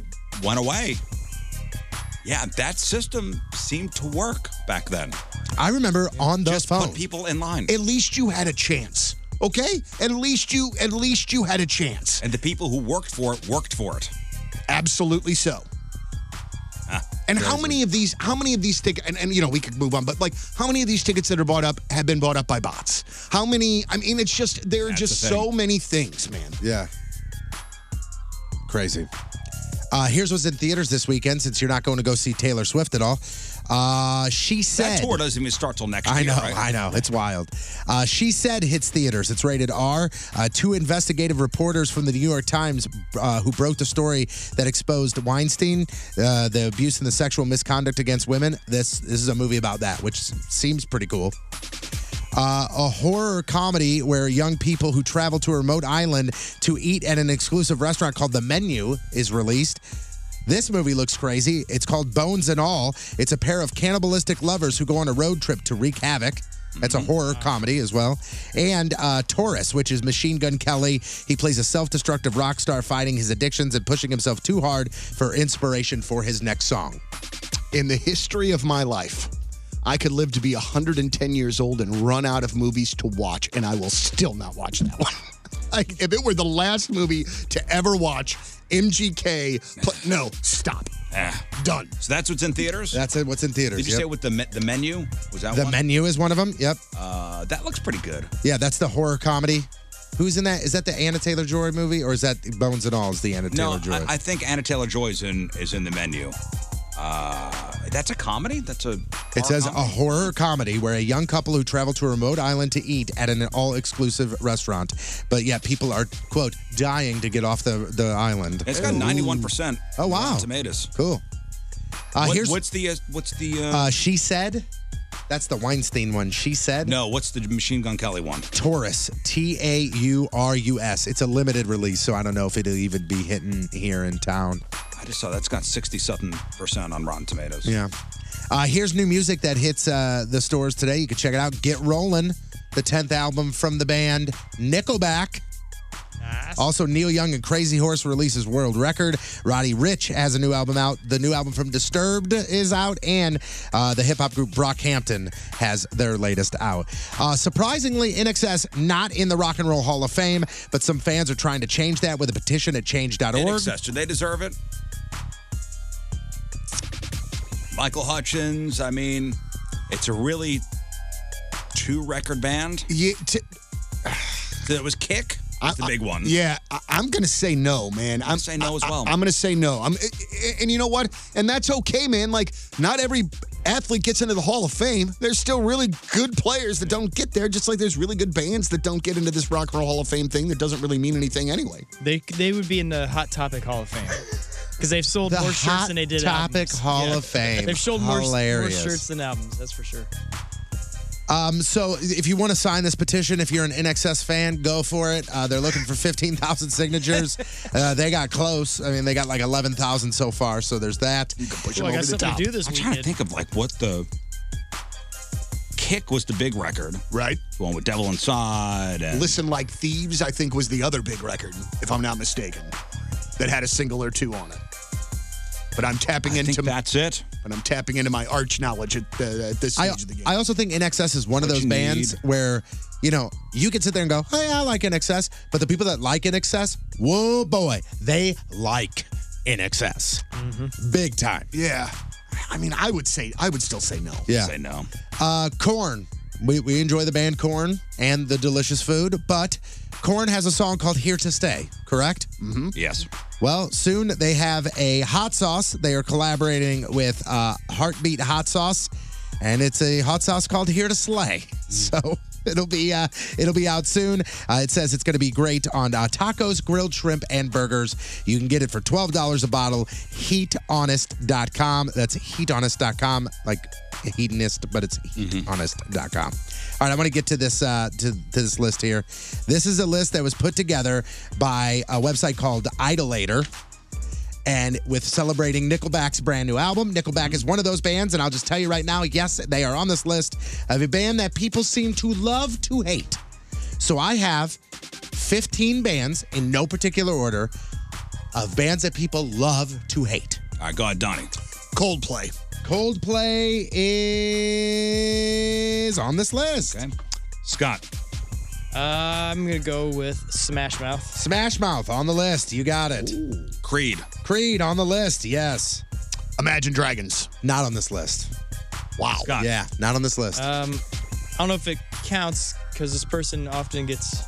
Speaker 1: went away. Yeah, that system seemed to work back then.
Speaker 3: I remember on the phone.
Speaker 1: Put people in line,
Speaker 2: At least you had a chance, okay? At least you, at least you had a chance.
Speaker 1: and the people who worked for it worked for it. Ah,
Speaker 2: Absolutely so. And how many of these? How many of these tickets? And, and you know, we could move on, but like, how many of these tickets that are bought up have been bought up by bots? How many? I mean, it's just there are
Speaker 3: That's
Speaker 2: just
Speaker 3: the
Speaker 2: so
Speaker 3: thing.
Speaker 2: many things, man.
Speaker 3: Yeah. Crazy. Uh, here's what's in theaters this weekend since you're not going to go see Taylor Swift at all. Uh, she said.
Speaker 1: That tour doesn't even start till next
Speaker 3: I
Speaker 1: year.
Speaker 3: know,
Speaker 1: right?
Speaker 3: I know. It's wild. Uh, she said hits theaters. It's rated R. Uh, two investigative reporters from the New York Times uh, who broke the story that exposed Weinstein, uh, the abuse and the sexual misconduct against women. This this is a movie about that, which seems pretty cool. Uh, a horror comedy where young people who travel to a remote island to eat at an exclusive restaurant called The Menu is released. This movie looks crazy. It's called Bones and All. It's a pair of cannibalistic lovers who go on a road trip to wreak havoc. That's a horror comedy as well. And uh, Taurus, which is Machine Gun Kelly. He plays a self destructive rock star fighting his addictions and pushing himself too hard for inspiration for his next song.
Speaker 2: in the history of my life, I could live to be 110 years old and run out of movies to watch, and I will still not watch that one. like, if it were the last movie to ever watch, MGK, pl- no, stop.
Speaker 1: Ah.
Speaker 2: Done.
Speaker 1: So that's what's in theaters.
Speaker 3: That's it, what's in theaters.
Speaker 1: Did you
Speaker 3: yep.
Speaker 1: say with the me- the menu was that
Speaker 3: the
Speaker 1: one?
Speaker 3: menu is one of them? Yep.
Speaker 1: Uh, that looks pretty good.
Speaker 3: Yeah, that's the horror comedy. Who's in that? Is that the Anna Taylor Joy movie or is that Bones and All is the Anna Taylor
Speaker 1: No,
Speaker 3: Joy?
Speaker 1: I, I think Anna Taylor Joy is in is in the menu. Uh, that's a comedy. That's a.
Speaker 3: It says a horror comedy where a young couple who travel to a remote island to eat at an all-exclusive restaurant, but yet people are quote dying to get off the the island.
Speaker 1: It's got ninety one percent.
Speaker 3: Oh wow!
Speaker 1: Tomatoes.
Speaker 3: Cool. Uh,
Speaker 1: What-
Speaker 3: here's
Speaker 1: what's the uh, what's the uh,
Speaker 3: uh, she said. That's the Weinstein one. She said.
Speaker 1: no? What's the Machine Gun Kelly one?
Speaker 3: Taurus, T A U R U S. It's a limited release, so I don't know if it'll even be hitting here in town.
Speaker 1: I just saw that's got sixty something percent on Rotten Tomatoes.
Speaker 3: Yeah. Uh, here's new music that hits uh, the stores today. You can check it out. Get Rollin' the 10th album from the band Nickelback. Also, Neil Young and Crazy Horse releases world record. Roddy Rich has a new album out. The new album from Disturbed is out, and uh, the hip hop group Brockhampton has their latest out. Uh, surprisingly, NXS not in the Rock and Roll Hall of Fame, but some fans are trying to change that with a petition at change.org.
Speaker 1: In excess. Do they deserve it? Michael Hutchins. I mean, it's a really two record band.
Speaker 9: Yeah,
Speaker 1: it was Kick. That's the big one.
Speaker 9: Yeah, I, I'm gonna say no, man. I'm,
Speaker 1: say no as
Speaker 9: I- I-
Speaker 1: well.
Speaker 9: I'm gonna say no. I'm, a- a- and you know what? And that's okay, man. Like, not every athlete gets into the Hall of Fame. There's still really good players that don't get there, just like there's really good bands that don't get into this Rock and Roll Hall of Fame thing that doesn't really mean anything anyway.
Speaker 4: They they would be in the Hot Topic Hall of Fame because they've sold
Speaker 9: The
Speaker 4: more shirts
Speaker 9: Hot
Speaker 4: than they did. um,
Speaker 3: Topic
Speaker 4: albums.
Speaker 3: Hall of Fame.
Speaker 4: They've sold more, more
Speaker 3: Hilarious.
Speaker 4: shirts than albums. That's for sure.
Speaker 3: Um, so if you want to sign this petition, if you're an NXS fan, go for it. Uh, they're looking for 15,000 signatures. uh, they got close. I mean, they got like 11,000 so far. So there's that. You can
Speaker 1: push them over the top. I'm trying to think of like what the Kick was the big record,
Speaker 9: right?
Speaker 1: The one with Devil Inside and
Speaker 9: Listen Like Thieves, I think, was the other big record, if I'm not mistaken, that had a single or two on it. But I'm tapping into
Speaker 1: that's it.
Speaker 9: But I'm tapping into my arch knowledge at, the, at this stage
Speaker 3: I,
Speaker 9: of the game.
Speaker 3: I also think NXS is one of
Speaker 9: What
Speaker 3: those
Speaker 9: you
Speaker 3: bands where, you know, you can sit there and go, hey, I like NXS. But the people that like NXS, whoa, boy, they like NXS.
Speaker 4: Mm-hmm.
Speaker 3: Big time.
Speaker 9: Yeah. I mean, I would say I would still say no.
Speaker 3: Yeah.
Speaker 1: Say no.
Speaker 3: Uh, Corn. We, we enjoy the band Corn and the delicious food, but Corn has a song called Here to Stay, correct? Mm-hmm.
Speaker 1: Yes.
Speaker 3: Well, soon they have a hot sauce. They are collaborating with uh, Heartbeat Hot Sauce, and it's a hot sauce called Here to Slay. So it'll be uh, it'll be out soon. Uh, it says it's going to be great on uh, tacos, grilled shrimp, and burgers. You can get it for twelve dollars a bottle. HeatHonest.com. That's HeatHonest.com. Like hedonist, but it's HeatHonest.com. All right, I want to get to this uh, to, to this list here. This is a list that was put together by a website called Idolator. And with celebrating Nickelback's brand new album, Nickelback is one of those bands, and I'll just tell you right now, yes, they are on this list of a band that people seem to love to hate. So I have 15 bands in no particular order of bands that people love to hate.
Speaker 1: All right, go ahead, Donnie.
Speaker 9: Coldplay.
Speaker 3: Coldplay is on this list.
Speaker 1: Scott.
Speaker 4: Uh, I'm gonna go with Smash Mouth.
Speaker 3: Smash Mouth on the list. You got it.
Speaker 1: Creed.
Speaker 3: Creed on the list. Yes.
Speaker 9: Imagine Dragons.
Speaker 3: Not on this list.
Speaker 9: Wow.
Speaker 3: Yeah, not on this list.
Speaker 4: Um, I don't know if it counts because this person often gets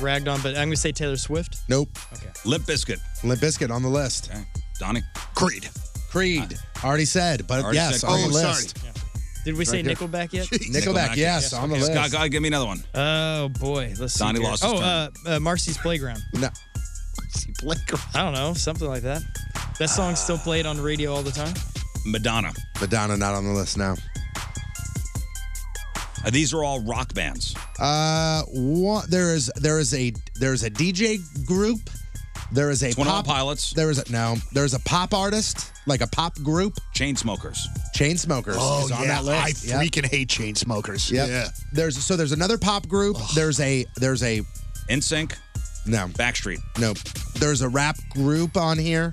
Speaker 4: ragged on, but I'm gonna say Taylor Swift.
Speaker 3: nope.
Speaker 4: Okay.
Speaker 1: Limp Biscuit.
Speaker 3: Limp Biscuit on the list.
Speaker 1: Donnie. Creed.
Speaker 3: Creed. already said, but
Speaker 1: Already
Speaker 3: yes,
Speaker 1: said
Speaker 3: on the
Speaker 1: Creed. Oh,
Speaker 3: list.
Speaker 4: Did we
Speaker 3: Right
Speaker 4: say
Speaker 3: here.
Speaker 4: Nickelback yet?
Speaker 3: Nickelback, yes, on the
Speaker 4: okay.
Speaker 3: list.
Speaker 1: Scott, go ahead, give me another one.
Speaker 4: Oh boy, let's see.
Speaker 1: Donnie
Speaker 4: here.
Speaker 1: lost his
Speaker 4: Oh,
Speaker 1: turn.
Speaker 4: uh, uh, Marcy's Playground.
Speaker 3: No.
Speaker 9: Marcy Playground.
Speaker 4: I don't know, something like that. That song's still played on the radio all the time.
Speaker 1: Madonna.
Speaker 3: Madonna not on the list now.
Speaker 1: Uh, these are all rock bands.
Speaker 3: Uh, what, there is there is a there is a DJ group. There is a
Speaker 1: Twin Hot
Speaker 3: pop pilots. There is a no. There is a pop artist, like a pop group.
Speaker 1: Chainsmokers.
Speaker 3: Chainsmokers
Speaker 9: Oh,
Speaker 3: is on
Speaker 9: yeah.
Speaker 3: that list.
Speaker 9: I freaking hate chain smokers.
Speaker 3: Yep.
Speaker 9: Yeah.
Speaker 3: There's so there's another pop group. There's a there's a
Speaker 1: In Sync.
Speaker 3: No.
Speaker 1: Backstreet.
Speaker 3: no. There's a rap group on here.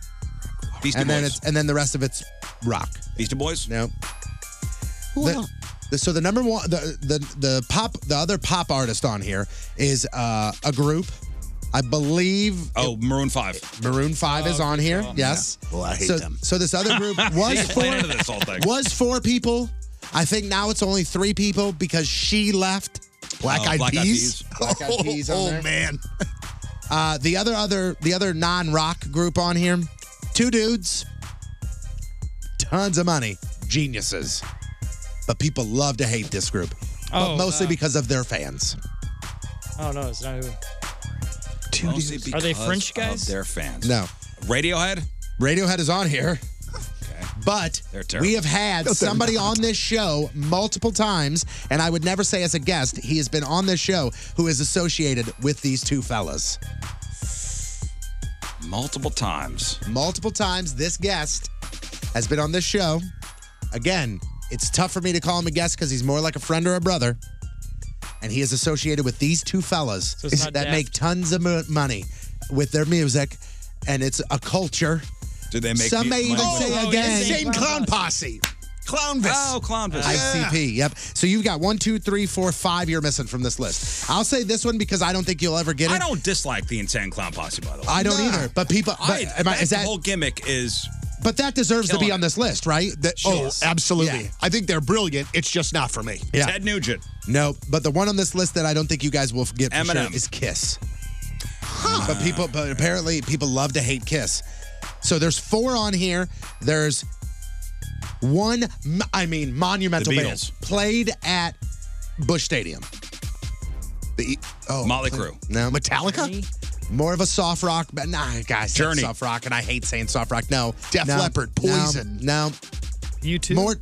Speaker 1: Beastie
Speaker 3: and then
Speaker 1: Boys.
Speaker 3: it's and then the rest of it's rock.
Speaker 1: Beastie Boys.
Speaker 3: No. The- the- so the number one, the, the the pop, the other pop artist on here is uh, a group. I believe.
Speaker 1: Oh, Maroon Five.
Speaker 3: Maroon Five is
Speaker 1: Oh,
Speaker 3: on
Speaker 1: good
Speaker 3: here.
Speaker 1: call.
Speaker 3: Yes.
Speaker 1: Yeah. Well, I hate
Speaker 3: so,
Speaker 1: them.
Speaker 3: So this other group
Speaker 1: You
Speaker 3: was
Speaker 1: played
Speaker 3: four.
Speaker 1: into this whole thing.
Speaker 3: Was four people. I think now it's only three people because she left.
Speaker 9: Black Oh, Eyed Black Eyed Peas? Peas.
Speaker 3: Black Eyed Peas on
Speaker 9: Oh,
Speaker 3: there.
Speaker 9: man.
Speaker 3: Uh, the other other the other non-rock group on here, two dudes, tons of money, geniuses, but people love to hate this group,
Speaker 4: Oh,
Speaker 3: but mostly
Speaker 4: uh,
Speaker 3: because of their fans.
Speaker 4: Oh no, it's not. even-
Speaker 1: Mostly
Speaker 4: Are they
Speaker 1: because
Speaker 4: French guys?
Speaker 1: Of their fans.
Speaker 3: No,
Speaker 1: Radiohead.
Speaker 3: Radiohead is on here. But
Speaker 1: They're terrible.
Speaker 3: we have had
Speaker 1: No, they're
Speaker 3: somebody
Speaker 1: not.
Speaker 3: on this show multiple times, and I would never say as a guest, he has been on this show who is associated with these two fellas.
Speaker 1: Multiple times.
Speaker 3: Multiple times, this guest has been on this show. Again, it's tough for me to call him a guest because he's more like a friend or a brother. and he is associated with these two fellas
Speaker 10: it's not
Speaker 3: that
Speaker 10: Daft.
Speaker 3: make tons of mo- money with their music, and it's a culture.
Speaker 1: Do they make
Speaker 3: Some may
Speaker 1: money
Speaker 3: even
Speaker 1: with
Speaker 3: say
Speaker 1: it? Oh,
Speaker 3: again,
Speaker 1: yeah, same
Speaker 2: clown posse. Clownvis.
Speaker 1: Oh, Clownvis.
Speaker 3: ICP. Yep. So you've got one, two, three, four, five. You're missing from this list. I'll say this one because I don't think you'll ever get it.
Speaker 1: I don't dislike the insane clown posse, by the way.
Speaker 3: I don't either. But people, but,
Speaker 1: I,
Speaker 3: am I- is
Speaker 1: that
Speaker 3: that
Speaker 1: whole gimmick is
Speaker 3: But that deserves to
Speaker 1: Killing
Speaker 3: be on this list, right? That-
Speaker 1: Sure.
Speaker 3: Oh, absolutely.
Speaker 2: I think they're brilliant. It's just not for me.
Speaker 1: Ted Nugent.
Speaker 3: No, but the one on this list that I don't think you guys will get for
Speaker 1: Eminem.
Speaker 3: sure is Kiss. But people, but apparently people love to hate Kiss. So there's four on here. There's one, m- I mean, monumental
Speaker 1: The
Speaker 3: band
Speaker 1: Beatles.
Speaker 3: played at Bush Stadium. The oh,
Speaker 1: Motley
Speaker 3: play-
Speaker 1: Crue.
Speaker 3: No, Metallica. More of a soft rock, but nah, guys,
Speaker 1: Journey.
Speaker 3: soft rock, and I hate saying soft rock. No,
Speaker 2: Def
Speaker 3: no,
Speaker 2: Leppard,
Speaker 3: no,
Speaker 2: Poison.
Speaker 3: No,
Speaker 10: you too.
Speaker 3: More,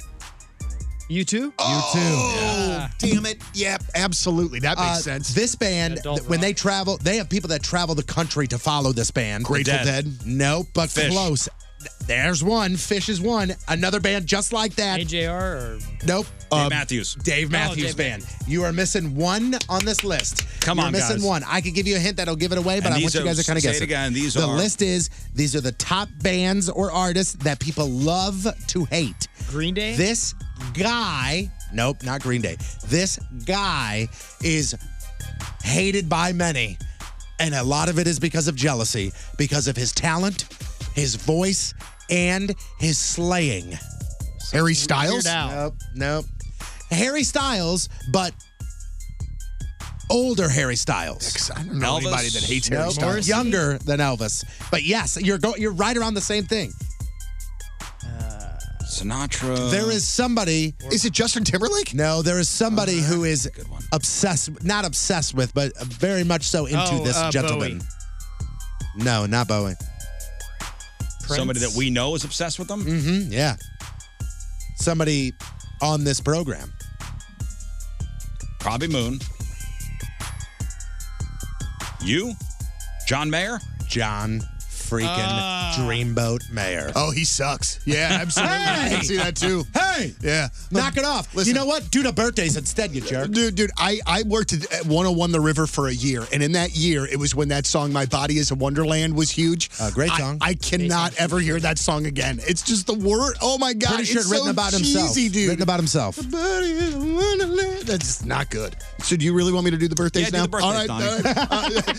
Speaker 10: you too.
Speaker 2: Oh, damn it. Yep, absolutely. That makes
Speaker 3: Uh,
Speaker 2: sense.
Speaker 3: This band, th- when they travel, they have people that travel the country to follow this band.
Speaker 2: Grateful The Dead. Dead?
Speaker 3: No, but
Speaker 2: Fish.
Speaker 3: close. Th- There's one. Fish is one. Another band just like that.
Speaker 10: AJR or Oh,
Speaker 3: Nope. Um,
Speaker 1: Dave Matthews.
Speaker 3: Dave Matthews
Speaker 1: Dave
Speaker 3: Band. You are missing one on this list.
Speaker 1: Come
Speaker 3: You're
Speaker 1: on,
Speaker 3: missing
Speaker 1: guys.
Speaker 3: one. I could give you a hint that'll give it away, but
Speaker 1: And
Speaker 3: I
Speaker 1: these
Speaker 3: want you
Speaker 1: are-
Speaker 3: guys to kind of
Speaker 1: say it
Speaker 3: guess it.
Speaker 1: again, these
Speaker 3: the
Speaker 1: are-
Speaker 3: list is these are the top bands or artists that people love to hate.
Speaker 10: Green Day?
Speaker 3: This guy, nope, not Green Day. This guy is hated by many, and a lot of it is because of jealousy, because of his talent, his voice, and his slaying.
Speaker 2: Harry Styles?
Speaker 3: Nope, nope. Harry Styles, but older Harry Styles. I
Speaker 2: don't know Elvis? anybody that hates Harry Styles. Morrissey?
Speaker 3: Younger than Elvis, but yes, you're go- you're right around the same thing.
Speaker 1: Sinatra.
Speaker 3: There is somebody.
Speaker 2: Uh-huh. Is it Justin Timberlake?
Speaker 3: No, there is somebody who is obsessed, not obsessed with, but very much so into
Speaker 1: Oh,
Speaker 3: this
Speaker 1: uh,
Speaker 3: gentleman. No, not Bowie.
Speaker 1: somebody that we know is obsessed with them.
Speaker 3: Mm-hmm. Yeah. Somebody on this program.
Speaker 1: Probably Moon. You, John Mayer, Ah.
Speaker 3: John freaking Dreamboat Mayer.
Speaker 2: Oh, he sucks. Yeah, absolutely. I can see that too.
Speaker 3: Hey,
Speaker 2: yeah,
Speaker 3: knock it off. You know what? Do the birthdays instead, you jerk.
Speaker 2: Dude, dude, I, I worked at at 101 The River for a year, and in that year, it was when that song "My Body Is a Wonderland" was huge.
Speaker 3: Uh, great
Speaker 2: I-
Speaker 3: song.
Speaker 2: I, cannot ever hear that song again. It's just the word. Oh my god,
Speaker 3: Pretty sure
Speaker 2: it's
Speaker 3: written
Speaker 2: so
Speaker 3: about
Speaker 2: cheesy,
Speaker 3: himself.
Speaker 2: dude.
Speaker 3: Written about himself.
Speaker 2: My body is a wonderland. That's not good. So, do you really want me to do the birthdays
Speaker 3: Yeah, do
Speaker 2: now?
Speaker 3: the birthdays,
Speaker 2: all right,
Speaker 3: Donnie.
Speaker 2: all right. Uh,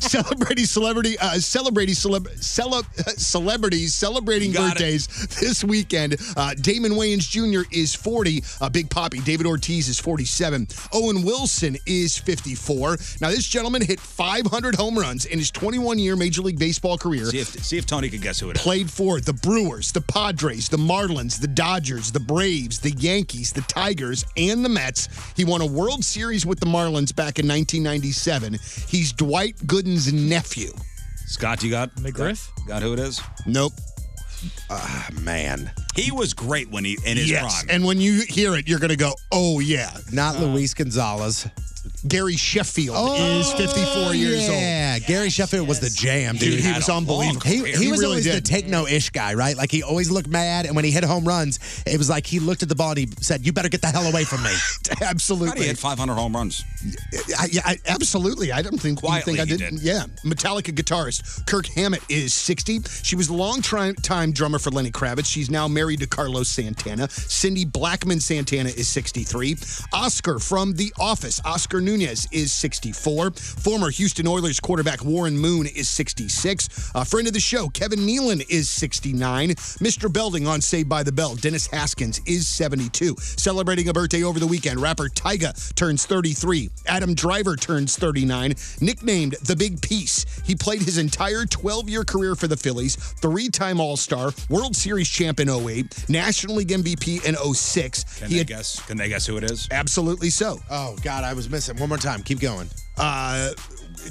Speaker 2: celebrating celebrity, uh, celebrating celeb, celeb, celebrities celebrating
Speaker 1: You got it.
Speaker 2: birthdays this weekend. Uh, Damon Wayans Jr. is 40. Uh, Big Poppy. David Ortiz is 47. Owen Wilson is 54. Now, this gentleman hit 500 home runs in his 21-year Major League Baseball career.
Speaker 1: See if see if Tony could guess who it is.
Speaker 2: Played for the Brewers, the Padres, the Marlins, the Dodgers, the Braves, the Yankees, the Tigers, and the Mets. He won a World Series with the Marlins back in 1997. He's Dwight Gooden's nephew.
Speaker 1: Scott, you got McGriff. Got, got who it is?
Speaker 2: Nope.
Speaker 1: Ah,
Speaker 3: man,
Speaker 1: he was great when he in his
Speaker 2: yes.
Speaker 1: prime.
Speaker 2: And when you hear it, you're going to go, oh, yeah.
Speaker 3: Not Luis Gonzalez.
Speaker 2: Gary Sheffield is 54 years old.
Speaker 3: Oh, Yeah, Gary Sheffield was the jam,
Speaker 2: Dude,
Speaker 3: dude.
Speaker 2: he He had was a long unbelievable.
Speaker 3: He,
Speaker 2: career.
Speaker 3: he
Speaker 2: He
Speaker 3: was
Speaker 2: really
Speaker 3: always the
Speaker 2: did.
Speaker 3: take no ish guy, right? Like he always looked mad, and when he hit home runs, it was like he looked at the ball and he said, "You better get the hell away from me."
Speaker 1: God, he
Speaker 2: Absolutely.
Speaker 1: had 500 home runs.
Speaker 2: I, yeah, I, absolutely. I don't think you
Speaker 1: Quietly
Speaker 2: think I
Speaker 1: he
Speaker 2: didn't. Yeah, Metallica guitarist Kirk Hammett is 60. She was a long tri- time drummer for Lenny Kravitz. She's now married to Carlos Santana. Cindy Blackman Santana is 63. Oscar from The Office, Oscar Nunez is 64. Former Houston Oilers quarterback Warren Moon is Uh, 66. A friend of the show Kevin Nealon is 69. Mr. Belding on Saved by the Bell, Dennis Haskins is 72. Celebrating a birthday over the weekend, rapper Tyga turns 33. Adam Driver turns 39. Nicknamed the Big Piece, he played his entire 12 year career for the Phillies, three time All Star, World Series champ in 08, National League MVP in 06.
Speaker 1: Can
Speaker 2: He
Speaker 1: they
Speaker 2: had-
Speaker 1: guess? Can they guess who it is?
Speaker 2: Absolutely so.
Speaker 3: Oh God, I was missing. One more time. Keep going.
Speaker 2: Uh,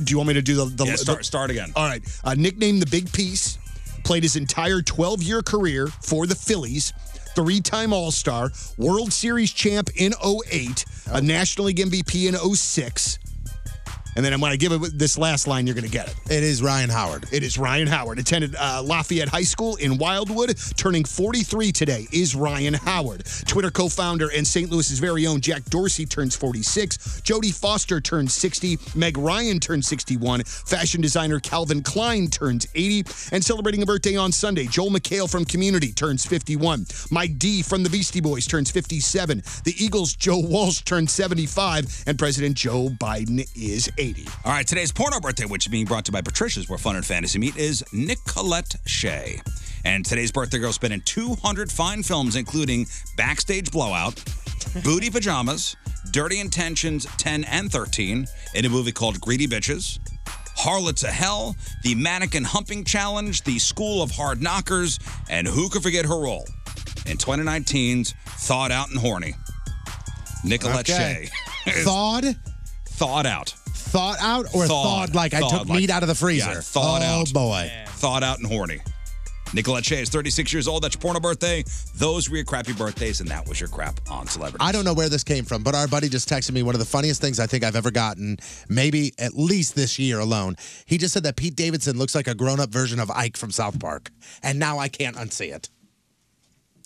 Speaker 2: do you want me to do the, the
Speaker 1: Yeah, start-
Speaker 2: the-
Speaker 1: start again.
Speaker 2: All right. Uh, nicknamed the Big Piece, played his entire 12 year career for the Phillies, three time All Star, oh
Speaker 1: Oh.
Speaker 2: World Series champ in 08, a National League MVP in 06. And then when I give it this last line, you're going to get it.
Speaker 3: It is Ryan Howard.
Speaker 2: It is Ryan Howard. Attended uh, Lafayette High School in Wildwood, turning 43 today is Ryan Howard. Twitter co founder and St. Louis's very own Jack Dorsey turns 46. Jodie Foster turns 60. Meg Ryan turns 61. Fashion designer Calvin Klein turns 80. And celebrating a birthday on Sunday, Joel McHale from Community turns 51. Mike D from the Beastie Boys turns 57. The Eagles' Joe Walsh turns 75. And President Joe Biden is 80.
Speaker 1: All right, today's porno birthday, which is being brought to you by Patricia's, where fun and fantasy meet, is Nicolette Shea. And today's birthday girl's been in 200 fine films, including Backstage Blowout, Booty Pajamas, Dirty Intentions 10 and 13, in a movie called Greedy Bitches, Harlots of Hell, The Mannequin Humping Challenge, The School of Hard Knockers, and who could forget her role in 2019's Thawed Out and Horny? Nicolette
Speaker 3: Okay.
Speaker 1: Shea. is
Speaker 3: Thawed?
Speaker 1: Thawed out.
Speaker 3: Thawed out or thawed, like I took meat out of the freezer?
Speaker 1: Yeah, thawed
Speaker 3: oh,
Speaker 1: out.
Speaker 3: boy.
Speaker 1: Thawed out and horny. Nicolette Shea is 36 years old. That's your porno birthday. Those were your crappy birthdays, and that was your crap on celebrity.
Speaker 3: I don't know where this came from, but our buddy just texted me one of the funniest things I think I've ever gotten, maybe at least this year alone. He just said that Pete Davidson looks like a grown up version of Ike from South Park. And now I can't unsee it.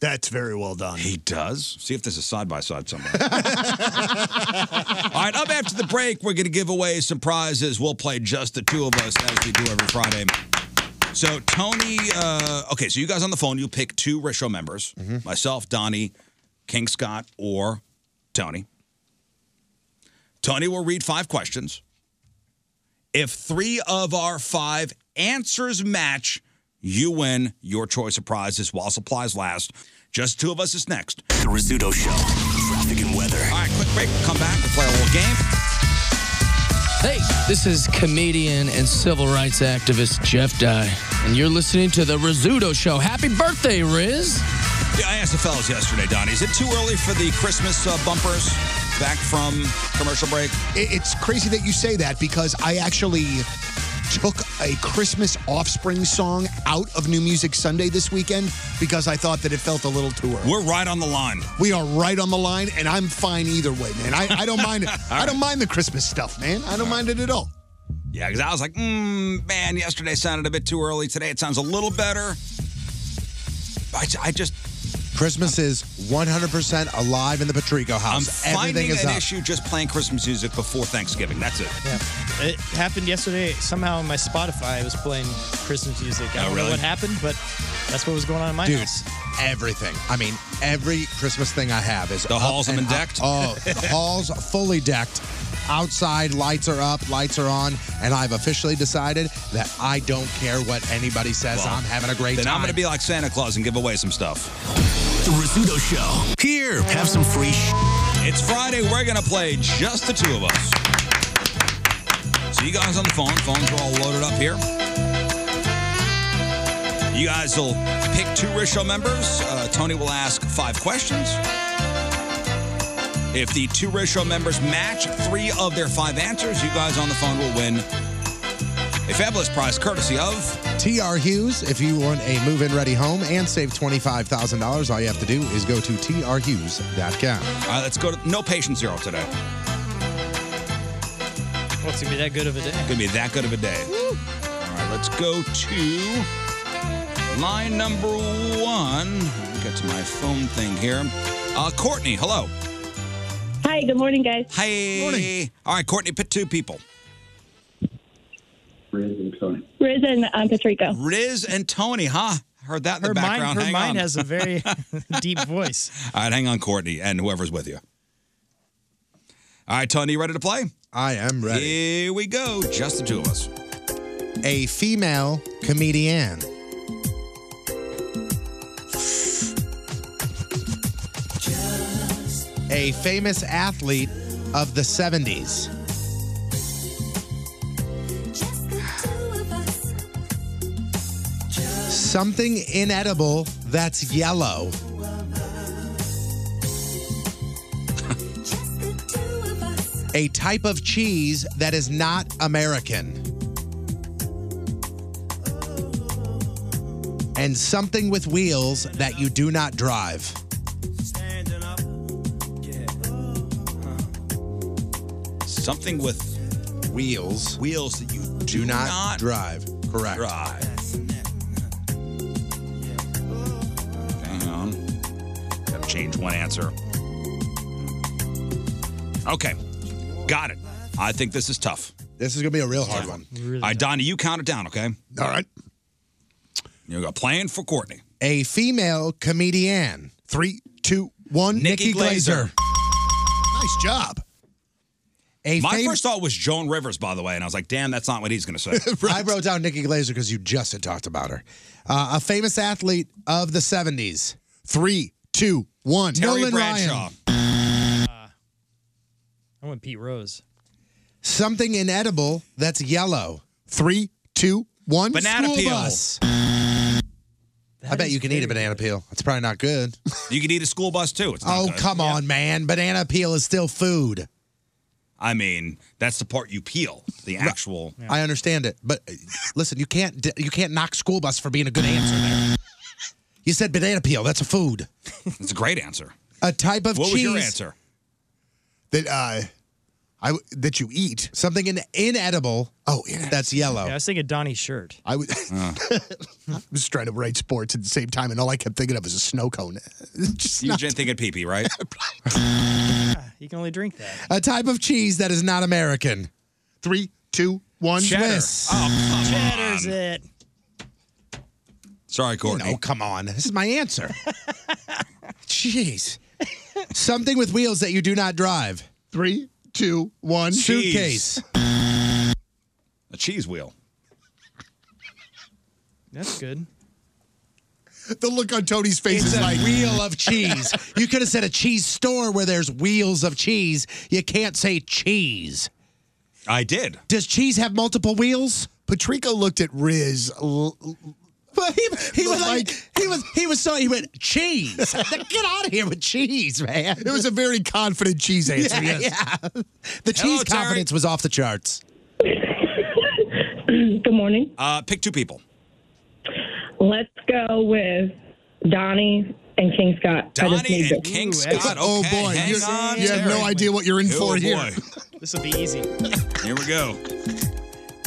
Speaker 2: That's very well done.
Speaker 1: He does. See if there's a side by side somewhere. All right, up after the break, we're going to give away some prizes. We'll play just the two of us as we do every Friday. So, Tony, uh, okay, so you guys on the phone, you pick two Risho members myself, Donnie, King Scott, or Tony. Tony will read five questions. If three of our five answers match, you win your choice of prizes while supplies last. Just two of us is next. The Rizzuto Show. Traffic and weather. All right, quick break. Come back. We'll play a little game.
Speaker 11: Hey, this is comedian and civil rights activist Jeff Dye, and you're listening to The Rizzuto Show. Happy birthday, Riz!
Speaker 1: Yeah, I asked the fellas yesterday, Donnie. Is it too early for the Christmas uh, bumpers back from commercial break?
Speaker 2: It- It's crazy that you say that because I actually took a Christmas offspring song out of New Music Sunday this weekend because I thought that it felt a little too early.
Speaker 1: We're right on the line.
Speaker 2: We are right on the line, and I'm fine either way, man. I, I don't mind. I don't mind the Christmas stuff, man. I don't mind it at all.
Speaker 1: Yeah, because I was like, mm, man, yesterday sounded a bit too early. Today it sounds a little better. I, I just
Speaker 3: Christmas is 100% alive in the Patrico
Speaker 2: Um,
Speaker 3: house. Everything
Speaker 1: finding
Speaker 3: is
Speaker 1: an
Speaker 3: up.
Speaker 1: issue just playing Christmas music before Thanksgiving. That's it.
Speaker 4: Yeah. It happened yesterday. Somehow on my Spotify, I was playing Christmas music. I
Speaker 1: Oh,
Speaker 4: don't
Speaker 1: really?
Speaker 4: know what happened, but that's what was going on in my
Speaker 3: Dude,
Speaker 4: house.
Speaker 3: everything. I mean, every Christmas thing I have is the
Speaker 1: halls have been decked?
Speaker 3: oh, the halls fully decked. Outside lights are up, lights are on, and I've officially decided that I don't care what anybody says.
Speaker 1: Well,
Speaker 3: I'm having a great
Speaker 1: then
Speaker 3: time.
Speaker 1: I'm going to be like Santa Claus and give away some stuff.
Speaker 12: The Rizzuto Show. Here, have some free sh-
Speaker 1: It's Friday. We're going to play just the two of us. So you guys on the phone, phones are all loaded up here. You guys will pick two Risho members. Uh, Tony will ask five questions. If the two Risho members match three of their five answers, you guys on the phone will win a fabulous prize courtesy of
Speaker 3: TR Hughes, if you want a move in ready home and save $25,000, all you have to do is go to trhughes.com.
Speaker 1: All right, Uh, let's go to no patient zero today.
Speaker 4: Well, it's going to be that good of a day.
Speaker 1: Gonna be that good of a day. All right, let's go to line number one. Get to my phone thing here. Uh, Courtney, hello.
Speaker 13: Hi, good morning, guys.
Speaker 1: Hey. All right, Courtney, pit two people. Riz and Tony.
Speaker 13: Riz and um, Patrico.
Speaker 1: Riz and Tony, huh? Heard that in
Speaker 4: Her
Speaker 1: the
Speaker 4: mind,
Speaker 1: background.
Speaker 4: her
Speaker 1: hang
Speaker 4: mind
Speaker 1: on.
Speaker 4: has a very deep voice.
Speaker 1: All right, hang on, Courtney, and whoever's with you. All right, Tony, you ready to play?
Speaker 3: I am ready.
Speaker 1: Here we go. Just the two of us.
Speaker 3: A female comedian. A famous athlete of the 70s. Something inedible that's yellow. A type of cheese that is not American. And something with wheels that you do not drive.
Speaker 1: Something with
Speaker 3: wheels.
Speaker 1: Wheels that you
Speaker 3: do, not, drive. Correct.
Speaker 1: Drive. Hang on. Gotta change one answer. Okay. Got it. I think this is tough.
Speaker 3: This is gonna be a real hard one.
Speaker 1: All right, Donnie, you count it down, okay? All right. You go playing for Courtney.
Speaker 3: A female comedian.
Speaker 9: Three, two, one.
Speaker 3: Nikki, Glazer.
Speaker 9: Nice job.
Speaker 1: My first thought was Joan Rivers, by the way, and I was like, damn, that's not what he's going to say.
Speaker 3: I wrote down Nikki Glazer because you just had talked about her. Uh, a famous athlete of the 70s.
Speaker 9: Three, two, one.
Speaker 3: Terry Nolan
Speaker 9: Bradshaw.
Speaker 8: I
Speaker 3: Ryan.
Speaker 8: Uh, went Pete Rose.
Speaker 3: Something inedible that's yellow.
Speaker 9: Three, two, one.
Speaker 1: Banana
Speaker 3: School
Speaker 1: peel.
Speaker 3: bus. I bet you can eat a banana peel. It's probably not good.
Speaker 1: You could eat a school bus, too. It's not
Speaker 3: oh,
Speaker 1: good.
Speaker 3: come on, man. Banana peel is still food.
Speaker 1: I mean, that's the part you peel, the actual.
Speaker 3: I understand it, but uh, listen, you can't d- you can't knock school bus for being a good answer there. You said banana peel. That's a food.
Speaker 1: It's a great answer.
Speaker 3: A type of
Speaker 1: What was
Speaker 3: cheese.
Speaker 1: your answer?
Speaker 3: That uh, I w- that you eat something in- inedible. Oh, that's yellow.
Speaker 8: Yeah, I was thinking Donnie's shirt.
Speaker 9: I was,
Speaker 1: Uh.
Speaker 9: I was trying to write sports at the same time, and all I kept thinking of was a snow cone.
Speaker 1: You didn't think it pee pee, right?
Speaker 8: You can only drink that.
Speaker 3: A type of cheese that is not American.
Speaker 9: Three, two, one.
Speaker 3: Cheddar.
Speaker 1: Oh,
Speaker 8: Cheddar's it.
Speaker 1: Sorry, Courtney.
Speaker 3: No, come on. This is my answer. Jeez. Something with wheels that you do not drive.
Speaker 9: Three, two, one.
Speaker 3: Suitcase.
Speaker 1: A cheese wheel.
Speaker 8: That's good.
Speaker 9: The look on Tony's face
Speaker 3: It's
Speaker 9: is
Speaker 3: a
Speaker 9: like
Speaker 3: wheel of cheese. you could have said a cheese store where there's wheels of cheese. You can't say cheese.
Speaker 1: I did.
Speaker 3: Does cheese have multiple wheels?
Speaker 9: Patrico looked at Riz. l-
Speaker 3: But he, he was like, he was he was so he went cheese. Get out of here with cheese, man.
Speaker 9: It was a very confident cheese answer.
Speaker 3: Yeah,
Speaker 9: yes.
Speaker 3: yeah. The
Speaker 1: Hello,
Speaker 3: cheese
Speaker 1: Terry.
Speaker 3: confidence was off the charts.
Speaker 14: Good morning.
Speaker 1: Uh, pick two people.
Speaker 14: Let's go with Donnie and King Scott. I just
Speaker 1: Donnie
Speaker 14: need
Speaker 1: and
Speaker 14: to-
Speaker 1: King Scott.
Speaker 9: Oh,
Speaker 1: okay,
Speaker 9: boy.
Speaker 1: hang
Speaker 9: You're-
Speaker 1: on,
Speaker 9: you have
Speaker 1: Terry.
Speaker 9: no idea what you're in
Speaker 1: Oh,
Speaker 9: for here.
Speaker 1: boy.
Speaker 8: This will be easy.
Speaker 1: Here we go.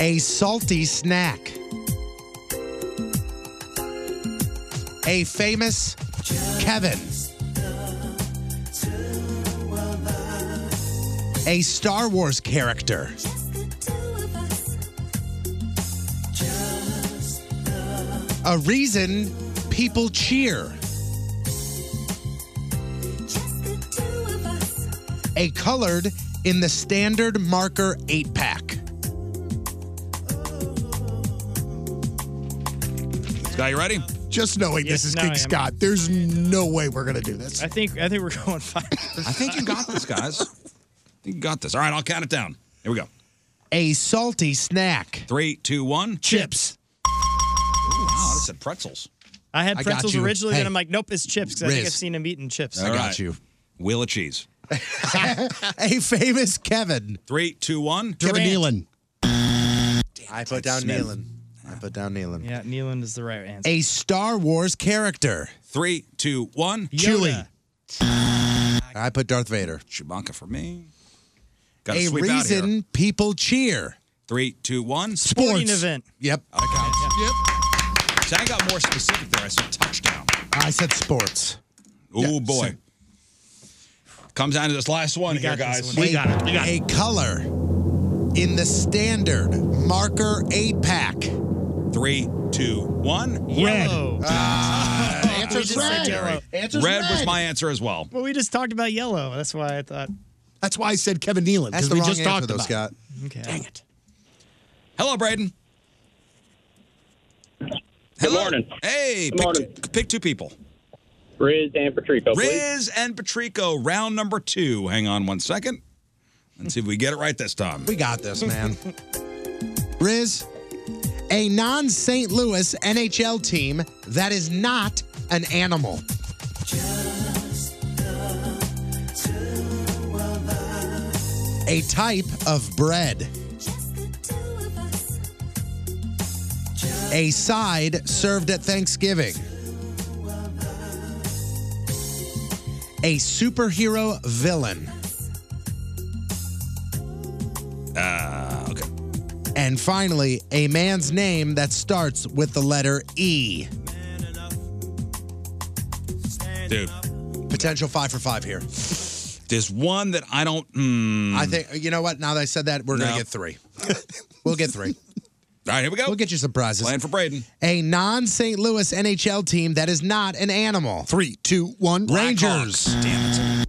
Speaker 3: A salty snack. A famous Kevin. A Star Wars character. A reason people cheer. A colored in the standard marker eight pack.
Speaker 1: Scott, you ready?
Speaker 9: Just knowing
Speaker 8: Yes,
Speaker 9: this is
Speaker 8: now I
Speaker 9: King
Speaker 8: am.
Speaker 9: Scott, there's no way we're gonna do this.
Speaker 8: I think I think we're going five.
Speaker 1: I think you got this, guys. I think you got this. All right, I'll count it down. Here we go.
Speaker 3: A salty snack.
Speaker 1: Three, two, one.
Speaker 3: Chips.
Speaker 1: Ooh, wow, I said pretzels.
Speaker 8: I had
Speaker 3: I got
Speaker 8: pretzels
Speaker 3: you.
Speaker 8: originally,
Speaker 3: Hey.
Speaker 8: then I'm like, nope, it's chips because I think
Speaker 3: Riz.
Speaker 8: I've seen him eating chips.
Speaker 1: All right. Wheel of cheese.
Speaker 3: a famous Kevin.
Speaker 1: Three, two, one.
Speaker 9: Nealon.
Speaker 3: I put down
Speaker 1: Smith.
Speaker 3: Nealon. I put down Nealon.
Speaker 8: Yeah, Nealon is the right answer.
Speaker 3: A Star Wars character.
Speaker 1: Three, two, one.
Speaker 8: Yoda.
Speaker 3: I put Darth Vader.
Speaker 1: Chewbacca for me. Got
Speaker 3: a
Speaker 1: to sweep out here.
Speaker 3: reason people cheer.
Speaker 1: Three, two, one.
Speaker 8: Sporting event.
Speaker 3: Yep.
Speaker 1: Yep. See, I got more specific there. I said touchdown.
Speaker 3: I said sports.
Speaker 1: Ooh boy. Comes down to this last one here, guys.
Speaker 3: a, a color in the standard marker eight pack.
Speaker 1: Three, two, one.
Speaker 8: Yellow.
Speaker 1: Oh.
Speaker 3: Ah.
Speaker 9: Ah.
Speaker 3: Answer's red. Answer's
Speaker 1: red was my answer as well.
Speaker 8: Well, we just talked about yellow. That's why I thought.
Speaker 9: That's why I said Kevin Nealon because
Speaker 3: That's the
Speaker 9: we
Speaker 3: wrong
Speaker 9: just
Speaker 3: answer,
Speaker 9: talked
Speaker 3: though,
Speaker 9: about.
Speaker 3: Scott.
Speaker 8: Okay.
Speaker 1: it. Hello, Braden. Hello.
Speaker 15: morning.
Speaker 1: Hey,
Speaker 15: Good
Speaker 1: pick,
Speaker 15: morning.
Speaker 1: Two, pick two people.
Speaker 15: Riz and Patrico. please.
Speaker 1: Riz and Patrico, round number two. Hang on one second. Let's see if we get it right this time.
Speaker 3: We got this, man. Riz, a non St. Louis NHL team that is not an animal. A type of bread. A side served at Thanksgiving. A superhero villain.
Speaker 1: Uh, okay.
Speaker 3: And finally, a man's name that starts with the letter E.
Speaker 1: Dude,
Speaker 3: Potential five for five here.
Speaker 1: there's one that I don't. Mm.
Speaker 3: I think you know what. Now that I said that, we're
Speaker 1: No.
Speaker 3: gonna get three. we'll get three.
Speaker 1: All right, here we go. We'll
Speaker 3: get you some prizes.
Speaker 1: Plan for Braden.
Speaker 3: A non-St. Louis NHL team that is not an animal.
Speaker 2: Three, two, one.
Speaker 3: Rangers.
Speaker 1: Damn
Speaker 3: it.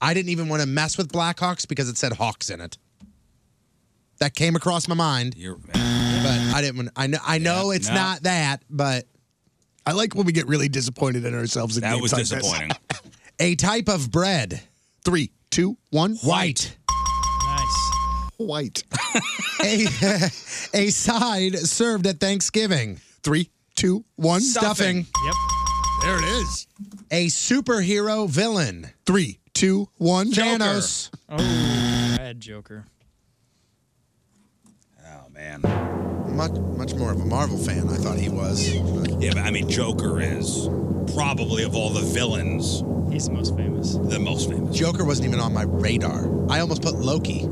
Speaker 3: I didn't even want to mess with Blackhawks because it said Hawks in it. That came across my mind.
Speaker 1: but
Speaker 3: I didn't. Want, I know. I know it's
Speaker 2: no.
Speaker 3: not that. But
Speaker 2: I like when we get really disappointed in ourselves. In
Speaker 1: That
Speaker 2: games
Speaker 1: was
Speaker 2: like this.
Speaker 1: disappointing.
Speaker 3: a type of bread.
Speaker 2: Three, two, one.
Speaker 3: White.
Speaker 2: Nice. White.
Speaker 3: a, a side served at Thanksgiving.
Speaker 2: Three, two, one.
Speaker 3: Stuffing.
Speaker 2: Yep. There it is.
Speaker 3: A superhero villain.
Speaker 2: Three, two, one.
Speaker 3: Thanos.
Speaker 4: Oh, I had Joker.
Speaker 1: Oh man.
Speaker 3: Much much more of a Marvel fan, I thought he was.
Speaker 1: Yeah, but I mean, Joker is probably of all the villains.
Speaker 4: He's the most famous.
Speaker 1: The most famous.
Speaker 3: Joker wasn't even on my radar. I almost put Loki.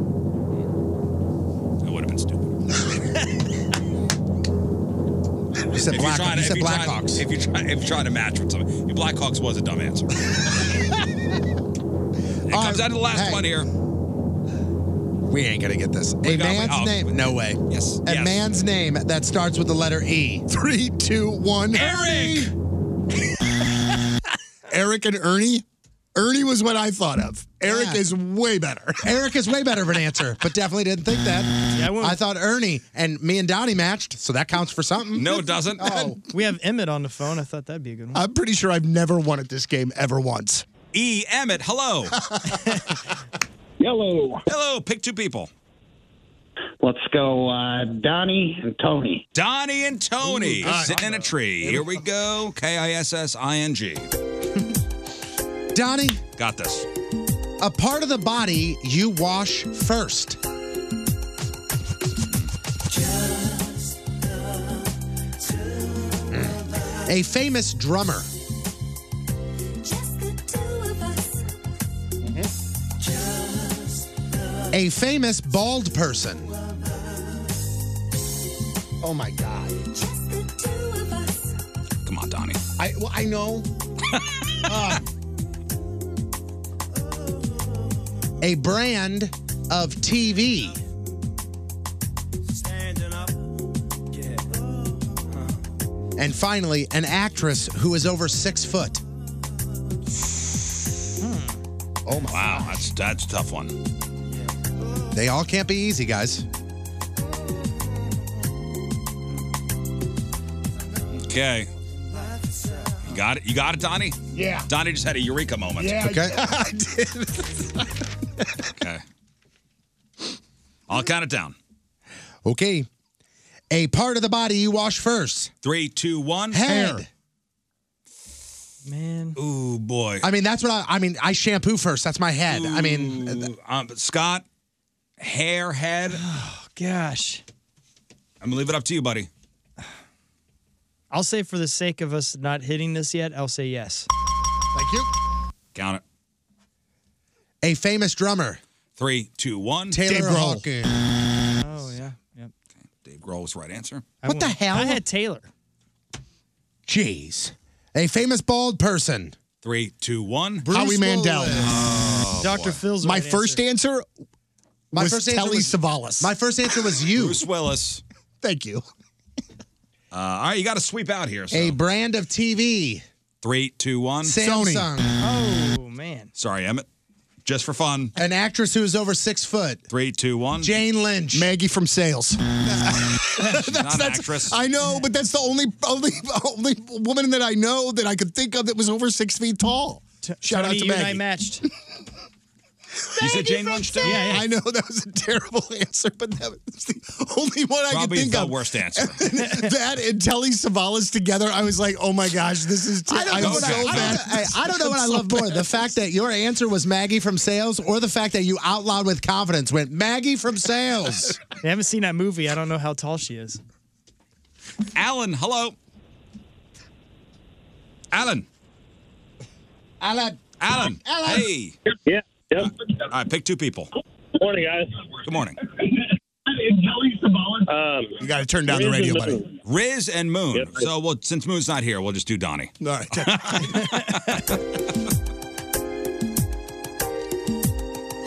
Speaker 1: That would have been stupid.
Speaker 3: You said
Speaker 1: If
Speaker 3: Black.
Speaker 1: trying
Speaker 3: you
Speaker 1: to-
Speaker 3: said
Speaker 1: if you're trying-
Speaker 3: Blackhawks.
Speaker 1: If you're trying, if you're trying to match with something, Blackhawks was a dumb answer. it comes out of the last
Speaker 3: hey.
Speaker 1: one here.
Speaker 3: We ain't gonna get this.
Speaker 1: We
Speaker 3: a
Speaker 1: got- we-
Speaker 3: man's
Speaker 1: oh,
Speaker 3: name. No way.
Speaker 1: Yes.
Speaker 3: A
Speaker 1: yes.
Speaker 3: man's name that starts with the letter E.
Speaker 2: Three, two, one.
Speaker 1: Eric.
Speaker 2: Eric and Ernie. Ernie was what I thought of. Eric
Speaker 3: Yeah.
Speaker 2: is way better.
Speaker 3: Eric is way better of an answer, but definitely didn't think that. I thought Ernie and me and Donnie matched, so that counts for something.
Speaker 1: No, it doesn't.
Speaker 3: Oh,
Speaker 4: we have Emmett on the phone. I thought that'd be a good one.
Speaker 2: I'm pretty sure I've never won at this game ever once.
Speaker 1: E. Emmett. Hello. Hello. Hello. Pick two people.
Speaker 16: Let's go, uh, Donnie and Tony.
Speaker 1: Donnie and Tony
Speaker 16: Ooh, good
Speaker 1: sitting in a tree. Here we go. K I S S I N G.
Speaker 3: Donnie,
Speaker 1: Got this.
Speaker 3: a part of the body you wash first. Mm. A famous drummer. A famous bald person. Oh my God.
Speaker 1: Come on, Donnie.
Speaker 3: I, well, I know. Uh, a brand of TV. And finally, an actress who is over six foot.
Speaker 1: Oh my Wow, that's that's a tough one.
Speaker 3: They all can't be easy, guys.
Speaker 1: Okay. You got it? You got it, Donnie?
Speaker 2: Yeah.
Speaker 1: Donnie just had a eureka moment.
Speaker 2: I did.
Speaker 1: okay. I'll count it down.
Speaker 3: Okay. A part of the body you wash first.
Speaker 1: Three, two, one.
Speaker 3: Head.
Speaker 1: Man. Ooh, boy.
Speaker 3: I mean, that's what I, I mean. I shampoo first. That's my head. I mean, uh,
Speaker 1: Ooh, um, Scott, hair, head. Oh,
Speaker 4: gosh.
Speaker 1: I'm going to leave it up to you, buddy.
Speaker 4: I'll say for the sake of us not hitting this yet, I'll say yes.
Speaker 3: Thank you.
Speaker 1: Count it.
Speaker 3: a famous drummer.
Speaker 1: Three, two, one.
Speaker 3: Taylor Dave Grohl. Hawkins.
Speaker 4: Oh yeah.
Speaker 1: Dave Grohl was the right answer.
Speaker 3: What the hell? I had
Speaker 4: Taylor.
Speaker 3: Jeez. A famous bald person.
Speaker 1: Three, two, one.
Speaker 2: Howie Mandel.
Speaker 1: Oh, boy.
Speaker 2: My first answer
Speaker 3: My
Speaker 2: was
Speaker 3: first answer
Speaker 2: Telly
Speaker 3: was-
Speaker 2: Savalas.
Speaker 3: My first answer was you.
Speaker 1: Bruce Willis.
Speaker 2: Thank you.
Speaker 1: Uh, all right, you got to sweep out here. So.
Speaker 3: A brand of TV.
Speaker 1: Three, two, one.
Speaker 3: Samsung.
Speaker 4: Oh man.
Speaker 1: Sorry, Emmett. Just for fun.
Speaker 3: An actress who is over six foot.
Speaker 1: Three, two, one.
Speaker 3: Jane Lynch.
Speaker 2: Maggie from Sales.
Speaker 1: that's, not an
Speaker 2: that's-
Speaker 1: actress.
Speaker 2: I know, but that's the only only only woman that I know that I could think of that was over six feet tall. Shout
Speaker 4: Tony,
Speaker 2: out to
Speaker 4: you and
Speaker 2: Maggie.
Speaker 4: I matched.
Speaker 1: You said Jane Lynch. did?
Speaker 2: I know that was a terrible answer, but that was the only one I
Speaker 1: Probably
Speaker 2: could think
Speaker 1: the
Speaker 2: of.
Speaker 1: worst answer.
Speaker 2: that and Telly Savalas together, I was like, oh my gosh, this is. Ter- I'm
Speaker 3: what
Speaker 2: so
Speaker 3: I,
Speaker 2: bad.
Speaker 3: I, I don't know what I love more: the fact that your answer was Maggie from Sales, or the fact that you out loud with confidence went Maggie from Sales.
Speaker 4: I haven't seen that movie. I don't know how tall she is.
Speaker 1: Alan, hello. Alan.
Speaker 3: Alan.
Speaker 1: Alan.
Speaker 3: Alan.
Speaker 1: Hey. Yeah. All right, pick two people.
Speaker 16: Morning, guys.
Speaker 1: Good morning.
Speaker 17: Joey Sabalas.
Speaker 1: Um,
Speaker 9: you got to turn down the radio, buddy.
Speaker 1: Riz and Moon. so, well, since Moon's not here, we'll just do Donnie.
Speaker 9: All right.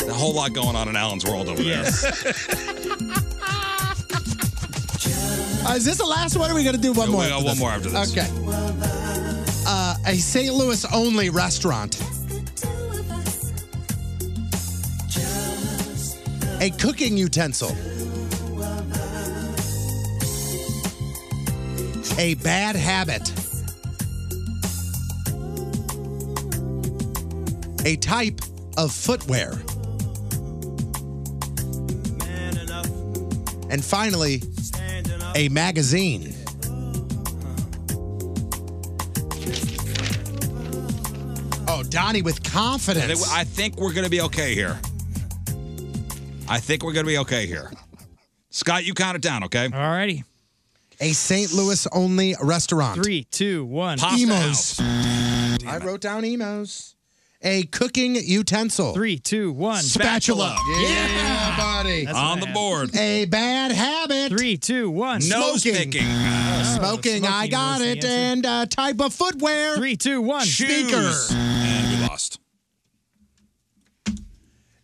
Speaker 1: A whole lot going on in Alan's world over there.
Speaker 3: Uh, is this the last one? Or are we going to do one
Speaker 1: No, we
Speaker 3: more?
Speaker 1: got
Speaker 3: after
Speaker 1: one
Speaker 3: this?
Speaker 1: more after this.
Speaker 3: Okay. Uh, a St. Louis only restaurant. A cooking utensil. A bad habit. A type of footwear. And finally, a magazine. Oh, Donnie with confidence.
Speaker 1: I think we're going to be okay here. I think we're going to be okay here. Scott, you count it down, okay? All
Speaker 8: righty.
Speaker 3: A St. Louis only restaurant.
Speaker 8: Three, two, one.
Speaker 1: Pasta
Speaker 3: Emos. I wrote down emos. A cooking utensil.
Speaker 8: Three, two, one.
Speaker 3: Spatula.
Speaker 8: Spatula.
Speaker 3: Yeah,
Speaker 8: Yeah.
Speaker 3: buddy.
Speaker 8: That's On what I the had. board.
Speaker 3: A bad habit.
Speaker 8: Three, two, one. Oh,
Speaker 1: Nose
Speaker 3: smoking.
Speaker 1: picking.
Speaker 3: Uh, smoking. I
Speaker 1: smoking
Speaker 3: got
Speaker 1: was the
Speaker 3: it.
Speaker 1: answer.
Speaker 3: And uh, type of footwear.
Speaker 8: Three, two, one.
Speaker 3: Sneaker.
Speaker 1: And we lost.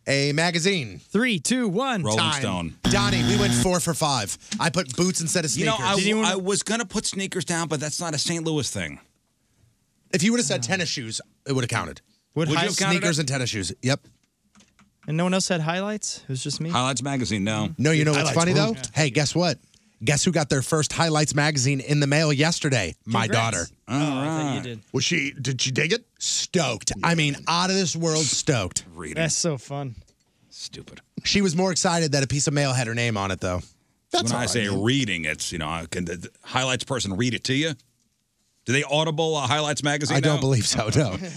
Speaker 3: A magazine.
Speaker 8: Three, two, one.
Speaker 1: Rolling Stone.
Speaker 3: Donnie, we went four for five. I put boots instead of
Speaker 1: You
Speaker 3: sneakers.
Speaker 1: know, I, I was going to put sneakers down, but that's not a St. Louis thing.
Speaker 3: if you would have said tennis shoes, it would have counted.
Speaker 1: Would Would high- you have counted
Speaker 3: sneakers
Speaker 1: it?
Speaker 3: and tennis shoes? Yep.
Speaker 8: And no one else had highlights? It was just me?
Speaker 1: Highlights magazine, no.
Speaker 3: No, you know what's
Speaker 1: Highlights
Speaker 3: funny though?
Speaker 1: ruled.
Speaker 3: Hey, guess what? Guess who got their first highlights magazine in the mail yesterday? My daughter.
Speaker 9: Congrats. Oh, Was she? Did she dig it?
Speaker 3: Stoked. I mean, out of this world, stoked.
Speaker 8: That's so fun.
Speaker 1: Stupid.
Speaker 3: She was more excited that a piece of mail had her name on it, though.
Speaker 1: when I say reading, it's you know, I can the, the highlights person read it to you? Do they audible uh, highlights magazine?
Speaker 3: I don't
Speaker 1: now?
Speaker 3: believe so, no.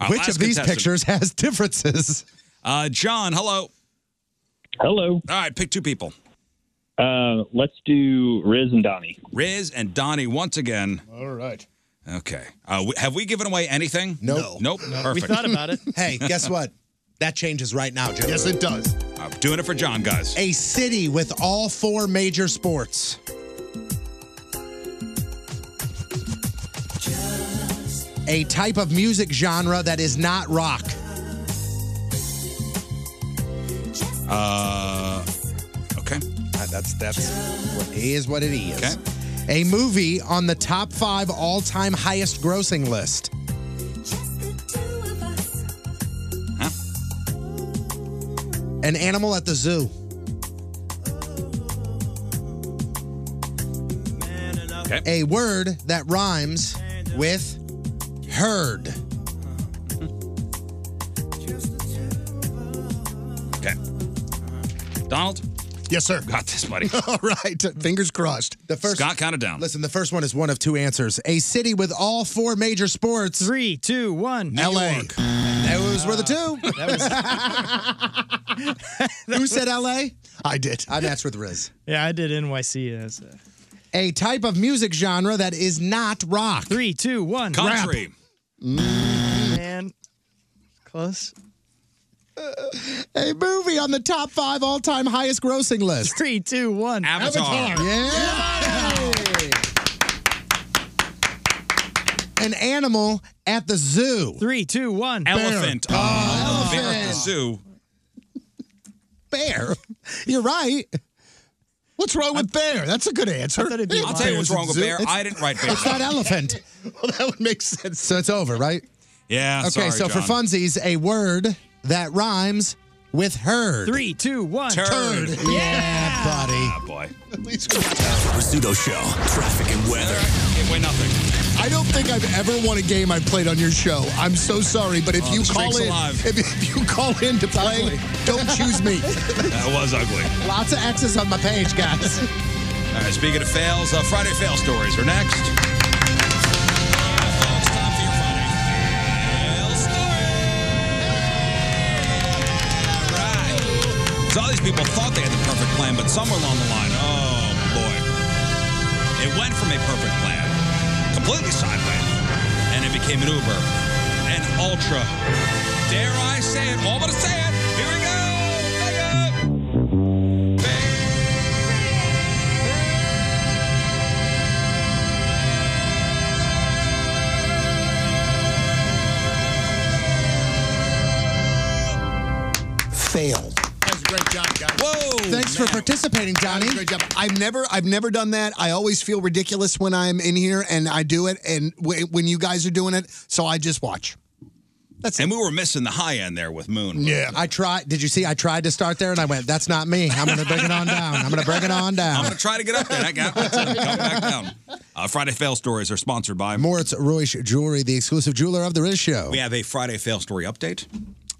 Speaker 1: All right,
Speaker 3: Which
Speaker 1: last
Speaker 3: of these
Speaker 1: contestant.
Speaker 3: pictures has differences?
Speaker 1: Uh, John, hello.
Speaker 18: Hello.
Speaker 1: All right, pick two people.
Speaker 18: Uh, let's do Riz and Donnie.
Speaker 1: Riz and Donnie once again.
Speaker 9: All right.
Speaker 1: Okay. Uh, w- have we given away anything?
Speaker 3: Nope.
Speaker 1: Nope. Perfect.
Speaker 3: hey, guess what? That changes right now, Joe.
Speaker 1: Yes, it does. I'm Uh, doing it for John, guys.
Speaker 3: A city with all four major sports. A type of music genre that is not rock.
Speaker 1: Uh, okay.
Speaker 3: Uh, that's that's what is what it is. A movie on the top five all-time highest grossing list. An animal at the zoo. A word that rhymes with herd.
Speaker 1: Okay. Donald?
Speaker 9: Yes, sir.
Speaker 1: Got this, buddy.
Speaker 9: All right. Fingers crossed.
Speaker 3: The first
Speaker 1: Scott counted down.
Speaker 3: Listen, the first one is one of two answers. A city with all four major sports.
Speaker 8: Three, two, one.
Speaker 3: L.A. Those were the two. Who said L.A.?
Speaker 9: I did.
Speaker 3: I matched with Riz.
Speaker 8: Yeah, I did NYC as uh,
Speaker 3: A type of music genre that is not rock.
Speaker 8: Three, two, one.
Speaker 1: Country.
Speaker 8: man. Close.
Speaker 3: A movie on the top five all-time highest grossing list.
Speaker 8: Three, two, one.
Speaker 1: Avatar.
Speaker 3: Yeah. An animal at the zoo.
Speaker 8: Three, two, one.
Speaker 1: Elephant. Oh, elephant. at the zoo.
Speaker 3: Bear. You're right.
Speaker 9: What's wrong with bear? That's a good answer.
Speaker 1: I'll tell you what's wrong with bear. I didn't write bear.
Speaker 3: It's not elephant.
Speaker 9: well, that would make sense.
Speaker 3: So it's over, right?
Speaker 1: Yeah.
Speaker 3: okay,
Speaker 1: Ah, sorry,
Speaker 3: so
Speaker 1: John.
Speaker 3: for funsies, a word that rhymes with herd.
Speaker 8: Three, two, one.
Speaker 3: Turd. Yeah, buddy.
Speaker 1: Ah, boy.
Speaker 19: Rizzuto Show, traffic and weather.
Speaker 1: It went nothing.
Speaker 9: I don't think I've ever won a game I've played on your show. I'm so sorry, but if
Speaker 1: Oh,
Speaker 9: you
Speaker 1: the
Speaker 9: call
Speaker 1: streak's
Speaker 9: in,
Speaker 1: alive.
Speaker 9: if, if you call in to play, don't choose me.
Speaker 1: That was ugly.
Speaker 3: Lots of X's on my page, guys.
Speaker 1: All right, speaking of fails, uh, Friday fail stories are next. All right. So all these people thought they had the perfect plan, but somewhere along the line, oh boy, it went from a perfect plan, completely sideways, and it became an Uber, an Ultra. Dare I say it? All but say it. Here we go. Mega fail.
Speaker 9: failed. That's a great job, guys.
Speaker 3: Whoa! Thanks for participating, Johnny.
Speaker 9: Great job. I've never, I've never done that. I always feel ridiculous when I'm in here and I do it, and w- when you guys are doing it, so I just watch.
Speaker 1: and we were missing the high end there with Moon.
Speaker 9: Yeah.
Speaker 3: I tried. Did you see? I tried to start there and I went, that's not me. I'm going to bring it on down. I'm going to bring it on
Speaker 1: I'm
Speaker 3: down.
Speaker 1: going to try to get up there. I got it. Come back down. Uh, Friday Fail Stories are sponsored by.
Speaker 3: Moritz Roish Jewelry, the exclusive jeweler of the Riz Show.
Speaker 1: We have a Friday Fail Story update.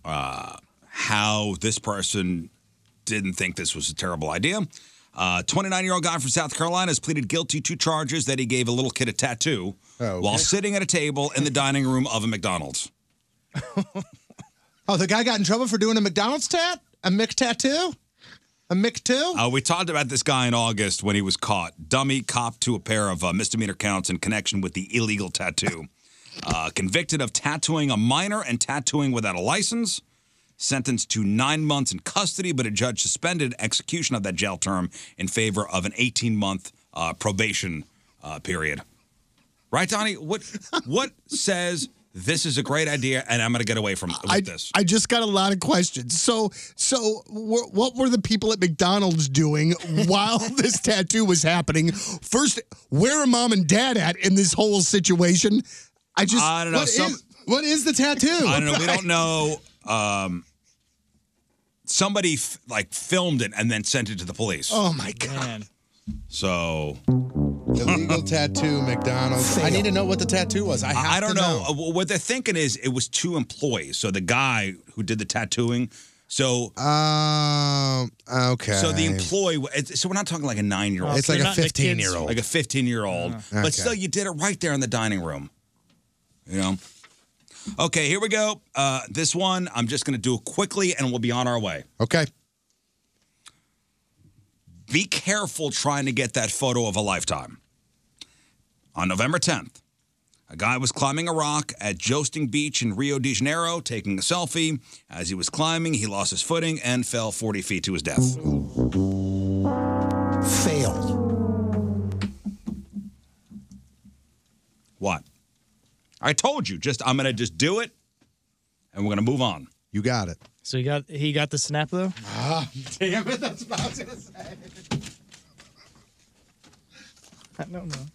Speaker 1: Uh, how this person didn't think this was a terrible idea. 29 year old guy from South Carolina has pleaded guilty to charges that he gave a little kid a tattoo while sitting at a table in the dining room of a McDonald's.
Speaker 3: Oh, the guy got in trouble for doing a McDonald's tat? A Mick tattoo? A Mick two?
Speaker 1: Uh, we talked about this guy in August when he was caught. Dummy cop to a pair of uh, misdemeanor counts in connection with the illegal tattoo. Uh, convicted of tattooing a minor and tattooing without a license. Sentenced to nine months in custody, but a judge suspended execution of that jail term in favor of an 18 month uh, probation uh, period. Right, Donnie? What, what says this is a great idea and I'm going to get away from with
Speaker 9: I,
Speaker 1: this?
Speaker 9: I just got a lot of questions. So, so wh- what were the people at McDonald's doing while this tattoo was happening? First, where are mom and dad at in this whole situation? I just
Speaker 1: I don't know,
Speaker 9: what is-
Speaker 1: some-
Speaker 3: what is the tattoo?
Speaker 1: I don't know. We don't know. Um, somebody f- like filmed it and then sent it to the police.
Speaker 9: Oh my god!
Speaker 1: So
Speaker 3: Illegal tattoo, McDonald's. I need to know what the tattoo was. I, have
Speaker 1: I, I don't
Speaker 3: to know.
Speaker 1: know. Uh, What they're thinking is it was two employees. So the guy who did the tattooing. So
Speaker 3: Um. Okay.
Speaker 1: so the employee. it's- So we're not talking like a nine year old.
Speaker 3: It's like a 15-year-old.
Speaker 1: Like a fifteen year old.
Speaker 3: Okay.
Speaker 1: But still, you did it right there in the dining room. You know. Okay, here we go. Uh, this one I'm just going to do it quickly, and we'll be on our way.
Speaker 3: Okay.
Speaker 1: be careful trying to get that photo of a lifetime. On November 10th, a guy was climbing a rock at Josting Beach in Rio de Janeiro, taking a selfie. As he was climbing, he lost his footing and fell 40 feet to his death.
Speaker 9: Failed.
Speaker 1: What? I told you, just I'm going to just do it and we're going to move on.
Speaker 3: You got it.
Speaker 8: So he got he got the snap though.
Speaker 3: Ah,
Speaker 9: damn it! That's what I was gonna say.
Speaker 8: I don't know.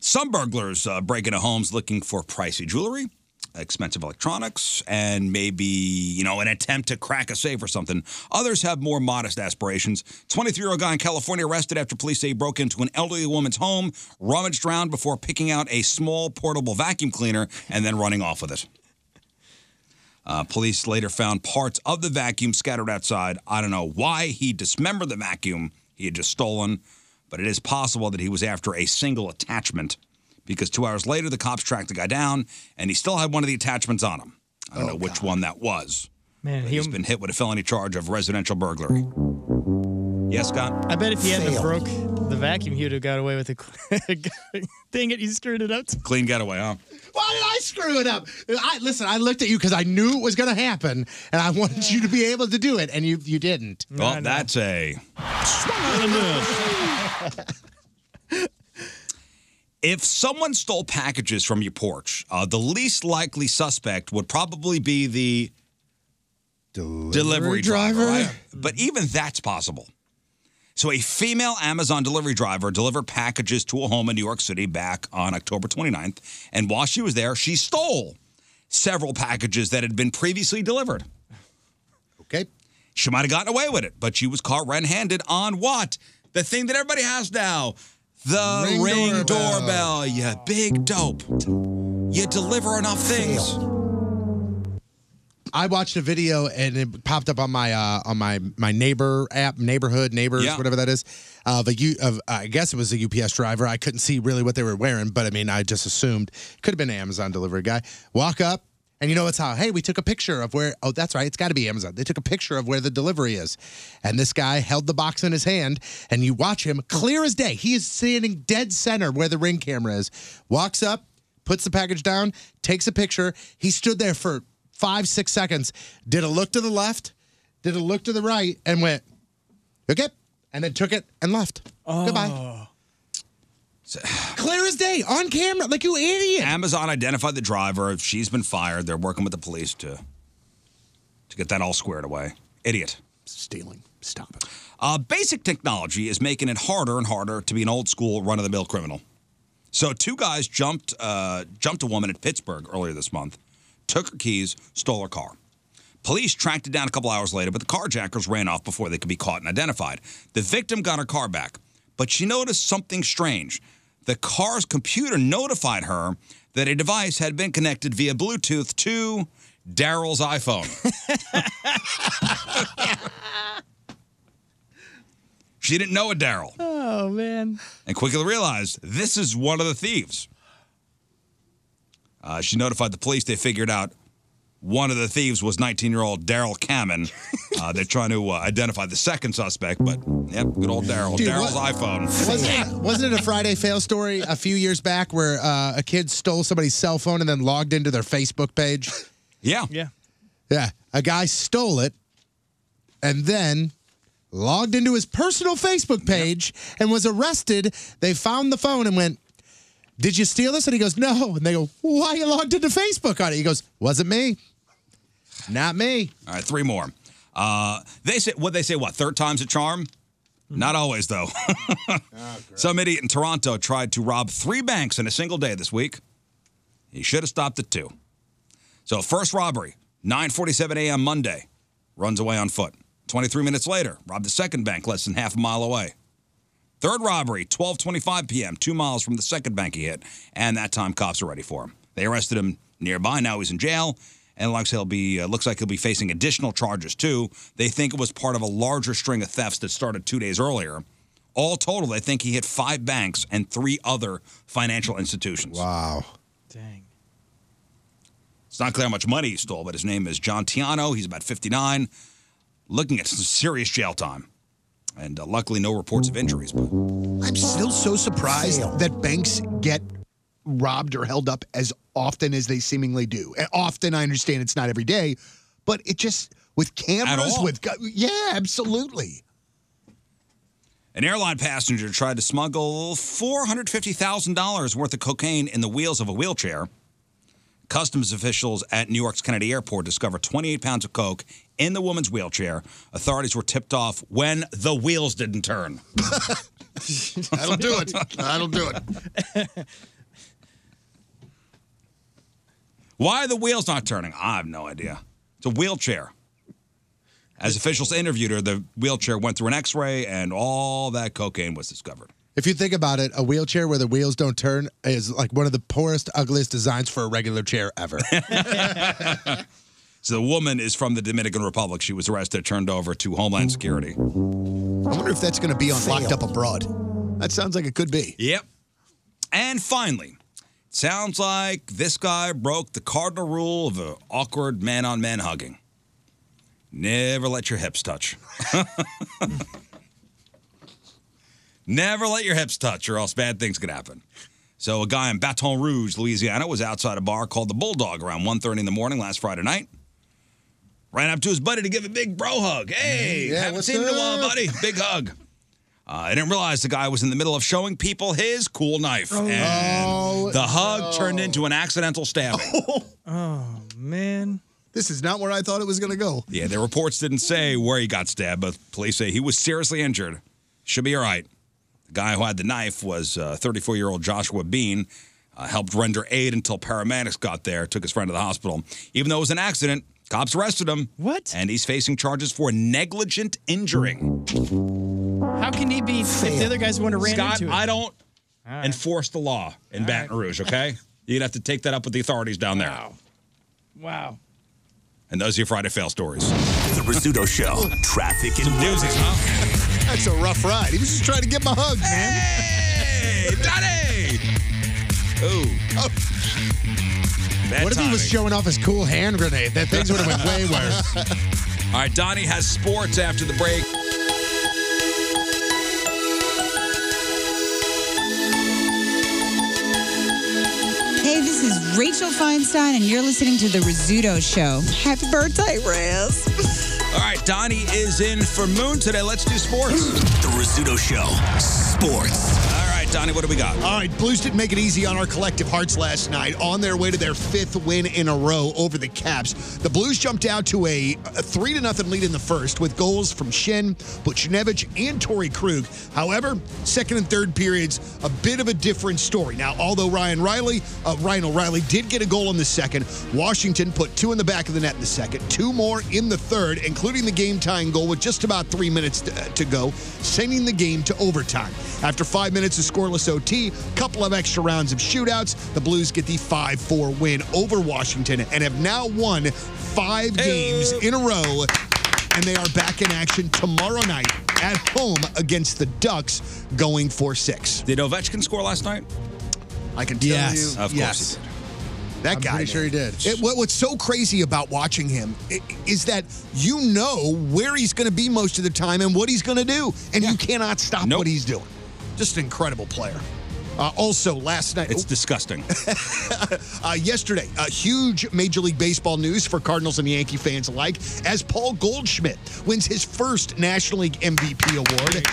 Speaker 1: Some burglars uh, break into homes looking for pricey jewelry, expensive electronics, and maybe, you know, an attempt to crack a safe or something. Others have more modest aspirations. 23 year old guy in California arrested after police say he broke into an elderly woman's home, rummaged around before picking out a small portable vacuum cleaner and then running off with it. Uh, police later found parts of the vacuum scattered outside. I don't know why he dismembered the vacuum he had just stolen, but it is possible that he was after a single attachment because two hours later, the cops tracked the guy down and he still had one of the attachments on him. I don't know which one that was.
Speaker 8: Man,
Speaker 1: but
Speaker 8: Oh, he,
Speaker 1: he's been hit with a felony charge of residential burglary. Yes, Scott?
Speaker 8: I bet if he hadn't have broke the vacuum, he would have got away with it. Dang it, you screwed it up.
Speaker 1: Clean getaway, huh?
Speaker 3: Why did I screw it up? I listen. I looked at you because I knew it was going to happen, and I wanted you to be able to do it, and you you didn't.
Speaker 1: Well, that's a. If someone stole packages from your porch, uh, the least likely suspect would probably be the delivery, driver. right? But even that's possible. So, a female Amazon delivery driver delivered packages to a home in New York City back on October 29th. And while she was there, she stole several packages that had been previously delivered.
Speaker 3: Okay.
Speaker 1: She might have gotten away with it, but she was caught red handed on what? The thing that everybody has now the ring,
Speaker 3: Ring
Speaker 1: doorbell.
Speaker 3: doorbell.
Speaker 1: you big dope. You deliver enough things.
Speaker 3: I watched a video and it popped up on my uh, on my my neighbor app, neighborhood neighbors,
Speaker 1: Yeah.
Speaker 3: whatever that is. Of a U, of I guess it was a UPS driver. I couldn't see really what they were wearing, but I mean, I just assumed could have been an Amazon delivery guy. Walk up. And you know it's how? Hey, we took a picture of where. Oh, that's right. It's got to be Amazon. They took a picture of where the delivery is, and this guy held the box in his hand, and you watch him clear as day. He is standing dead center where the ring camera is. Walks up, puts the package down, takes a picture. He stood there for five, six seconds, did a look to the left, did a look to the right, and went, okay, and then took it and left. Goodbye. Clear as day on camera, like you idiot.
Speaker 1: Amazon identified the driver. She's been fired. They're working with the police to to get that all squared away. Idiot.
Speaker 9: Stealing. Stop it.
Speaker 1: Uh, basic technology is making it harder and harder to be an old school run of the mill criminal. So two guys jumped uh, jumped a woman in Pittsburgh earlier this month, took her keys, stole her car. Police tracked it down a couple hours later, but the carjackers ran off before they could be caught and identified. The victim got her car back, but she noticed something strange. The car's computer notified her that a device had been connected via Bluetooth to Daryl's iPhone. She didn't know a Daryl
Speaker 8: Oh man.
Speaker 1: and quickly realized this is one of the thieves. Uh, she notified the police. They figured out one of the thieves was 19 year old Daryl Kamen. Uh, they're trying to uh, identify the second suspect, but yep, good old Daryl.
Speaker 3: Dude,
Speaker 1: Daryl's
Speaker 3: what-
Speaker 1: iPhone.
Speaker 3: Wasn't it, wasn't it a Friday fail story a few years back where uh, a kid stole somebody's cell phone and then logged into their Facebook page?
Speaker 1: Yeah.
Speaker 8: Yeah.
Speaker 3: Yeah. A guy stole it and then logged into his personal Facebook page and was arrested. They found the phone and went, Did you steal this? And he goes, No. And they go, Why you logged into Facebook on it? He goes, Wasn't me. Not me.
Speaker 1: All right, three more. Uh, they say what they say. What third time's a charm? Not always, though. Some idiot in Toronto tried to rob three banks in a single day this week. He should have stopped at two. So first robbery, 9:47 a.m. Monday, runs away on foot. 23 minutes later, robbed the second bank less than half a mile away. Third robbery, 12:25 p.m., two miles from the second bank he hit, and that time cops are ready for him. They arrested him nearby. Now he's in jail, and looks he'll be uh, looks like he'll be facing additional charges too. They think it was part of a larger string of thefts that started two days earlier. All total, they think he hit five banks and three other financial institutions.
Speaker 3: Wow.
Speaker 8: Dang.
Speaker 1: It's not clear how much money he stole, but his name is John Tiano. He's about 59, looking at some serious jail time. And uh, luckily, no reports of injuries. But
Speaker 9: I'm still so surprised that banks get robbed or held up as often as they seemingly do. And often, I understand it's not every day, but it just with cameras,
Speaker 1: all.
Speaker 9: with gu- yeah, absolutely.
Speaker 1: An airline passenger tried to smuggle $450,000 worth of cocaine in the wheels of a wheelchair. Customs officials at New York's Kennedy Airport discovered 28 pounds of coke in the woman's wheelchair. Authorities were tipped off when the wheels didn't turn.
Speaker 9: That'll do it. That'll do it.
Speaker 1: Why are the wheels not turning? I have no idea. It's a wheelchair. As officials interviewed her, the wheelchair went through an x ray and all that cocaine was discovered.
Speaker 3: If you think about it, a wheelchair where the wheels don't turn is like one of the poorest, ugliest designs for a regular chair ever.
Speaker 1: So the woman is from the Dominican Republic. She was arrested, turned over to Homeland Security.
Speaker 9: I wonder if that's going to be on Locked Up Abroad. That sounds like it could be.
Speaker 1: Yep. And finally, it sounds like this guy broke the cardinal rule of an awkward man on man hugging. Never let your hips touch. Never let your hips touch, or else bad things could happen. So, a guy in Baton Rouge, Louisiana, was outside a bar called the Bulldog around 1.30 in the morning last Friday night. Ran up to his buddy to give a big bro hug. Hey,
Speaker 20: Mm-hmm. Yeah,
Speaker 1: haven't
Speaker 20: what's
Speaker 1: seen you in a while,
Speaker 20: up?
Speaker 1: buddy. Big hug. Uh, I didn't realize the guy was in the middle of showing people his cool knife. and the hug turned into an accidental stabbing.
Speaker 8: Oh man.
Speaker 9: This is not where I thought it was going to go.
Speaker 1: Yeah, the reports didn't say where he got stabbed, but police say he was seriously injured. Should be all right. The guy who had the knife was 34 year old Joshua Bean. Uh, helped render aid until paramedics got there, took his friend to the hospital. Even though it was an accident, cops arrested him. What? And he's facing charges for negligent injuring.
Speaker 8: How can he be if the other guys wouldn't have ran
Speaker 1: Scott,
Speaker 8: into it?
Speaker 1: I don't enforce the law in Baton Rouge, okay? You'd have to take that up with the authorities down there.
Speaker 8: Wow.
Speaker 1: And those are your Friday fail stories.
Speaker 19: The Rizzuto Show. Traffic and music.
Speaker 9: That's a rough ride. He was just trying to get my hug, man.
Speaker 1: Hey, Donnie! Ooh. Bad
Speaker 3: Oh. what if he was
Speaker 1: timing.
Speaker 3: showing off his cool hand grenade? That things would have went way worse.
Speaker 1: All right, Donnie has sports after the break.
Speaker 17: Hey, this is Rachel Feinstein, and you're listening to The Rizzuto Show. Happy birthday, Riz.
Speaker 1: All right, Donnie is in for Moon today. Let's do sports.
Speaker 19: The Rizzuto Show. Sports.
Speaker 1: All right, Donnie, what do we got?
Speaker 2: All right, Blues didn't make it easy on our collective hearts last night on their way to their fifth win in a row over the Caps. The Blues jumped out to a, a 3 to nothing lead in the first with goals from Shen, Butchnevich, and Torrey Krug. However, second and third periods, a bit of a different story. Now, although Ryan Riley, uh, Ryan O'Reilly did get a goal in the second, Washington put two in the back of the net in the second, two more in the third, including the game tying goal with just about three minutes to, uh, to go, sending the game to overtime. After five minutes of scoreless OT, couple of extra rounds of shootouts, the Blues get the 5 4 win over Washington and have now won five games in a row. And they are back in action tomorrow night at home against the Ducks, going for six.
Speaker 1: Did Ovechkin score last night?
Speaker 2: I can tell
Speaker 1: Yes.
Speaker 2: you.
Speaker 1: Of course he did.
Speaker 2: That
Speaker 1: I'm
Speaker 2: guy.
Speaker 1: pretty sure he
Speaker 2: did. It, what, what's so crazy about watching him i- is that you know where he's going to be most of the time and what he's going to do, and you cannot stop what he's doing. Just an incredible player. Uh, also, last night. oh,
Speaker 1: It's disgusting.
Speaker 2: uh, yesterday, uh, huge Major League Baseball news for Cardinals and Yankee fans alike as Paul Goldschmidt wins his first National League MVP award.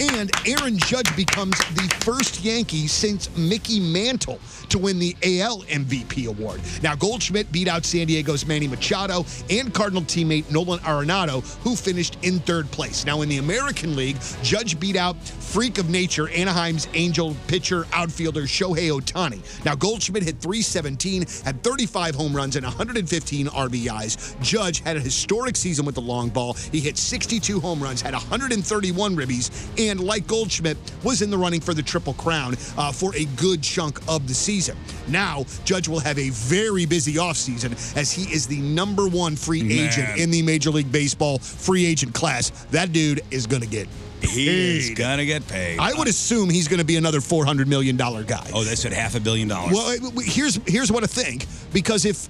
Speaker 2: And Aaron Judge becomes the first Yankee since Mickey Mantle to win the AL MVP award. Now, Goldschmidt beat out San Diego's Manny Machado and Cardinal teammate Nolan Arenado, who finished in third place. Now, in the American League, Judge beat out freak of nature Anaheim's Angel pitcher outfielder Shohei Otani. Now, Goldschmidt hit 317, had 35 home runs and 115 RBIs. Judge had a historic season with the long ball. He hit 62 home runs, had 131 ribbies, and like Goldschmidt, was in the running for the Triple Crown uh, for a good chunk of the season. Now, Judge will have a very busy offseason as he is the number one free
Speaker 1: Man.
Speaker 2: agent in the Major League Baseball free agent class. That dude is going to get.
Speaker 1: He is
Speaker 2: paid.
Speaker 1: gonna get paid.
Speaker 2: I would assume he's going to be another four hundred million dollar guy.
Speaker 1: Oh, they said half a billion dollars.
Speaker 2: Well, it- it- here's here's what I think because if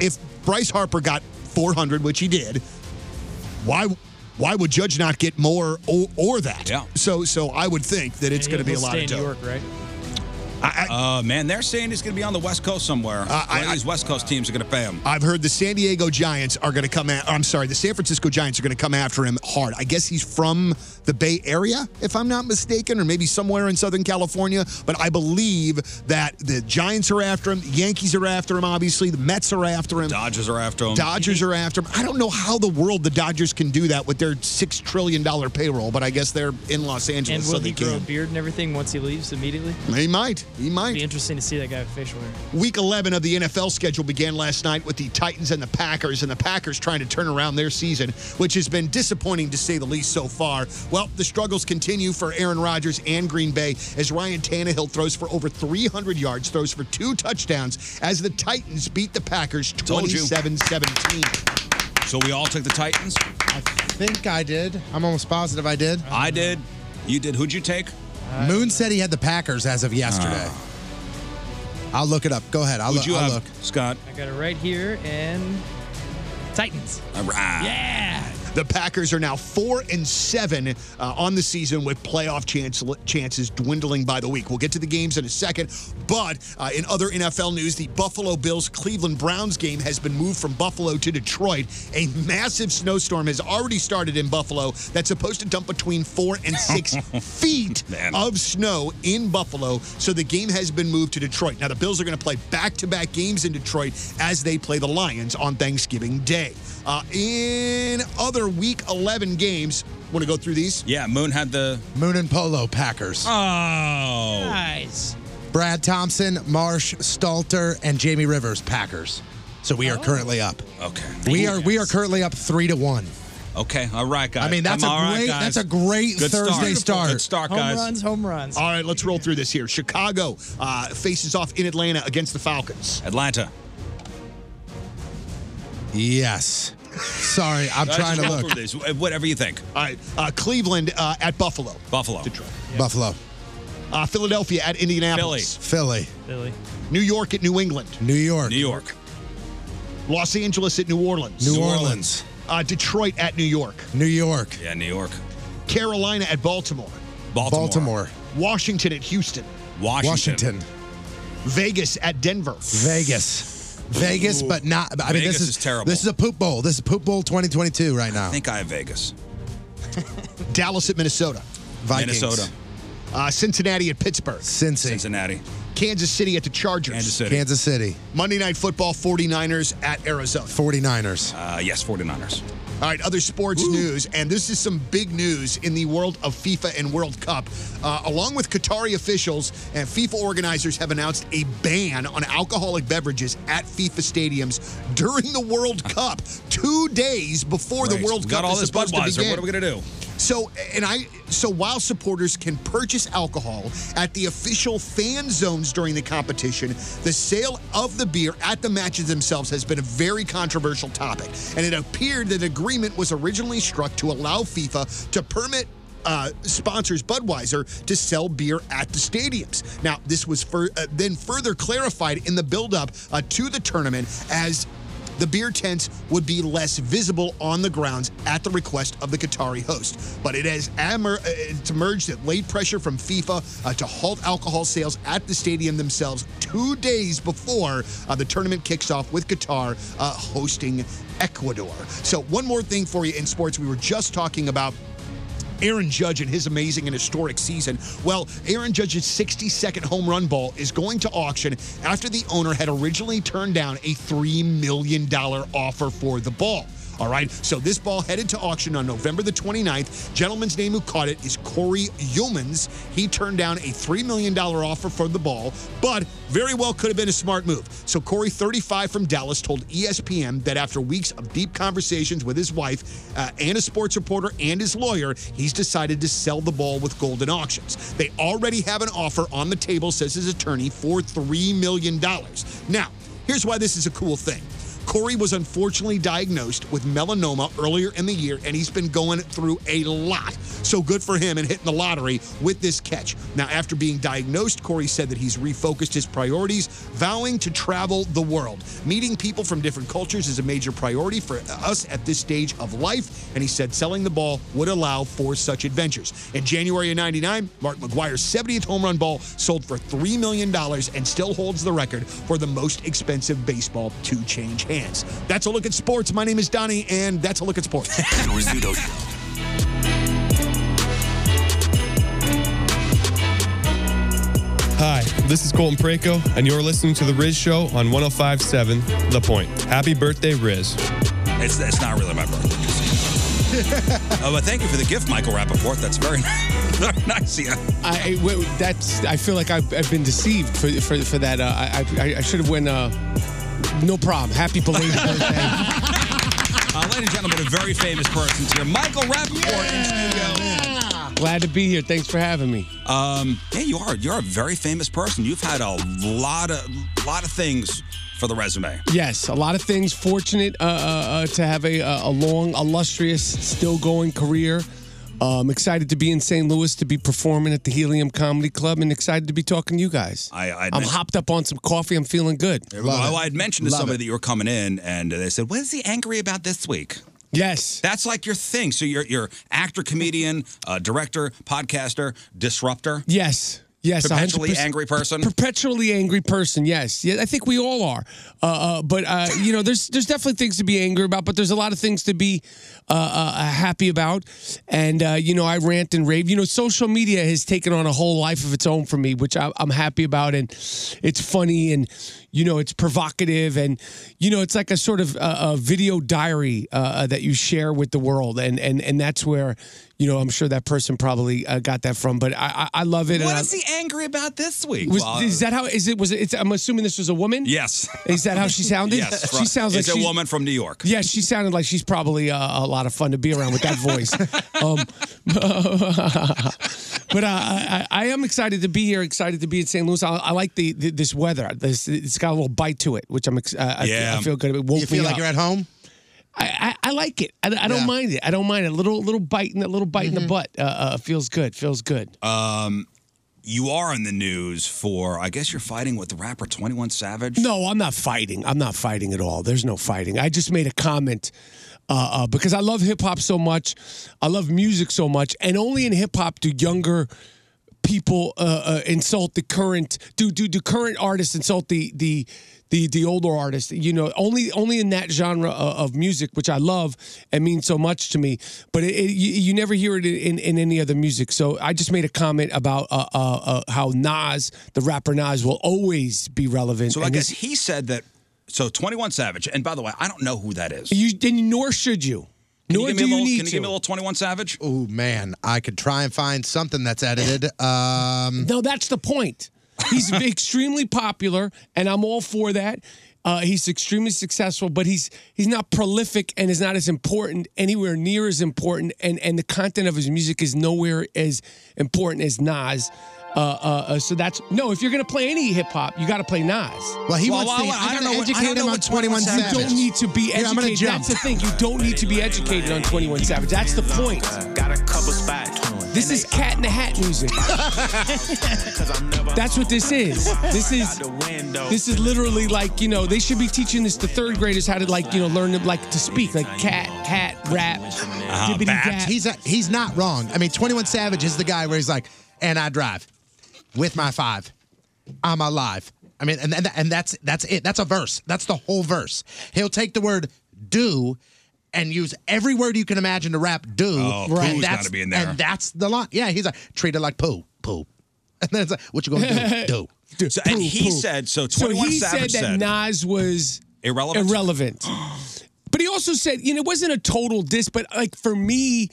Speaker 2: if Bryce Harper got four hundred, which he did, why why would Judge not get more or, or that? Yeah. So so I would think that it's going to be a lot of dough.
Speaker 4: right?
Speaker 1: uh, man, they're saying he's going to be on the West Coast somewhere. One of these West Coast teams are going to pay him.
Speaker 2: I've heard the San Diego Giants are going to come at. I'm sorry, the San Francisco Giants are going to come after him hard. I guess he's from the Bay Area, if I'm not mistaken, or maybe somewhere in Southern California. But I believe that the Giants are after him. The Yankees are after him. Obviously, the Mets are after him.
Speaker 1: Dodgers are after him.
Speaker 2: Dodgers are after him. I don't know how the world the Dodgers can do that with their six trillion dollar payroll, but I guess they're in Los Angeles,
Speaker 4: And
Speaker 2: so
Speaker 4: will
Speaker 2: they
Speaker 4: he grow a
Speaker 2: can.
Speaker 4: beard and everything once he leaves immediately?
Speaker 2: He might. He might.
Speaker 4: Be interesting to see that guy with facial hair.
Speaker 2: Week 11 of the NFL schedule began last night with the Titans and the Packers, and the Packers trying to turn around their season, which has been disappointing to say the least so far. Well, the struggles continue for Aaron Rodgers and Green Bay as Ryan Tannehill throws for over 300 yards, throws for two touchdowns as the Titans beat the Packers
Speaker 1: Told you.
Speaker 2: 27 17.
Speaker 1: So we all took the Titans.
Speaker 3: I think I did. I'm almost positive I did.
Speaker 1: I did. You did. Who'd you take?
Speaker 3: Moon said he had the Packers as of yesterday. I'll look it up. Go ahead. I'll, look-
Speaker 1: Who'd Ah. you
Speaker 3: I'll
Speaker 1: have,
Speaker 3: look.
Speaker 1: Scott?
Speaker 4: I got it right here and Titans.
Speaker 1: All right.
Speaker 4: Yeah.
Speaker 2: The Packers are now four and seven uh, on the season, with playoff chance, chances dwindling by the week. We'll get to the games in a second, but uh, in other NFL news, the Buffalo Bills Cleveland Browns game has been moved from Buffalo to Detroit. A massive snowstorm has already started in Buffalo that's supposed to dump between four and six feet of snow in Buffalo, so the game has been moved to Detroit. Now the Bills are going to play back-to-back games in Detroit as they play the Lions on Thanksgiving Day. Uh, in other Week 11 games, want to go through these?
Speaker 1: Yeah, Moon had the
Speaker 3: Moon and Polo Packers.
Speaker 1: Oh.
Speaker 4: Nice.
Speaker 3: Brad Thompson, Marsh, Stalter, and Jamie Rivers Packers. So we are currently up.
Speaker 1: Okay.
Speaker 3: We are we are currently up three to one.
Speaker 1: Okay. All right, guys.
Speaker 3: I mean, that's
Speaker 1: I'm
Speaker 3: a
Speaker 1: all right,
Speaker 3: great-
Speaker 1: guys.
Speaker 3: that's a great
Speaker 1: Good
Speaker 3: Thursday
Speaker 1: start.
Speaker 3: start.
Speaker 1: Good start, guys.
Speaker 4: home runs.
Speaker 2: All right, let's roll through this here. Chicago uh, faces off in Atlanta against the Falcons.
Speaker 1: Atlanta.
Speaker 3: Yes. Sorry, I'm
Speaker 1: Guys,
Speaker 3: trying to
Speaker 1: just go
Speaker 3: look.
Speaker 1: through this, wh- Whatever you think.
Speaker 2: All right. Uh, Cleveland uh, at Buffalo.
Speaker 1: Buffalo.
Speaker 2: Detroit.
Speaker 3: Buffalo.
Speaker 2: Uh, Philadelphia at Indianapolis.
Speaker 3: Philly.
Speaker 4: Philly.
Speaker 2: New York at New England.
Speaker 3: New York.
Speaker 1: New York.
Speaker 2: Los Angeles at New Orleans.
Speaker 3: New New Orleans. Orleans.
Speaker 2: Uh, Detroit at New York.
Speaker 3: New York.
Speaker 1: Yeah, New York.
Speaker 2: Carolina at Baltimore.
Speaker 1: Baltimore.
Speaker 3: Baltimore.
Speaker 2: Washington at Houston.
Speaker 3: Washington.
Speaker 2: Vegas at Denver.
Speaker 3: Vegas. Vegas,
Speaker 2: Ooh.
Speaker 3: but not. I mean,
Speaker 1: Vegas
Speaker 3: this is,
Speaker 1: is terrible.
Speaker 3: This is a poop bowl. This is poop bowl 2022 right now.
Speaker 1: I think I have Vegas.
Speaker 2: Dallas at Minnesota.
Speaker 3: Vikings.
Speaker 1: Minnesota.
Speaker 2: Uh, Cincinnati at Pittsburgh.
Speaker 1: Cincinnati.
Speaker 2: Kansas City at the Chargers. Kansas
Speaker 1: City.
Speaker 3: Kansas City.
Speaker 2: Monday Night Football 49ers at Arizona.
Speaker 3: 49ers.
Speaker 1: Uh, yes, 49ers.
Speaker 2: All right, other sports news, and this is some big news in the world of FIFA and World Cup. Uh, along with Qatari officials and FIFA organizers have announced a ban on alcoholic beverages at FIFA stadiums during the World Cup, two days before
Speaker 1: Great.
Speaker 2: the World
Speaker 1: We
Speaker 2: Cup
Speaker 1: got all
Speaker 2: is
Speaker 1: this
Speaker 2: supposed to
Speaker 1: Budweiser.
Speaker 2: begin.
Speaker 1: What are we gonna do?
Speaker 2: So and I so while supporters can purchase alcohol at the official fan zones during the competition, the sale of the beer at the matches themselves has been a very controversial topic. And it appeared that agreement was originally struck to allow FIFA to permit uh, sponsors Budweiser to sell beer at the stadiums. Now, this was fur- uh, then further clarified in the buildup uh, to the tournament as the beer tents would be less visible on the grounds at the request of the Qatari host. But it has emer- uh, it's emerged that late pressure from FIFA uh, to halt alcohol sales at the stadium themselves two days before uh, the tournament kicks off with Qatar uh, hosting Ecuador. So, one more thing for you in sports. We were just talking about Aaron Judge and his amazing and historic season. Well, Aaron Judge's 62nd home run ball is going to auction after the owner had originally turned down a $3 million offer for the ball. All right, so this ball headed to auction on November the 29th. Gentleman's name who caught it is Corey Yeomans. He turned down a $3 million offer for the ball, but very well could have been a smart move. So Corey, 35 from Dallas, told E ESPN that after weeks of deep conversations with his wife uh, and a sports reporter and his lawyer, he's decided to sell the ball with Golden Auctions. They already have an offer on the table, says his attorney, for $3 million. Now, here's why this is a cool thing. Corey was unfortunately diagnosed with melanoma earlier in the year, and he's been going through a lot. So good for him and hitting the lottery with this catch. Now, after being diagnosed, Corey said that he's refocused his priorities, vowing to travel the world. Meeting people from different cultures is a major priority for us at this stage of life, and he said selling the ball would allow for such adventures. In January of 99, Mark McGuire's 70th home run ball sold for $3 million and still holds the record for the most expensive baseball to change hands. That's a look at sports. My name is Donnie, and that's a look at sports.
Speaker 21: The Rizzuto Show.
Speaker 20: Hi, this is Colton Preko, and you're listening to The Riz Show on 1057 The Point. Happy birthday, Riz.
Speaker 1: It's, it's not really my birthday. oh, but thank you for the gift, Michael Rappaport. That's very, very nice of you.
Speaker 22: I, I- well, that's. I feel like I've, I've been deceived for for, for that. Uh, I I, I should have went. Uh, no problem. Happy belated birthday.
Speaker 1: Uh, ladies and gentlemen, a very famous person's here. Michael Rappaport in studio.
Speaker 22: Glad to be here. Thanks for having me.
Speaker 1: Um, yeah, you are. You're a very famous person. You've had a lot of lot of things for the resume.
Speaker 22: Yes, a lot of things. Fortunate uh, uh, uh, to have a, a long, illustrious, still going career. Um, excited to be in St. Louis to be performing at the Helium Comedy Club, and excited to be talking to you guys.
Speaker 1: I, I
Speaker 22: I'm hopped up on some coffee. I'm feeling good.
Speaker 1: well, Oh, I had mentioned to somebody that you were coming in, and they said, "What is he angry about this week?"
Speaker 22: Yes,
Speaker 1: that's like your thing. So you're you're actor, comedian, uh, director, podcaster, disruptor.
Speaker 22: Yes. Yes, a hundred
Speaker 1: perpetually
Speaker 22: percent-
Speaker 1: angry person.
Speaker 22: Perpetually angry person. Yes, yeah, I think we all are. Uh, uh, but uh, you know, there's there's definitely things to be angry about, but there's a lot of things to be uh, uh, happy about. And uh, you know, I rant and rave. You know, social media has taken on a whole life of its own for me, which I, I'm happy about, and it's funny, and you know, it's provocative, and you know, it's like a sort of uh, a video diary uh, uh, that you share with the world, and and and that's where. You know, I'm sure that person probably uh, got that from, but I, I I love it. and
Speaker 1: What
Speaker 22: I-
Speaker 1: is he angry about this week?
Speaker 22: was,
Speaker 1: Well, uh,
Speaker 22: is that how? Is it? Was it? It's, I'm assuming this was a woman.
Speaker 1: Yes.
Speaker 22: Is that how she sounded?
Speaker 1: Yes,
Speaker 22: she
Speaker 1: from-
Speaker 22: sounds like
Speaker 1: it's
Speaker 22: she's,
Speaker 1: a woman from New York.
Speaker 22: Yeah, she sounded like she's probably uh, a lot of fun to be around with that voice. um, but uh, I, I I am excited to be here. Excited to be in St. Louis. I, I like the, the this weather. This it's got a little bite to it, which I'm. Ex- uh, I,
Speaker 3: Yeah.
Speaker 22: I feel good. It woke
Speaker 3: You feel
Speaker 22: me
Speaker 3: like
Speaker 22: up.
Speaker 3: you're at home?
Speaker 22: I, I, I like it. I, I don't
Speaker 3: Yeah. Mm-hmm.
Speaker 22: mind it. I don't mind it. A little little bite in the little bite in the butt. Uh, uh, feels good. Feels good.
Speaker 1: Um, you are in the news for I guess you're fighting with the rapper Twenty One Savage.
Speaker 22: No, I'm not fighting. I'm not fighting at all. There's no fighting. I just made a comment uh, uh, because I love hip hop so much. I love music so much. And only in hip hop do younger people uh, uh, insult the current do do do current artists insult the the the the older artists. You know, only only in that genre of, of music, which I love and means so much to me. But it, it, you, you never hear it in, in any other music. So I just made a comment about uh, uh, uh, how Nas, the rapper Nas, will always be relevant.
Speaker 1: So I
Speaker 22: And
Speaker 1: guess
Speaker 22: this-
Speaker 1: he said that. So 21 Savage, and by the way, I don't know who that is.
Speaker 22: you then nor should you.
Speaker 1: Can
Speaker 3: Nor
Speaker 1: you give
Speaker 3: do
Speaker 1: me
Speaker 3: you
Speaker 1: a little,
Speaker 3: need
Speaker 1: Can you give me
Speaker 3: to.
Speaker 1: a little 21 Savage?
Speaker 3: Oh man, I could try and find something that's edited. Um,
Speaker 22: no, that's the point. He's extremely popular, and I'm all for that. Uh, he's extremely successful, but he's he's not prolific and is not as important anywhere near as important, and and the content of his music is nowhere as important as Nas. Uh, uh, uh, so that's no. If you're gonna play any hip hop, you got to play Nas.
Speaker 3: Well, he Well, wants well, to- I- I I don't gotta know what- I educate don't him know on what 21 Savage.
Speaker 22: You don't need to be
Speaker 3: Here, I'm gonna
Speaker 22: educated.
Speaker 3: jump.
Speaker 22: that's the thing. You don't need to be educated on 21 Savage. That's the point.
Speaker 10: Got a couple spots.
Speaker 22: This is Cat in the Hat music. That's what this is. This is this is literally like you know they should be teaching this to third graders how to like you know learn to like to speak like cat cat rap.
Speaker 1: Oh,
Speaker 22: dibbity dap.
Speaker 3: He's a, he's not wrong. I mean, Twenty One Savage is the guy where he's like, and I drive with my five. I'm alive. I mean, and and, and that's that's it. That's a verse. That's the whole verse. He'll take the word do. And use every word you can imagine to rap do.
Speaker 1: Oh,
Speaker 3: and
Speaker 1: poo's
Speaker 3: that's-
Speaker 1: gotta be in there.
Speaker 3: And that's the line. Yeah, he's like, treat it like poo, poo. And then it's like, what you gonna do? Do.
Speaker 1: So, and
Speaker 3: Poo,
Speaker 1: he
Speaker 3: poo.
Speaker 1: said so.
Speaker 22: So
Speaker 1: 21
Speaker 22: he
Speaker 1: Savage
Speaker 22: said that Nas was
Speaker 1: irrelevant.
Speaker 22: irrelevant. But he also said, you know, it wasn't a total diss, but like for me,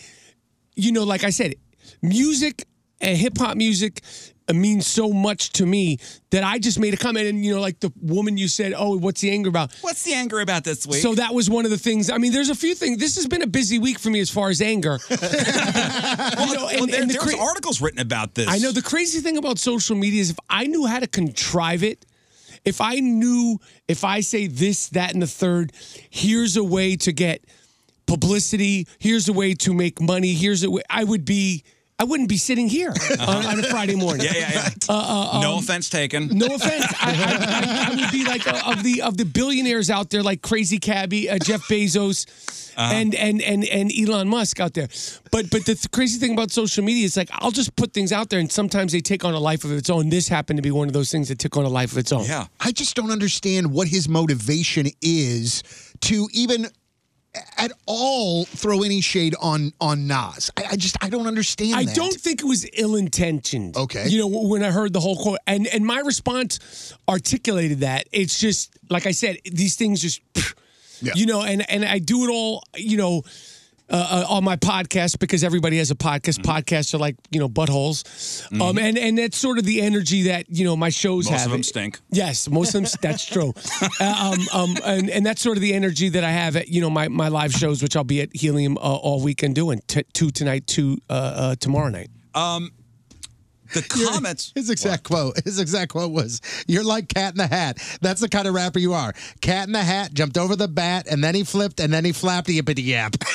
Speaker 22: you know, like I said, music and hip hop music uh, means so much to me that I just made a comment and you know, like the woman you said, Oh, what's the anger about?
Speaker 1: What's the anger about this week?
Speaker 22: So that was one of the things. I mean, there's a few things. This has been a busy week for me as far as anger.
Speaker 1: well,
Speaker 22: you know,
Speaker 1: well,
Speaker 22: and-
Speaker 1: there,
Speaker 22: and the
Speaker 1: there's
Speaker 22: cra-
Speaker 1: articles written about this.
Speaker 22: I know the crazy thing about social media is if I knew how to contrive it, if I knew if I say this, that, and the third, here's a way to get publicity, here's a way to make money, here's a way I would be I wouldn't be sitting here on, on a Friday morning.
Speaker 1: Yeah, yeah, yeah.
Speaker 22: Uh, uh,
Speaker 1: no
Speaker 22: um,
Speaker 1: offense taken.
Speaker 22: No offense. I, I, I, I would be like uh, of the of the billionaires out there, like Crazy Cabby, uh, Jeff Bezos,
Speaker 1: Uh-huh.
Speaker 22: and and and and Elon Musk out there. But but the th- crazy thing about social media is like I'll just put things out there, and sometimes they take on a life of its own. This happened to be one of those things that took on a life of its own.
Speaker 1: Yeah.
Speaker 9: I just don't understand what his motivation is to even at all throw any shade on on Nas. I, I just I don't understand.
Speaker 22: I
Speaker 9: that.
Speaker 22: don't think it was ill intentioned.
Speaker 9: Okay.
Speaker 22: You know, when I heard the whole quote, and and my response articulated that. It's just like I said, these things just, you know, and and I do it all, you know. Uh, uh, on my podcast because everybody has a podcast.
Speaker 9: Mm-hmm.
Speaker 22: Podcasts are like you know buttholes, um, and and that's sort of the energy that you know my shows
Speaker 1: Most
Speaker 22: have.
Speaker 1: of them stink.
Speaker 22: Yes, most of them. that's true. Uh, um, um, and, and that's sort of the energy that I have at you know my, my live shows, which I'll be at Helium uh, all weekend doing t- two tonight, two uh, uh, tomorrow night.
Speaker 1: Um, the comments.
Speaker 3: His exact quote. His exact quote was, "You're like Cat in the Hat. That's the kind of rapper you are. Cat in the Hat jumped over the bat, and then he flipped, and then he flapped the yippity yap."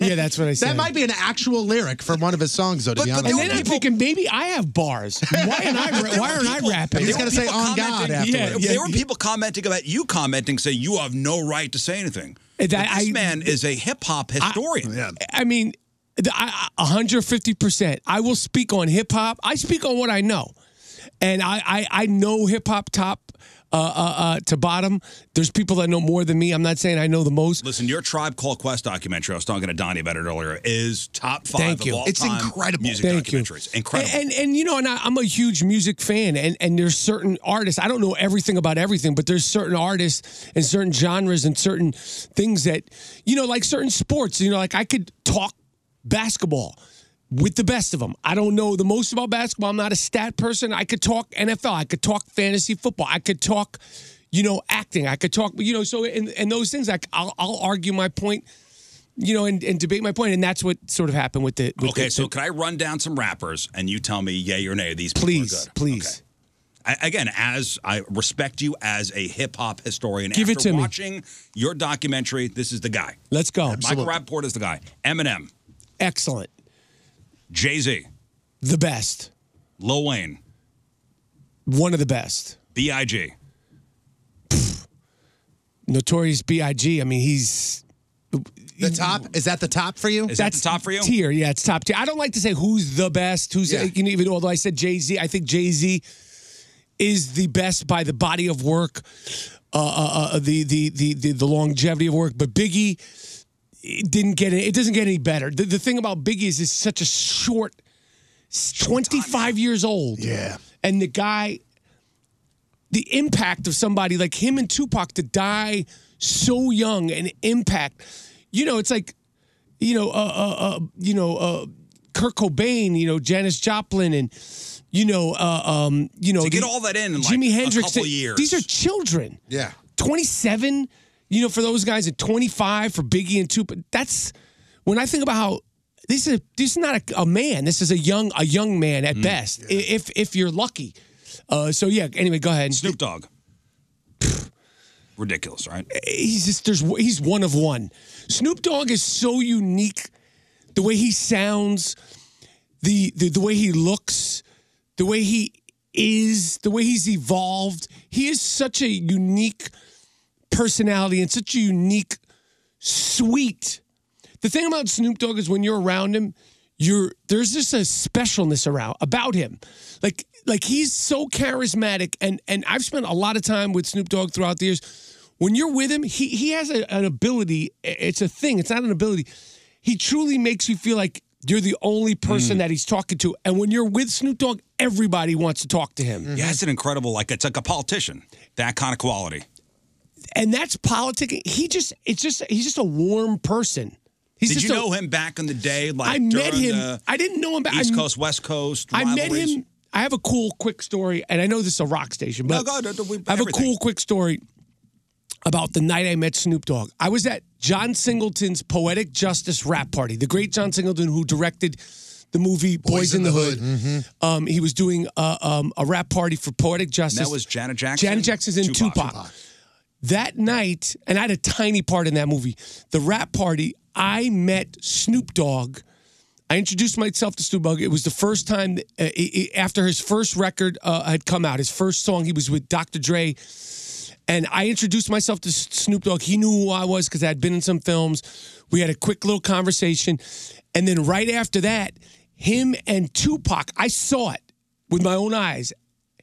Speaker 22: yeah, that's what I said.
Speaker 3: That might be an actual lyric from one of his songs, though. To be honest,
Speaker 22: and then I'm thinking maybe I have bars. Why am I?
Speaker 3: But there
Speaker 22: why
Speaker 3: were
Speaker 22: aren't
Speaker 3: people-
Speaker 22: I rapping?
Speaker 3: You just gotta say on God
Speaker 1: commenting-
Speaker 3: afterwards.
Speaker 1: There- there were people commenting about you commenting, saying you have no right to say anything.
Speaker 22: That
Speaker 1: But this
Speaker 22: I-
Speaker 1: man is a hip hop historian.
Speaker 22: I mean, the- I- I- 150%. I will speak on hip hop. I speak on what I know. And I, I, I know hip hop top uh, uh, uh, to bottom. There's people that know more than me. I'm not saying I know the most.
Speaker 1: Listen, your Tribe Call Quest documentary, I was talking to Donnie about it earlier, is top five
Speaker 22: Thank you.
Speaker 1: of all
Speaker 22: It's
Speaker 1: time
Speaker 22: incredible.
Speaker 1: music
Speaker 22: Thank you.
Speaker 1: documentaries. Incredible.
Speaker 22: And, and and, you know, and I, I'm a huge music fan, and and there's certain artists. I don't know everything about everything, but there's certain artists and certain genres and certain things that you know, like certain sports. You know, like I could talk basketball. With the best of them. I don't know the most about basketball. I'm not a stat person. I could talk NFL. I could talk fantasy football. I could talk, you know, acting. I could talk, you know, so and, and those things, like I'll, I'll argue my point, you know, and, and debate my point, And that's what sort of happened with the. With
Speaker 1: okay,
Speaker 22: the,
Speaker 1: so can I run down some rappers and you tell me yay or nay? These people are
Speaker 22: Please,
Speaker 1: good.
Speaker 22: please.
Speaker 1: I, again, as I respect you as a hip hop historian,
Speaker 22: Give it
Speaker 1: after
Speaker 22: to me.
Speaker 1: watching your documentary, this is the guy.
Speaker 22: Let's go.
Speaker 1: Michael Rapport is the guy. Eminem,
Speaker 22: Excellent.
Speaker 1: Jay Z,
Speaker 22: The best.
Speaker 1: Lil Wayne,
Speaker 22: One of the best.
Speaker 1: B.I.G.
Speaker 22: Notorious B.I.G. I mean, he's
Speaker 3: The top is that the top for you?
Speaker 22: Tier, yeah, it's top tier. I don't like to say who's the best. Who's you know, even although I said Jay Z, I think Jay Z is the best by the body of work, uh, uh, uh, the, the the the the longevity of work. But Biggie it didn't get it. It doesn't get any better. The, the thing about Biggie is, it's such a short, twenty five years old. Yeah, and the guy the impact of somebody like him and Tupac to die so young and impact. You know, it's like, you know, uh, uh, uh, you know, uh, Kurt Cobain, you know, Janis Joplin, and you know, uh, um, you know,
Speaker 1: To get
Speaker 22: the-
Speaker 1: all that in in, like,
Speaker 22: Jimi
Speaker 1: a
Speaker 22: Hendrix.
Speaker 1: couple
Speaker 22: th-
Speaker 1: years.
Speaker 22: These are children.
Speaker 3: Yeah.
Speaker 22: Twenty-seven. You know, for those guys at twenty-five for Biggie and Tupac. That's when I think about how. This is this is not a, a man. This is a young a young man
Speaker 1: Mm.
Speaker 22: at best, i- if if you're lucky. Uh, so yeah. Anyway, go ahead. Snoop
Speaker 1: Dogg. Ridiculous, right?
Speaker 22: Uh, he's just there's he's one of one. Snoop Dogg is so unique. The way he sounds, the the, the way he looks, the way he is, the way he's evolved. He is such a unique personality and such a unique sweet. The thing about Snoop Dogg is when you're around him, you're there's just a specialness around about him. Like like he's so charismatic and and I've spent a lot of time with Snoop Dogg throughout the years. When you're with him, he he has a- an ability. It's a thing. It's not an ability. He truly makes you feel like you're the only
Speaker 1: Mm.
Speaker 22: person that he's talking to. And when you're with Snoop Dogg, everybody wants to talk to him.
Speaker 1: Yeah, it's an incredible, like, it's like a politician, that kind of quality.
Speaker 22: And that's politic. He just it's just he's just a warm person. He's
Speaker 1: Did
Speaker 22: just
Speaker 1: you
Speaker 22: a-
Speaker 1: know him back in the day? Like
Speaker 22: I met
Speaker 1: during
Speaker 22: him.
Speaker 1: the
Speaker 22: I didn't know him back. I
Speaker 1: East
Speaker 22: kn-
Speaker 1: Coast, West Coast.
Speaker 22: I met
Speaker 1: rivalries?
Speaker 22: him. I have a cool, quick story, and I know this is a rock station,
Speaker 1: No,
Speaker 22: but
Speaker 1: go ahead, we-
Speaker 22: I have a
Speaker 1: everything.
Speaker 22: cool, quick story about the night I met Snoop Dogg. I was at John Singleton's Poetic Justice rap party. The great John Singleton, who directed the movie Boys, in the, Hood. Um, he was doing uh, um, a rap party for Poetic
Speaker 1: And
Speaker 22: Justice.
Speaker 1: that was Janet Jackson.
Speaker 22: Janet Jackson's in Tupac. That night, and I had a tiny part in that movie, the rap party, I met Snoop Dogg. I introduced myself to Snoop Dogg. It was the first time uh, i- i- after his first record uh, had come out, his first song, he was with Dr. Dre. And I introduced myself to S- Snoop Dogg. He knew who I was because I had been in some films. We had a quick little conversation. And then right after that, him and Tupac, I saw it with my own eyes.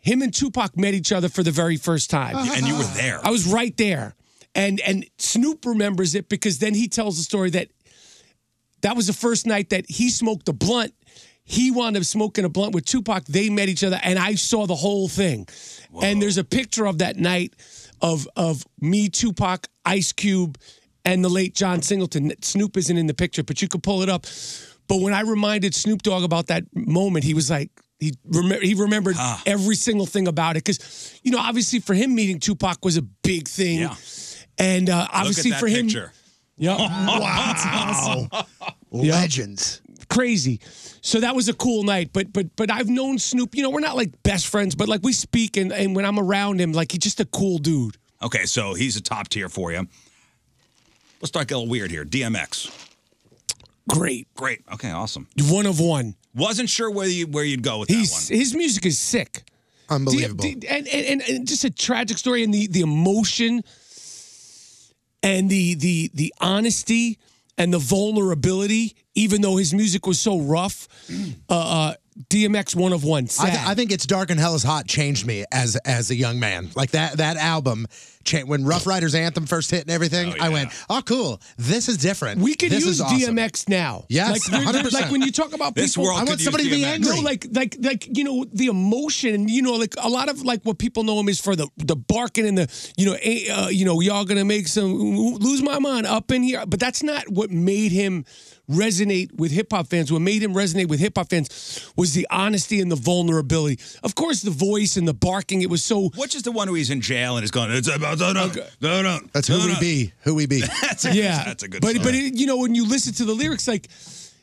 Speaker 22: Him and Tupac met each other for the very first time.
Speaker 1: And you were there.
Speaker 22: I was right there. And and Snoop remembers it because then he tells the story that that was the first night that he smoked a blunt. He wound up smoking a blunt with Tupac. They met each other, and I saw the whole thing. And there's a picture of that night of of me, Tupac, Ice Cube, and the late John Singleton. Snoop isn't in the picture, but you could pull it up. But when I reminded Snoop Dogg about that moment, he was like, he remem- he remembered
Speaker 1: Ah.
Speaker 22: every single thing about it because, you know, obviously for him meeting Tupac was a big thing, and uh, obviously
Speaker 1: Look at that
Speaker 22: for him,
Speaker 1: picture.
Speaker 22: yeah,
Speaker 9: Legends.
Speaker 22: Crazy. So that was a cool night. But but but I've known Snoop. You know, we're not like best friends, but like we speak and, and when I'm around him, like he's just a cool dude.
Speaker 1: Okay, so he's a top tier for you. Let's start getting a little weird here. DMX.
Speaker 22: Great.
Speaker 1: Great. Okay, awesome.
Speaker 22: One of one.
Speaker 1: Wasn't sure where you where you'd go with
Speaker 22: He's his music is sick.
Speaker 1: Unbelievable.
Speaker 22: D- d- and, and, and and just a tragic story and the the emotion and the the the honesty and the vulnerability, even though his music was so rough. Uh, uh DMX one of one.
Speaker 3: I,
Speaker 22: Sad.
Speaker 3: th- I think it's dark and hell is hot changed me as as a young man. Like that that album, cha- when Rough Riders anthem first hit and everything, I went, oh cool, this is different.
Speaker 22: We could
Speaker 3: This
Speaker 22: use
Speaker 3: is awesome."
Speaker 22: DMX now.
Speaker 3: Yes,
Speaker 22: like, we're-
Speaker 3: 100%.
Speaker 22: like when you talk about people,
Speaker 3: This world I want could somebody use to be DMX. angry.
Speaker 22: No, like like like you know the emotion. You know, like a lot of like what people know him is for the the barking and the you know eh, uh, you know y'all gonna make some lose my mind up in here. But that's not what made him resonate with hip hop fans. What made him resonate with hip hop fans was the honesty and the vulnerability. Of course, the voice and the barking. It was so
Speaker 1: Which is the one who he's in jail and is going, it's about, no, no, no, no.
Speaker 3: That's who
Speaker 1: no,
Speaker 3: we
Speaker 1: no."
Speaker 3: be. Who we be.
Speaker 1: That's a,
Speaker 22: yeah,
Speaker 1: that's a good
Speaker 22: But
Speaker 1: song.
Speaker 22: but it, you know when you listen to the lyrics, like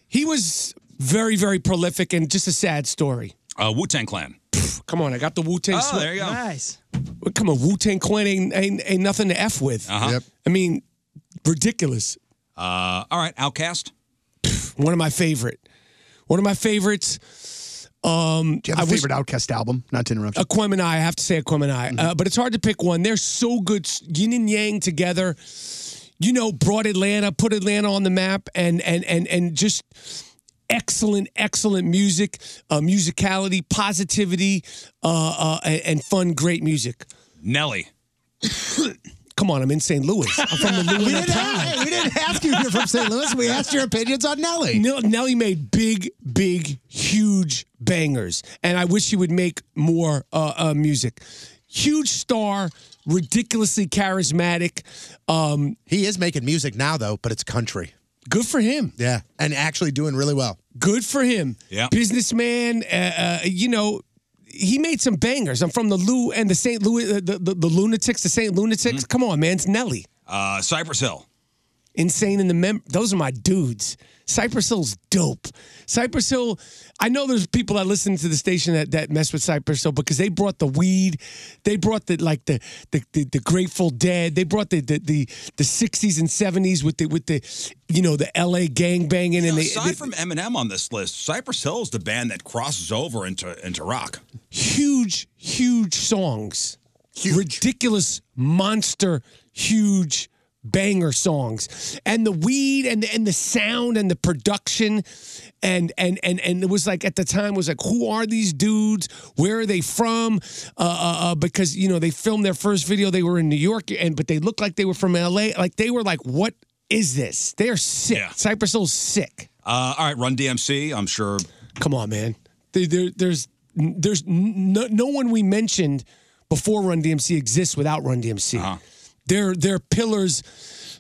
Speaker 22: he was very very prolific and just a sad story.
Speaker 1: uh, Wu Tang Clan.
Speaker 22: Come on, I got the Wu Tang.
Speaker 1: Oh, there you go.
Speaker 22: Nice. Come on, Wu Tang Clan ain't, ain't ain't nothing to f with.
Speaker 1: Uh-huh. Yep.
Speaker 22: I mean, ridiculous.
Speaker 1: Uh, all right, Outcast.
Speaker 22: One of my favorite. One of my favorites. Um,
Speaker 9: Do you have a
Speaker 22: I wish-
Speaker 9: favorite Outcast album? Not to interrupt you.
Speaker 22: Aquemini, I
Speaker 3: Mm-hmm.
Speaker 22: have to say Aquemini, uh, but it's hard to pick one. They're so good, yin and yang together. you know, brought Atlanta, put Atlanta on the map, and and and and just excellent, excellent music, uh, musicality, positivity, uh, uh, and, and fun, great music.
Speaker 1: Nelly.
Speaker 22: Come on, I'm in St. Louis. I'm from the Louis
Speaker 3: We didn't have- we didn't ask you if you're from St. Louis. We asked your opinions on Nelly.
Speaker 22: Nelly made big, big, huge bangers, and I wish she would make more uh, uh, music. Huge star, ridiculously charismatic. Um,
Speaker 3: he is making music now, though, but it's country.
Speaker 22: Good for him.
Speaker 3: Yeah, and actually doing really well.
Speaker 22: Good for him.
Speaker 3: Yeah.
Speaker 22: businessman. Uh, uh, you know, he made some bangers. I'm from the Lou and the St. Louis, uh, the, the the lunatics, the St. Lunatics. Come on, man, it's Nelly.
Speaker 1: Uh, Cypress Hill.
Speaker 22: Insane in the mem. Those are my dudes. Cypress Hill's dope. Cypress Hill. I know there's people that listen to the station that, that mess with Cypress Hill because they brought the weed. They brought the like the the, the, the Grateful Dead. They brought the the, the the 60s and 70s with the with the you know the LA gang banging and
Speaker 1: Now,
Speaker 22: they,
Speaker 1: aside
Speaker 22: they-
Speaker 1: from Eminem on this list, Cypress Hill is the band that crosses over into into rock.
Speaker 22: huge, huge songs. Ridiculous, monster, huge banger songs. And the weed and the and the sound and the production. And and and and it was like at the time it was like, who are these dudes? Where are they from? Uh, uh, uh, because you know, they filmed their first video, they were in New York, and but they looked like they were from LA. Like they were like, what is this? They are sick. Cypress Hill's sick.
Speaker 1: Uh, all right, Run DMC. I'm sure.
Speaker 22: Come on, man. There, there, there's there's no, no one we mentioned before Run DMC exists without Run DMC. They're they're pillars.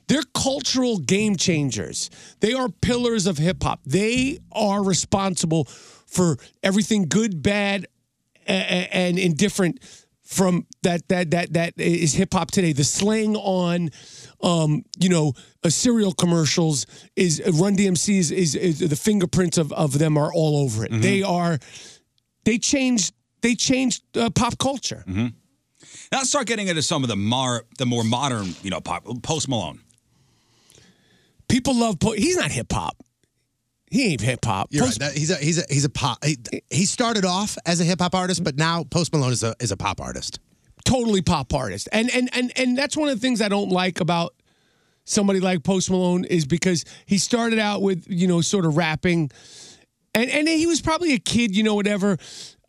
Speaker 22: They're cultural game changers. They are pillars of hip hop. They are responsible for everything good, bad, a- a- and indifferent from that that that that is hip hop today. The slang on, um, you know, uh, cereal commercials is Run DMC is, is, is the fingerprints of of them are all over it. They are, they changed they changed uh, pop culture.
Speaker 1: Mhm. Now let's start getting into some of the more the more modern, you know, pop. Post Malone.
Speaker 22: People love po- he's not hip hop. He ain't hip hop.
Speaker 3: You're
Speaker 22: Post-
Speaker 3: right. That- he's a he's a he's a pop. He, he started off as a hip hop artist, but now Post Malone is a is a pop artist.
Speaker 22: totally pop artist. And and and and that's one of the things I don't like about somebody like Post Malone is because he started out with, you know, sort of rapping. And and he was probably a kid, you know, whatever.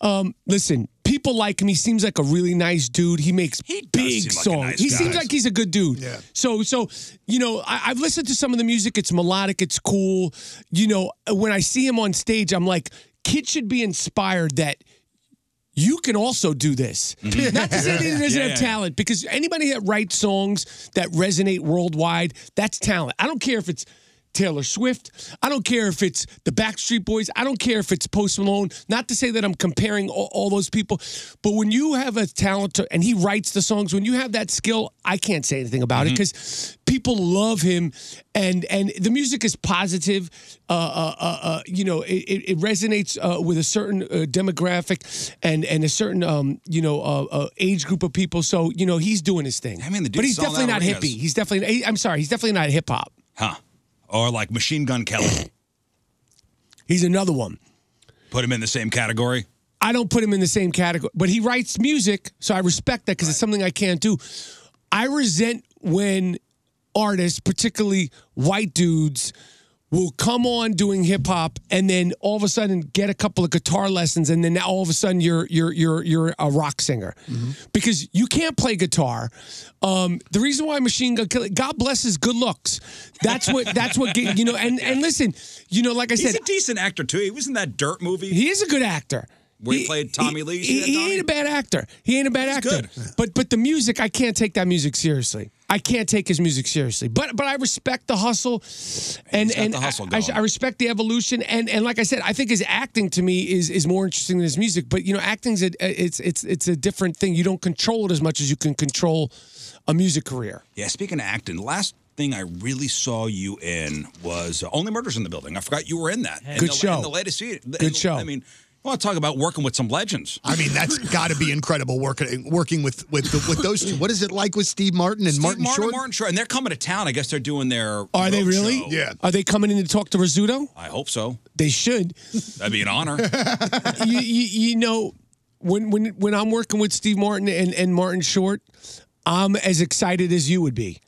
Speaker 22: Um, listen, people like him. He seems like a really nice dude. He makes big
Speaker 23: seem like a
Speaker 22: songs.
Speaker 23: nice
Speaker 22: he
Speaker 23: guy.
Speaker 22: seems like he's a good dude. Yeah. So so you know, I, I've listened to some of the music. It's melodic. It's cool. You know, when I see him on stage, I'm like, kids should be inspired that you can also do this.
Speaker 23: Mhm.
Speaker 22: Not to say that he doesn't
Speaker 23: Yeah,
Speaker 22: have
Speaker 23: yeah.
Speaker 22: talent, because anybody that writes songs that resonate worldwide, that's talent. I don't care if it's Taylor Swift. I don't care if it's the Backstreet Boys. I don't care if it's Post Malone. Not to say that I'm comparing all, all those people, but when you have a talent to- and he writes the songs, when you have that skill, I can't say anything about it
Speaker 1: Mm-hmm.
Speaker 22: because people love him, and and the music is positive. Uh, uh, uh, uh, you know, it, it it resonates uh, with a certain uh, demographic and and a certain um, you know uh, uh, age group of people. So you know, he's doing his thing. I mean,
Speaker 1: the dude's
Speaker 22: but he's
Speaker 1: selling
Speaker 22: definitely
Speaker 1: out
Speaker 22: not
Speaker 1: arenas.
Speaker 22: hippie. He's definitely. he- I'm sorry, he's definitely not hip hop.
Speaker 1: Huh. Or like Machine Gun Kelly.
Speaker 22: He's another one.
Speaker 1: Put him in the same category.
Speaker 22: I don't put him in the same category, but he writes music, so I respect that because it's something I can't do. I resent when artists, particularly white dudes, will come on doing hip hop and then all of a sudden get a couple of guitar lessons and then now all of a sudden you're you're you're you're a rock singer
Speaker 1: Mm-hmm.
Speaker 22: because you can't play guitar. Um, the reason why Machine Gun Kelly, God bless his good looks. That's what that's what get- you know. And and listen, you know, like I
Speaker 1: He's
Speaker 22: said,
Speaker 1: a decent actor too. He was in that Dirt movie.
Speaker 22: he is a good actor.
Speaker 1: Where he, played Tommy Lee.
Speaker 22: He, he ain't a bad actor. He ain't a bad actor. But but the music, I can't take that music seriously. I can't take his music seriously. But but I respect the hustle, and
Speaker 1: got
Speaker 22: and
Speaker 1: the hustle
Speaker 22: I- I,
Speaker 1: going.
Speaker 22: I respect the evolution. And and like I said, I think his acting to me is is more interesting than his music. But you know, acting's a, it's it's it's a different thing. You don't control it as much as you can control a music career.
Speaker 1: Yeah, speaking of acting, the last thing I really saw you in was uh, Only Murders in the Building. I forgot you were in that. In
Speaker 22: Good
Speaker 1: the,
Speaker 22: show.
Speaker 1: In the latest se- in
Speaker 22: Good
Speaker 1: the-
Speaker 22: show.
Speaker 1: I mean, I want to talk about working with some legends.
Speaker 9: I mean, that's got to be incredible working working with with the, with those two. What is it like with Steve Martin and
Speaker 1: Steve
Speaker 9: Martin,
Speaker 1: Martin,
Speaker 9: Short?
Speaker 1: Martin Short, and they're coming to town. I guess they're doing their.
Speaker 22: Are they
Speaker 1: road
Speaker 22: really?
Speaker 1: show.
Speaker 22: Are they coming in to talk to Rizzuto?
Speaker 1: I hope so.
Speaker 22: They should.
Speaker 1: That'd be an honor.
Speaker 22: you, you, you know, when when when I'm working with Steve Martin and, and Martin Short, I'm as excited as you would be.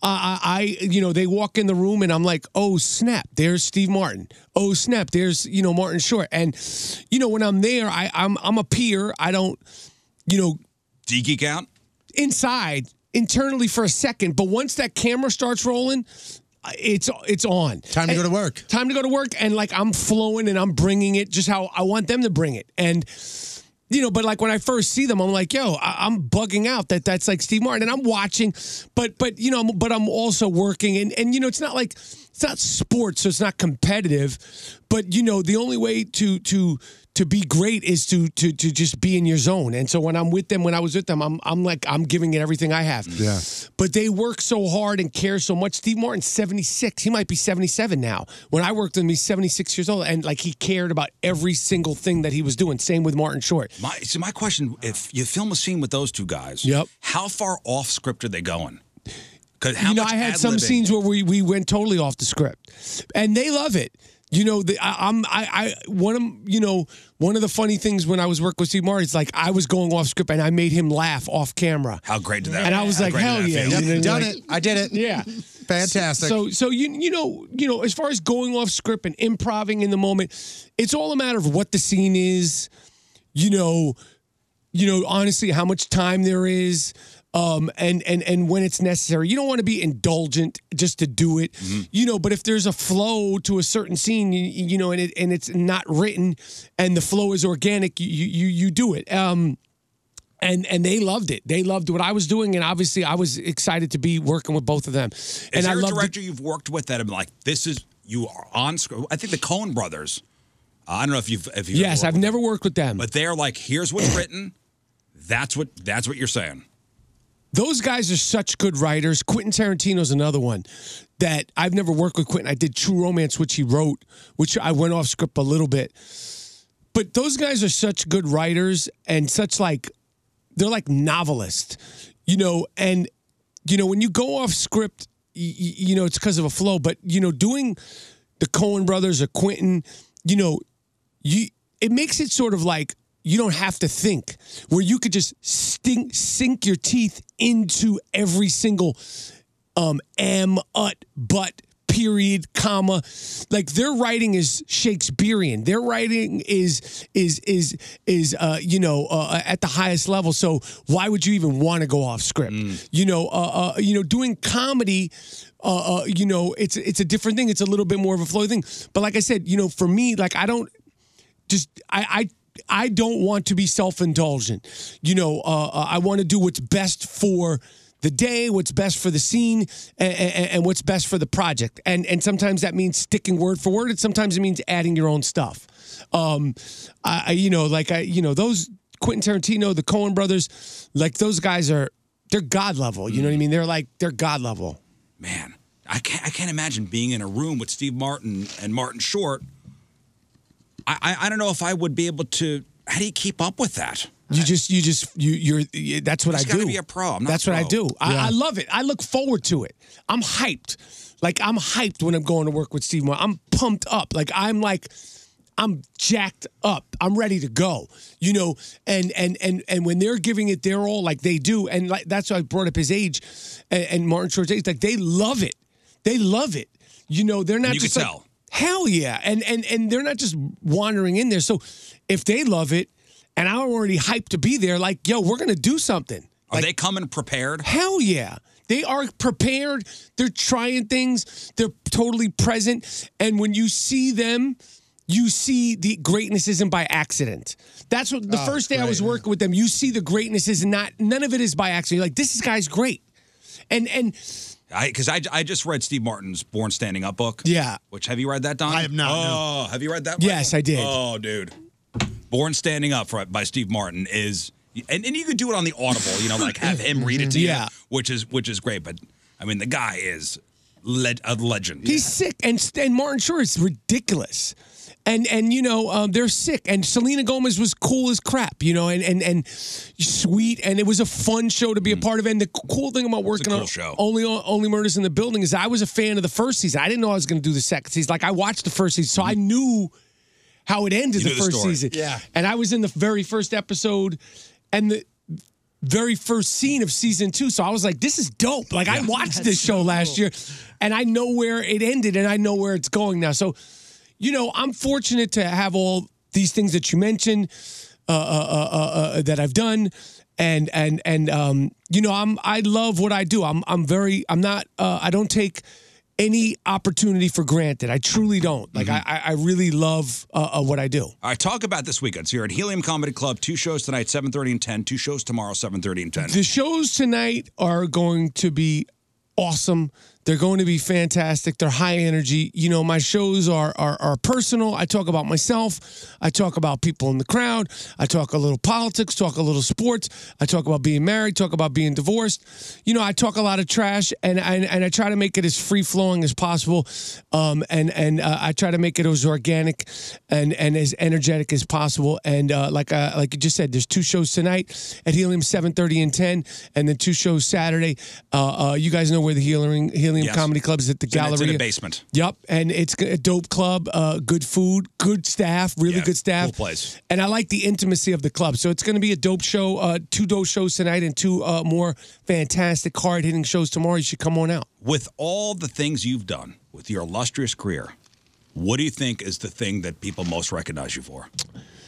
Speaker 22: I, I, you know, they walk in the room and I'm like, oh snap, there's Steve Martin. Oh snap, there's you know Martin Short. And you know when I'm there, I, I'm I'm a peer. I don't, you know,
Speaker 1: D geek out
Speaker 22: inside internally for a second, but once that camera starts rolling. I- It's it's on. Time
Speaker 3: to go
Speaker 22: to
Speaker 3: work.
Speaker 22: Time to go to work, and like I'm flowing and I'm bringing it just how I want them to bring it, and you know. But like when I first see them, I'm like, yo, I- I'm bugging out that that's like Steve Martin, and I'm watching, but but you know, I'm- but I'm also working, and and you know, it's not like it's not sports, so it's not competitive, but you know, the only way to to to be great is to to to just be in your zone. And so when I'm with them, when I was with them, I'm I'm like I'm giving it everything I have.
Speaker 9: Yeah.
Speaker 22: But they work so hard and care so much. Steve Martin's 76. He might be 77 now. When I worked with him, he's 76 years old. And like he cared about every single thing that he was doing. Same with Martin Short.
Speaker 1: My so my question: If you film a scene with those two guys,
Speaker 22: Yep.
Speaker 1: how far off script are they going? 'Cause how
Speaker 22: you know,
Speaker 1: much
Speaker 22: I had some
Speaker 1: ad-libbing-
Speaker 22: scenes where we, we went totally off the script, and they love it. You know, the, I, I'm I, I one of you know one of the funny things when I was working with Steve Martin, it's like I was going off script and I made him laugh off camera.
Speaker 1: How great did that?
Speaker 22: And I was
Speaker 1: how
Speaker 22: like,
Speaker 1: great did
Speaker 22: hell
Speaker 1: that
Speaker 22: yeah,
Speaker 1: feel?
Speaker 22: you know,
Speaker 3: Done
Speaker 22: like-
Speaker 3: it. I did it.
Speaker 22: Yeah.
Speaker 3: Fantastic.
Speaker 22: So so you you know you know as far as going off script and improvising in the moment, it's all a matter of what the scene is, you know, you know honestly how much time there is. Um, and and and when it's necessary, you don't want to be indulgent just to do it,
Speaker 1: Mm-hmm.
Speaker 22: you know. But if there's a flow to a certain scene, you, you know, and it and it's not written, and the flow is organic, you you you do it. Um, and and they loved it. They loved what I was doing, and obviously I was excited to be working with both of them.
Speaker 1: Is
Speaker 22: and
Speaker 1: there
Speaker 22: I
Speaker 1: a
Speaker 22: loved it.
Speaker 1: director you've worked with that have been like, this is you are on script? I think the Coen Brothers. I don't know if you've if you
Speaker 22: Yes, I've never worked with them.
Speaker 1: but they're like, here's what's written. That's what that's what you're saying.
Speaker 22: Those guys are such good writers. Quentin Tarantino's another one that I've never worked with Quentin. I did True Romance, which he wrote, which I went off script a little bit. But those guys are such good writers and such like they're like novelists, you know, and you know when you go off script, y- y- you know it's because of a flow. But you know, doing the Cohen brothers or Quentin, you know, you it makes it sort of like you don't have to think where you could just stink, sink your teeth into every single um am ut but period comma like their writing is shakespearean their writing is is is is uh you know uh, at the highest level so why would you even want to go off script you know uh, uh you know doing comedy uh, uh you know it's it's a different thing it's a little bit more of a flow thing but like i said you know for me like i don't just I I I don't want to be self indulgent. You know, uh, uh, I want to do what's best for the day, what's best for the scene, and, and, and what's best for the project. And and sometimes that means sticking word for word, and sometimes it means adding your own stuff. Um, I I- you know like I you know those Quentin Tarantino, the Coen Brothers, like those guys are they're god level. You know what I mean? They're like they're god level.
Speaker 1: I can't, I can't imagine being in a room with Steve Martin and Martin Short. I, I, I don't know if I would be able to. How do you keep up with that?
Speaker 22: You just, you just, you, you're. you- That's what
Speaker 1: It's
Speaker 22: I
Speaker 1: gotta
Speaker 22: do.
Speaker 1: be a pro. I'm not
Speaker 22: that's what I
Speaker 1: pro.
Speaker 22: do. I,
Speaker 1: Yeah.
Speaker 22: I love it. I look forward to it. I'm hyped. Like I'm hyped when I'm going to work with Steve Martin. I'm pumped up. Like I'm like, I'm jacked up. I'm ready to go. You know, and and and and when they're giving it their all, like they do, and like that's why I brought up his age, and, and Martin Short's age. Like they love it. They love it. You know, they're not
Speaker 1: you
Speaker 22: just
Speaker 1: could
Speaker 22: like,
Speaker 1: tell.
Speaker 22: Hell yeah. And and and they're not just wandering in there. So if they love it and I'm already hyped to be there, like, yo, we're gonna do something.
Speaker 1: Are they coming prepared?
Speaker 22: Hell yeah. They are prepared. They're trying things. They're totally present. And when you see them, you see the greatness isn't by accident. That's what the
Speaker 9: Oh,
Speaker 22: first day I
Speaker 9: great,
Speaker 22: was working with them, you see the greatness is not none of it is by accident. You're like, this guy's great. And and
Speaker 1: Because I, I, just read Steve Martin's Born Standing Up book.
Speaker 22: Yeah.
Speaker 1: Which have you read that, Don? I have
Speaker 22: not,
Speaker 1: Oh,
Speaker 22: no.
Speaker 1: have you read that?
Speaker 22: Yes, I did.
Speaker 1: Oh, dude. Born Standing Up for, by Steve Martin is, and, and you could do it on the Audible, you know, like have him read it to
Speaker 22: Yeah.
Speaker 1: you, which is which is great. But I mean, the guy is le- a legend.
Speaker 22: He's sick, and and Martin Short is ridiculous, and and you know um, they're sick, and Selena Gomez was cool as crap, you know, and and and sweet, and it was a fun show to be
Speaker 9: Mm.
Speaker 22: a part of. And the cool thing about working
Speaker 1: cool
Speaker 22: on
Speaker 1: show.
Speaker 22: only only murders in the building is I was a fan of the first season. I didn't know I was going to do the second season. Like I watched the first season, so I knew how it ended
Speaker 9: Mm. You
Speaker 22: the
Speaker 9: knew the
Speaker 22: first
Speaker 9: story.
Speaker 22: season.
Speaker 9: Yeah.
Speaker 22: and I was in the very first episode, and the very first scene of season two. So I was like, this is dope. Like I watched this show last year and I know where it ended and I know where it's going now. So, you know, I'm fortunate to have all these things that you mentioned uh, uh, uh, uh, uh, that I've done. And and and um, you know, I'm I love what I do. I'm I'm very I'm not uh, I don't take any opportunity for granted. I truly don't. Like I I I really love uh, uh, what I do.
Speaker 1: All right, talk about this weekend. So you're at Helium Comedy Club, two shows tonight, 7.30 and 10, two shows tomorrow, 7.30 and 10.
Speaker 22: The shows tonight are going to be awesome. They're going to be fantastic. They're high energy. You know, my shows are, are are personal. I talk about myself. I talk about people in the crowd. I talk a little politics, talk a little sports. I talk about being married, talk about being divorced. You know, I talk a lot of trash and and, and I try to make it as free flowing as possible. Um and and uh, I try to make it as organic and and as energetic as possible. And uh, like uh, like you just said, there's two shows tonight at Helium 7:30 and 10, and then two shows Saturday. Uh, uh, you guys know where the Helium Helium
Speaker 1: Yes.
Speaker 22: Comedy Club is at the
Speaker 1: It's in- it's in
Speaker 22: gallery.
Speaker 1: the basement.
Speaker 22: Yep, and it's a dope club. Uh, good food, good staff, really
Speaker 1: Yeah,
Speaker 22: good staff.
Speaker 1: cool place.
Speaker 22: And I like the intimacy of the club. So it's going to be a dope show. Uh, two dope shows tonight, and two uh, more fantastic hard hitting shows tomorrow. You should come on out.
Speaker 1: With all the things you've done with your illustrious career, what do you think is the thing that people most recognize you for?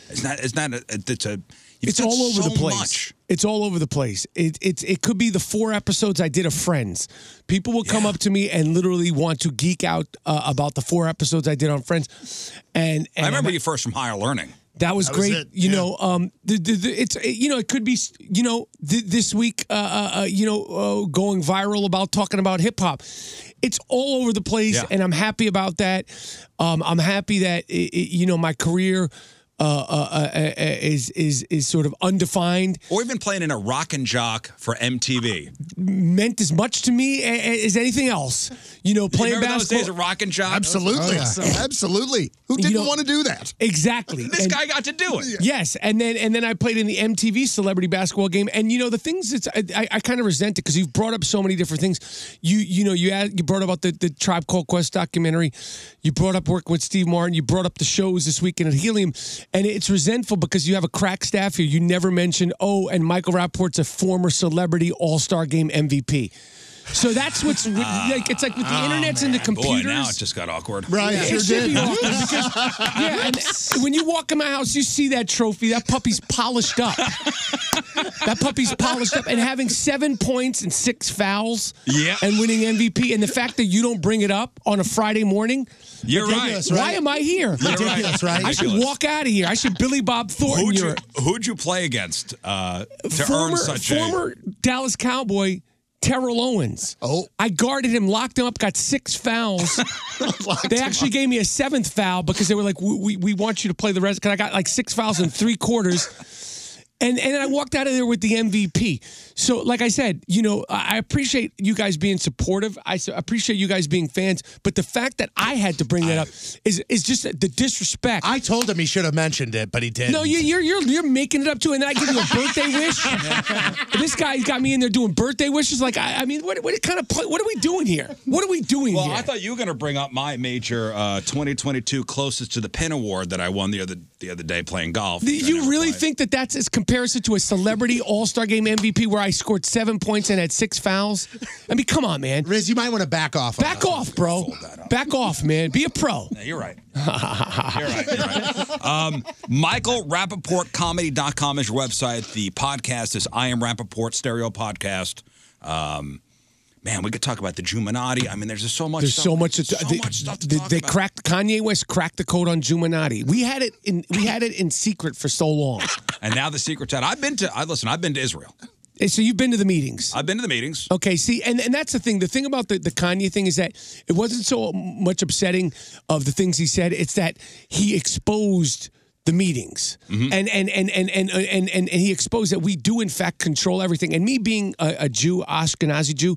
Speaker 1: It's not. It's not. A, it's a. You've
Speaker 22: it's
Speaker 1: done
Speaker 22: all over
Speaker 1: so
Speaker 22: the place.
Speaker 1: much.
Speaker 22: It's all over the place. It, it's it could be the four episodes I did of Friends. People will come up to me and literally want to geek out uh, about the four episodes I did on Friends, and, and
Speaker 1: I remember
Speaker 22: I'm-
Speaker 1: you first from Higher Learning.
Speaker 22: That was
Speaker 1: That was
Speaker 22: great.
Speaker 1: it,
Speaker 22: You know, um, the, the, the, it's you know it could be you know th- this week uh, uh, uh, you know uh, going viral about talking about hip hop. It's all over the place,
Speaker 23: Yeah.
Speaker 22: and I'm happy about that. Um, I'm happy that i i you know my career. Uh, uh, uh, uh, is is is sort of undefined.
Speaker 1: Or even playing in a rock and jock for MTV.
Speaker 22: meant as much to me a- a- as anything else. You know, playing
Speaker 1: remember those
Speaker 22: basketball.
Speaker 1: days of rock and jock? Absolutely.
Speaker 22: absolutely. Who didn't want to do that? Exactly.
Speaker 1: This
Speaker 22: And-
Speaker 1: guy got to do it.
Speaker 22: Yes, and then and then I played in the MTV Celebrity Basketball Game, and you know the things that's I, I, I kind of resent it because you've brought up so many different things. You you know you had, you brought up the, the Tribe Called Quest documentary, you brought up working with Steve Martin, you brought up the shows this weekend at Helium, and it's resentful because you have a crack staff here. You never mentioned oh, and Michael Rapport's a former Celebrity All Star Game MVP. So that's what's re- like. It's like with the
Speaker 1: Oh,
Speaker 22: internet's and the
Speaker 1: man.
Speaker 22: computers.
Speaker 1: Boy, now it just got awkward.
Speaker 22: Yeah, it should be awkward because- yeah, and when you walk in my house, you see that trophy. That puppy's polished up. that puppy's polished up, and having seven points and six fouls,
Speaker 1: Yeah.
Speaker 22: and winning MVP, and the fact that you don't bring it up on a Friday morning,
Speaker 1: You're right.
Speaker 22: Ridiculous, Why am I here?
Speaker 1: You're right. Ridiculous, right?
Speaker 22: I should
Speaker 1: Ridiculous.
Speaker 22: walk out of here. I should Billy Bob Thornton.
Speaker 1: Who'd
Speaker 22: your-
Speaker 1: you, who'd you play against uh, to
Speaker 22: former,
Speaker 1: earn such
Speaker 22: former Dallas Cowboy Terrell Owens. Oh, I guarded him, locked him up, got six fouls. they actually gave me a seventh foul because they were like, "We, we, we want you to play the rest." Because I got like six fouls in three quarters. And, and I walked out of there with the MVP. So, like I said, you know, I I appreciate you guys being supportive. I s- appreciate you guys being fans. But the fact that I had to bring that up is is just the disrespect. I
Speaker 3: told him he should have mentioned it, but he didn't.
Speaker 22: No, you, you're you're you're making it up too, and then I give you a birthday wish. this guy's got me in there doing birthday wishes. Like, I, I mean, what what kind of play, what are we doing here? What are we doing
Speaker 1: a. Well,
Speaker 22: here?
Speaker 1: I thought you were going to bring up my major uh, 2022 closest to the pin award that I won the other the other day playing golf.
Speaker 22: Do you really think that that's as comparison to a celebrity All Star Game MVP where I scored seven points and had six fouls? I mean, come on, man.
Speaker 3: Riz, you might want to back off.
Speaker 22: Back off, bro. Back off, man. Be a pro.
Speaker 1: Yeah, you're right. You're right. You're right. Um, Michael Rappaport Comedy.com is your website. The podcast is I Am Rappaport Stereo Podcast. Um, man, we could talk about the Jumanati. I mean, there's just so much.
Speaker 22: There's
Speaker 1: stuff.
Speaker 22: so much. To,
Speaker 1: so
Speaker 22: they,
Speaker 1: much stuff to
Speaker 22: they,
Speaker 1: talk
Speaker 22: they
Speaker 1: about.
Speaker 22: cracked Kanye West cracked the code on Jumanati. We had it in we had it in secret for so long.
Speaker 1: And now the secret's out. I've been to. I listen. I've been to Israel.
Speaker 22: Hey, So you've been to the meetings.
Speaker 1: I've been to the meetings.
Speaker 22: Okay, see, and, and that's the thing. The thing about the, the Kanye thing is that it wasn't so much upsetting of the things he said. It's that he exposed the meetings, and, and, and, and, and, and, and, and he exposed that we do in fact control everything. And me being a, a Jew, Ashkenazi Jew,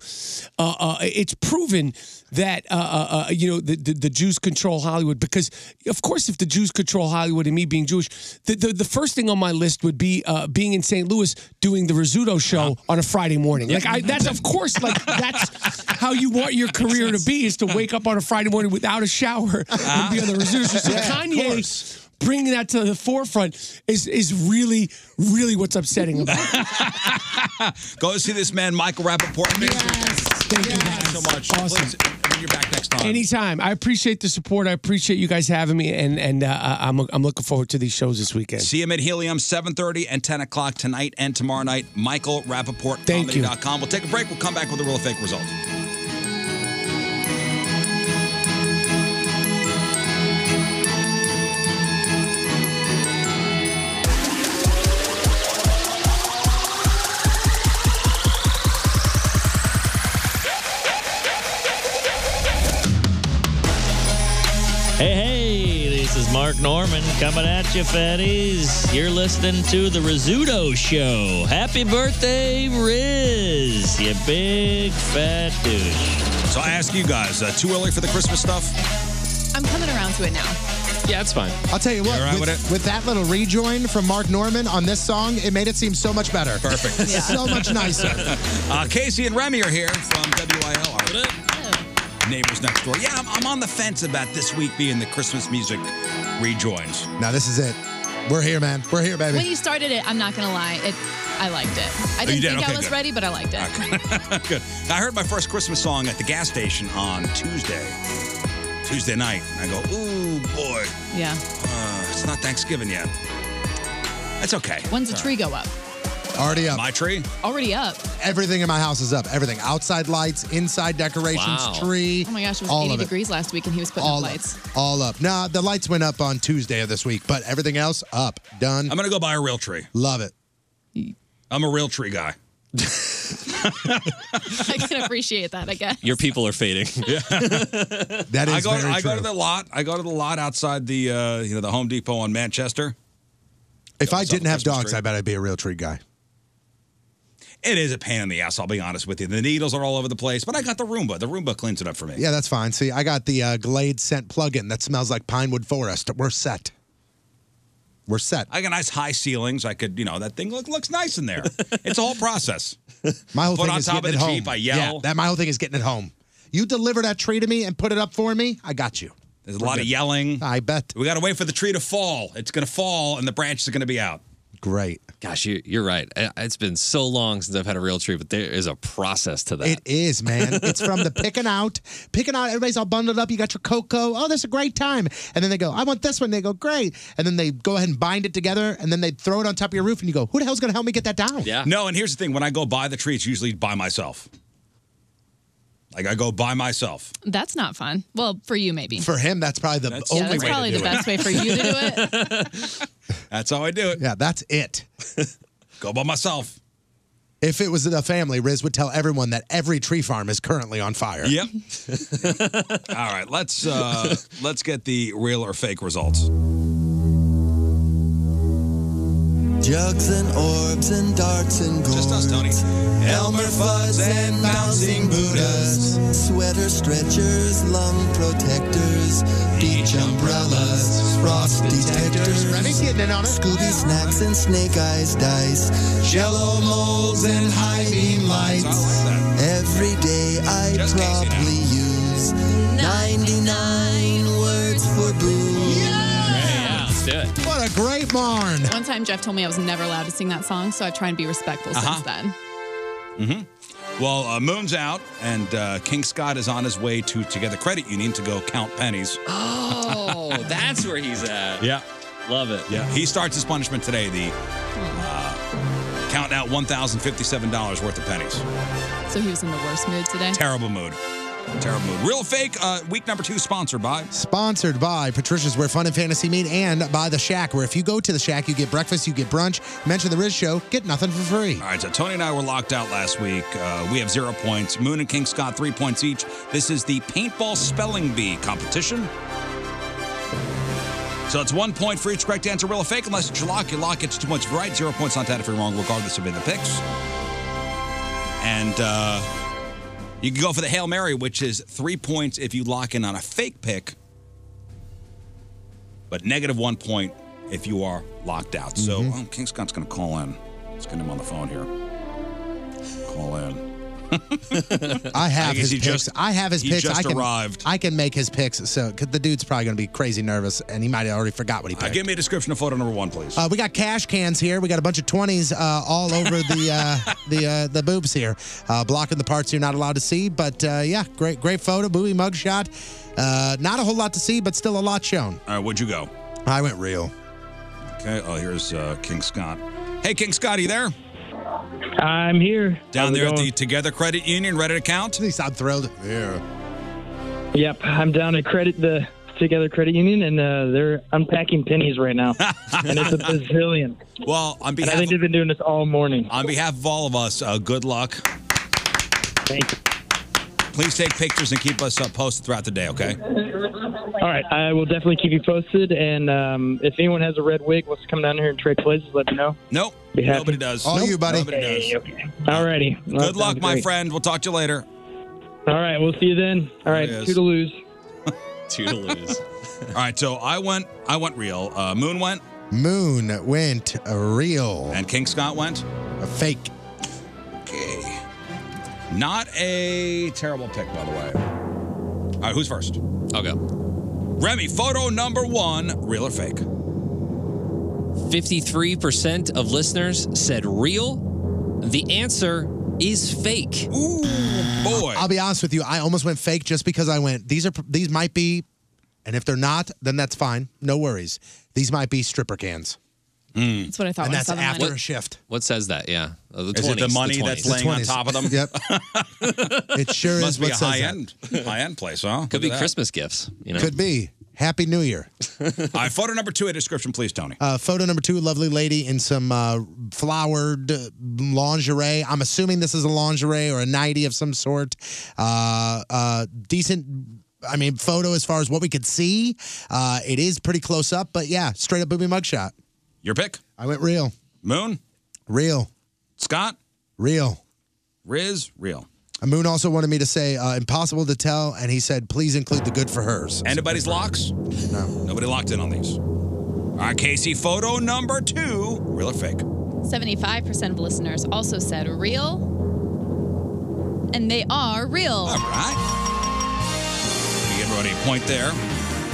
Speaker 22: uh, uh, it's proven that uh, uh, uh, you know the, the, the Jews control Hollywood because of course if the Jews control Hollywood and me being Jewish, the, the, the first thing on my list would be uh, being in St. Louis doing the Rizzuto show on a Friday morning. Like I, that's of course like that's how you want your career to be is to wake up on a Friday morning without a shower and be on the Rizzuto show. So
Speaker 23: Yeah, of
Speaker 22: Kanye bringing that to the forefront is is really really what's upsetting about. it.
Speaker 1: Go see this man, Michael Rappaport. Yes. Thank you guys so much. Awesome. Please, you're back next time.
Speaker 22: Anytime. I appreciate the support. I appreciate you guys having me, and and uh, I'm I'm looking forward to these shows this weekend.
Speaker 1: See him at Helium, 7.30 and 10 o'clock tonight and tomorrow night. Michael Rappaport, Thank comedy.com. We'll take a break. We'll come back with the real or fake results.
Speaker 5: Hey, hey, this is Mark Norman coming at you, fatties. You're listening to The Rizzuto Show. Happy birthday, Riz, you big fat douche.
Speaker 1: So I ask you guys, uh, too early for the Christmas stuff?
Speaker 23: I'm coming around to it now.
Speaker 5: Yeah, it's fine.
Speaker 3: I'll tell you what,
Speaker 1: all right
Speaker 3: with,
Speaker 1: with
Speaker 3: with that little rejoin from Mark Norman on this song, it made it seem so much better.
Speaker 1: Perfect.
Speaker 3: so much nicer.
Speaker 1: uh, Casey and Remy are here from WILR. Neighbors next door. Yeah, I'm, I'm on the fence about this week being the Christmas music rejoins.
Speaker 3: Now this is it. We're here, man. We're here, baby.
Speaker 23: When you started it, I'm not gonna lie, it I liked it. I
Speaker 1: Oh,
Speaker 23: didn't
Speaker 1: you did?
Speaker 23: think
Speaker 1: Okay,
Speaker 23: I was
Speaker 1: good.
Speaker 23: ready, but I liked it.
Speaker 1: Good. I heard my first Christmas song at the gas station on Tuesday, Tuesday night. And I go, ooh, boy,
Speaker 23: Yeah.
Speaker 1: uh, it's not Thanksgiving yet. That's okay.
Speaker 23: When's the
Speaker 1: All
Speaker 23: tree go up?
Speaker 1: right.
Speaker 3: Already up.
Speaker 1: My tree?
Speaker 23: Already up.
Speaker 3: Everything in my house is up. Everything. Outside lights, inside decorations,
Speaker 23: Wow.
Speaker 3: tree.
Speaker 23: Oh my gosh, it was
Speaker 3: all
Speaker 23: 80
Speaker 3: of it.
Speaker 23: degrees last week and he was putting
Speaker 3: All
Speaker 23: up
Speaker 3: of it.
Speaker 23: lights.
Speaker 3: All up. Nah, the lights went up on Tuesday of this week, but everything else up. Done. I'm
Speaker 1: gonna go buy a real tree.
Speaker 3: Love it.
Speaker 1: I'm a real tree guy.
Speaker 23: I can appreciate that, I guess.
Speaker 16: Your people are fading.
Speaker 3: That
Speaker 1: I
Speaker 3: is
Speaker 1: go,
Speaker 3: very
Speaker 1: I go to
Speaker 3: true.
Speaker 1: the lot. I go to the lot outside the uh, you know the Home Depot on Manchester.
Speaker 3: If I
Speaker 1: it's
Speaker 3: didn't
Speaker 1: on
Speaker 3: have
Speaker 1: Christmas
Speaker 3: dogs,
Speaker 1: tree.
Speaker 3: I bet I'd be a real tree guy.
Speaker 1: It is a pain in the ass. I'll be honest with you. The needles are all over the place, but I got the Roomba. The Roomba cleans it up for me.
Speaker 3: Yeah, that's fine. See, I got the uh, Glade scent plug-in that smells like Pinewood Forest. We're set. We're set.
Speaker 1: I got nice high ceilings. I could, you know, that thing look, looks nice in there. It's a whole process.
Speaker 3: My whole
Speaker 1: Foot
Speaker 3: thing
Speaker 1: on
Speaker 3: is
Speaker 1: top of
Speaker 3: getting
Speaker 1: the
Speaker 3: it home.
Speaker 1: Jeep, I yell.
Speaker 3: Yeah, that my whole thing is getting it home. You deliver that tree to me and put it up for me. I got you.
Speaker 1: There's a lot of yelling.
Speaker 3: I bet.
Speaker 1: We got to wait for the tree to fall. It's going to fall and the branches are going to be out.
Speaker 3: Great.
Speaker 16: Gosh, you, you're right. I- It's been so long since I've had a real tree, but there is a process to that.
Speaker 3: It is, man. It's from the picking out, picking out. Everybody's all bundled up. You got your cocoa. Oh, that's a great time. And then they go, I want this one. They go, great. And then they go ahead and bind it together, and then they throw it on top of your roof, and you go, who the hell's gonna help me get that down?
Speaker 1: Yeah. No, and here's the thing when I go buy the tree, it's usually by myself. Like I go by myself.
Speaker 23: That's not fun. Well, for you maybe.
Speaker 3: For him, that's probably the
Speaker 1: That's-
Speaker 3: only
Speaker 23: yeah, that's
Speaker 3: way
Speaker 23: probably
Speaker 3: to
Speaker 23: the
Speaker 3: do
Speaker 23: best
Speaker 3: it.
Speaker 23: way for you to do it.
Speaker 1: That's how I do it.
Speaker 3: Yeah, that's it.
Speaker 1: go by myself.
Speaker 3: If it was the family, Riz would tell everyone that every tree farm is currently on fire.
Speaker 1: Yep. All right, let's uh let's get the real or fake results.
Speaker 13: Jugs and orbs and darts and gourds. Just us, Tony. Elmer fuzz and bouncing Buddhas. Sweater stretchers, lung protectors. Beach umbrellas, frost detectors. Scooby snacks and snake eyes dice. Jello molds and high beam lights. Every day I probably use 99 words for boo.
Speaker 16: Let's do it.
Speaker 3: What a great Marn.
Speaker 23: One time Jeff told me I was never allowed to sing that song, so I try and be respectful
Speaker 1: Uh-huh.
Speaker 23: since then.
Speaker 1: Mm-hmm. Well, uh, Moon's out, and uh, King Scott is on his way to Together Credit Union to go count pennies.
Speaker 16: Oh, that's where he's at.
Speaker 1: Yeah.
Speaker 16: Love it.
Speaker 1: Yeah. He starts his punishment today, the uh, counting out $1,057 worth of pennies.
Speaker 23: So he was in the worst mood today.
Speaker 1: Terrible mood. Terrible mood. Real fake, uh, week number two, sponsored by.
Speaker 3: Sponsored by Patricia's Where Fun and Fantasy Meet and by The Shack, where if you go to The Shack, you get breakfast, you get brunch, mention The Riz Show, get nothing for free.
Speaker 1: All right, so Tony and I were locked out last week. Uh, we have zero points. Moon and King Scott, three points each. This is the paintball spelling bee competition. So it's one point for each correct answer, real or fake, unless it's your lock. Your lock gets too much right, zero points on that if you're wrong, regardless of in the picks. And uh, you can go for the Hail Mary, which is three points if you lock in on a fake pick, but negative one point if you are locked out. So
Speaker 3: Mm-hmm.
Speaker 24: Mhm.
Speaker 1: oh, King Scott's going to call in. Let's get him on the phone here. Call in.
Speaker 3: I have
Speaker 1: I guess
Speaker 3: his
Speaker 1: he
Speaker 3: picks.
Speaker 1: just-
Speaker 3: I have his
Speaker 1: he
Speaker 3: picks.
Speaker 1: just
Speaker 3: I can,
Speaker 1: arrived.
Speaker 3: I can make his picks. So 'cause the dude's probably going to be crazy nervous, and he might have already forgot what he
Speaker 1: Uh,
Speaker 3: picked.
Speaker 1: give me a description of photo number one, please.
Speaker 3: Uh, we got cash cans here. We got a bunch of twenties uh, all over the uh, the uh, the boobs here, uh, blocking the parts you're not allowed to see. But uh, yeah, great great photo, Bowie mugshot. Uh, not a whole lot to see, but still a lot shown.
Speaker 1: All right, where'd you go?
Speaker 3: I went real.
Speaker 1: Okay. Oh, here's uh, King Scott. Hey, King Scott, are you there?
Speaker 18: I'm here.
Speaker 1: Down
Speaker 18: How's it
Speaker 1: there at
Speaker 18: going?
Speaker 1: the Together Credit Union Reddit account. At
Speaker 3: least I'm thrilled. Yeah.
Speaker 18: Yep, I'm down at credit the Together Credit Union, and uh, they're unpacking pennies right now, and it's a bazillion.
Speaker 1: Well, on behalf
Speaker 18: and I think
Speaker 1: of-
Speaker 18: they've been doing this all morning.
Speaker 1: On behalf of all of us, uh, good luck.
Speaker 18: Thank you.
Speaker 1: Please take pictures and keep us uh, posted throughout the day, okay?
Speaker 18: All right, I will definitely keep you posted, and um, if anyone has a red wig wants to come down here and trade places, let me know.
Speaker 1: Nope.
Speaker 18: Be happy.
Speaker 1: Nobody does.
Speaker 18: All
Speaker 1: Nope.
Speaker 18: you, buddy.
Speaker 1: Nobody does.
Speaker 18: All righty.
Speaker 1: Good luck, my friend. We'll talk to you later.
Speaker 18: All right, we'll see you then. All right,
Speaker 1: There it is.
Speaker 18: two to lose.
Speaker 1: Two to lose. All right, so I went. I went real. Uh, Moon went,
Speaker 3: Moon went real.
Speaker 1: and King Scott went.
Speaker 3: A fake.
Speaker 1: Okay. Not a terrible pick, by the way. All right, who's first? I'll go. Remy, photo number one, real or fake?
Speaker 16: 53% of listeners said real. The answer is fake.
Speaker 1: Ooh, boy.
Speaker 3: I'll be honest with you. I almost went fake just because I went. These are these might be, and if they're not, then that's fine. No worries. These might be stripper cans.
Speaker 23: That's what I thought.
Speaker 3: Mm. And
Speaker 23: when
Speaker 3: that's
Speaker 23: I saw the
Speaker 3: after
Speaker 23: money.
Speaker 3: a shift.
Speaker 16: What says that? Yeah. Uh,
Speaker 1: Is it the
Speaker 16: 20s,
Speaker 1: money that's
Speaker 16: 20s.
Speaker 1: laying on top of them?
Speaker 3: Yep. it sure
Speaker 1: Must
Speaker 3: is
Speaker 1: be
Speaker 3: what
Speaker 1: a
Speaker 3: says
Speaker 1: high
Speaker 3: that.
Speaker 1: end, high end place, huh?
Speaker 16: Could be Christmas gifts. You know?
Speaker 3: Could be. Happy New Year.
Speaker 1: All right, photo number two, a description, please, Tony.
Speaker 3: Uh, photo number two, lovely lady in some uh, flowered uh, lingerie. I'm assuming this is a lingerie or a nightie of some sort. Uh, uh, decent, I mean, photo as far as what we could see. Uh, it is pretty close up, but yeah, straight up booby mugshot.
Speaker 1: Your pick,
Speaker 3: I went real.
Speaker 1: Moon,
Speaker 3: Real.
Speaker 1: Scott,
Speaker 3: Real. Uh,
Speaker 1: Riz, real.
Speaker 3: Moon also wanted me to say uh, impossible to tell, and he said, please include the good for hers.
Speaker 1: Anybody's locks?
Speaker 3: No.
Speaker 1: Nobody locked in on these. All right, Casey, photo number two, real or fake?
Speaker 23: 75% of listeners also said real, and they are real.
Speaker 1: All right. We give everybody a point there.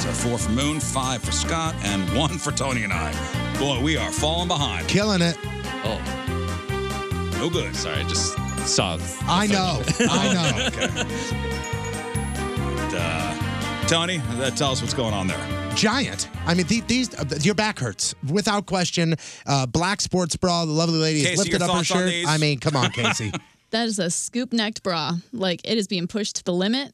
Speaker 1: So four for Moon, five for Scott, and one for Tony and I. Boy, we are falling behind.
Speaker 3: Killing it.
Speaker 16: Oh,
Speaker 1: no good.
Speaker 16: Sorry, I just saw.
Speaker 3: I know. I know.
Speaker 1: But, uh, Tony, uh, tell us what's going on there.
Speaker 3: Giant. I mean, the- these, uh, your back hurts without question. Uh, black sports bra. The lovely lady
Speaker 1: Casey,
Speaker 3: has lifted
Speaker 1: your
Speaker 3: up her
Speaker 1: thoughts on
Speaker 3: shirt.
Speaker 1: these?
Speaker 3: I mean, come on, Casey.
Speaker 23: That is a scoop necked bra. Like it is being pushed to the limit.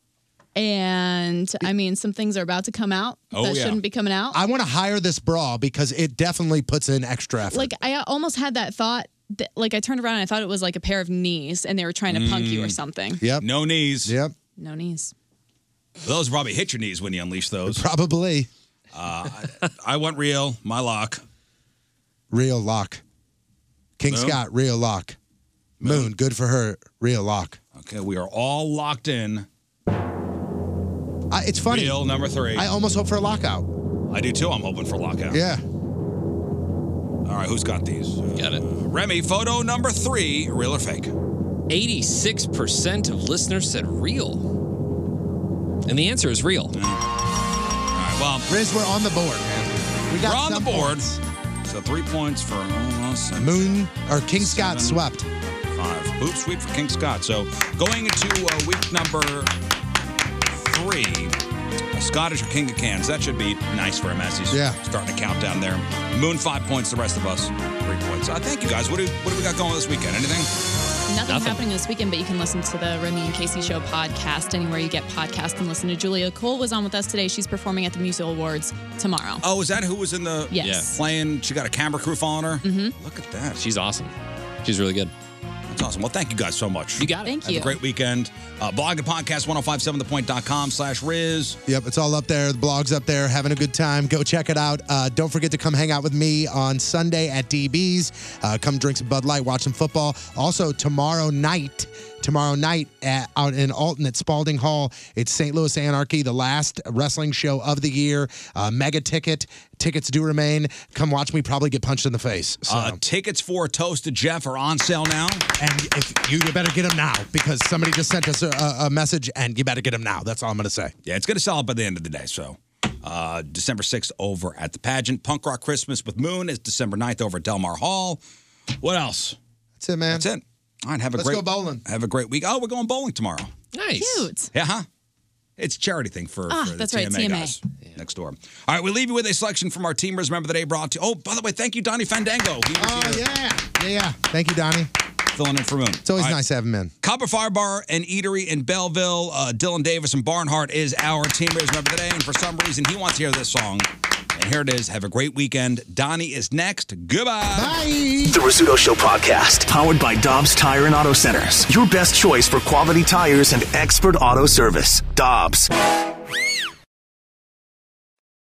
Speaker 23: And I mean, some things are about to come out
Speaker 3: Oh,
Speaker 23: that
Speaker 3: yeah.
Speaker 23: shouldn't be coming out.
Speaker 3: I want to hire this bra because it definitely puts in extra effort.
Speaker 23: like I almost had that thought. That, like I turned around and I thought it was like a pair of knees, and they were trying to punk you or
Speaker 1: Mm.
Speaker 23: something.
Speaker 3: Yep.
Speaker 1: No knees.
Speaker 3: Yep.
Speaker 23: No knees.
Speaker 1: Those probably hit your knees when you unleash those.
Speaker 3: Probably.
Speaker 1: Uh, I, I went real. My lock.
Speaker 3: Real lock. King
Speaker 1: Moon?
Speaker 3: Scott, real lock. Moon, good for her. Real lock.
Speaker 1: Okay, we are all locked in.
Speaker 3: I, it's funny.
Speaker 1: Real number three.
Speaker 3: I
Speaker 1: I,
Speaker 3: almost hope for a lockout.
Speaker 1: do too. I'm hoping for lockout.
Speaker 3: Yeah.
Speaker 1: All right, who's got these? Got it. Remy, photo number three, real or fake?
Speaker 16: 86% of listeners said real. And the answer is real.
Speaker 1: All right, well,
Speaker 3: Riz, we're on the board, man. We got
Speaker 1: are on the
Speaker 3: some
Speaker 1: board.
Speaker 3: points.
Speaker 1: So three points for uh, almost and
Speaker 3: Moon or King Scott swept.
Speaker 1: five. Boot sweep for King Scott. So going into uh, week number three, a Scottish or King of Cans. That should be nice for him as he's
Speaker 3: Yeah.
Speaker 1: starting to count down there. Moon five points. The rest of us three points. Uh, thank you guys. What do what do we got going this weekend? Anything?
Speaker 23: Nothing, happening this weekend, but you can listen to the Remy and Casey Show podcast anywhere you get podcasts and listen to Julia Cole was on with us today. She's performing at the Musical Awards tomorrow.
Speaker 1: Oh, is that who was in the
Speaker 23: Yes. Yeah.
Speaker 1: playing? She got a camera crew following her.
Speaker 23: Mm-hmm.
Speaker 1: Look at that.
Speaker 16: She's awesome. She's really good.
Speaker 1: That's awesome. Well, thank you guys so much.
Speaker 16: You got it. Thank
Speaker 1: Have
Speaker 16: you.
Speaker 1: a great weekend. Uh, blog and podcast 1057thepoint.com slash Riz.
Speaker 3: Yep, it's all up there. The blog's up there. Having a good time. Go check it out. Uh, don't forget to come hang out with me on Sunday at DB's. Uh, come drink some Bud Light, watch some football. Also, tomorrow night, tomorrow night at, out in Alton at Spalding Hall. It's St. Louis Anarchy, the last wrestling show of the year. Uh, mega ticket. Tickets do remain. Come watch me probably get punched in the face. So.
Speaker 1: Uh, tickets for Toasted Jeff are on sale now.
Speaker 3: And if you, you better get them now because somebody just sent us a, a a message and you better get them now. That's all I'm going to say.
Speaker 1: Yeah, it's going to sell out by the end of the day. So, uh, December 6th over at the pageant. Punk Rock Christmas with Moon is December 9th over at Delmar Hall. What else?
Speaker 3: That's it, man.
Speaker 1: That's it. All right, have a
Speaker 3: Let's
Speaker 1: great
Speaker 3: go bowling.
Speaker 1: Have a great week. Oh, we're going bowling tomorrow.
Speaker 23: Nice. Cute.
Speaker 1: Yeah, huh? It's a charity thing for,
Speaker 23: Ah,
Speaker 1: for the
Speaker 23: that's right,
Speaker 1: TMA,
Speaker 23: TMA.
Speaker 1: guys next door. All right, we leave you with a selection from our teamers. Remember the day brought to you. Oh, by the way, thank you, Donnie Fandango.
Speaker 3: Ah,
Speaker 1: oh,
Speaker 3: yeah. Yeah, yeah. Thank you, Donnie.
Speaker 1: Filling in for Moon.
Speaker 3: It's always
Speaker 1: All right.
Speaker 3: nice having men.
Speaker 1: Copper Fire Bar and Eatery in Belleville. Uh, Dylan Davis and Barnhart is our team raise member today, and for some reason he wants to hear this song. And here it is. Have a great weekend. Donnie is next. Goodbye.
Speaker 19: The Rizzuto Show podcast, powered by Dobbs Tire and Auto Centers. Your best choice for quality tires and expert auto service. Dobbs.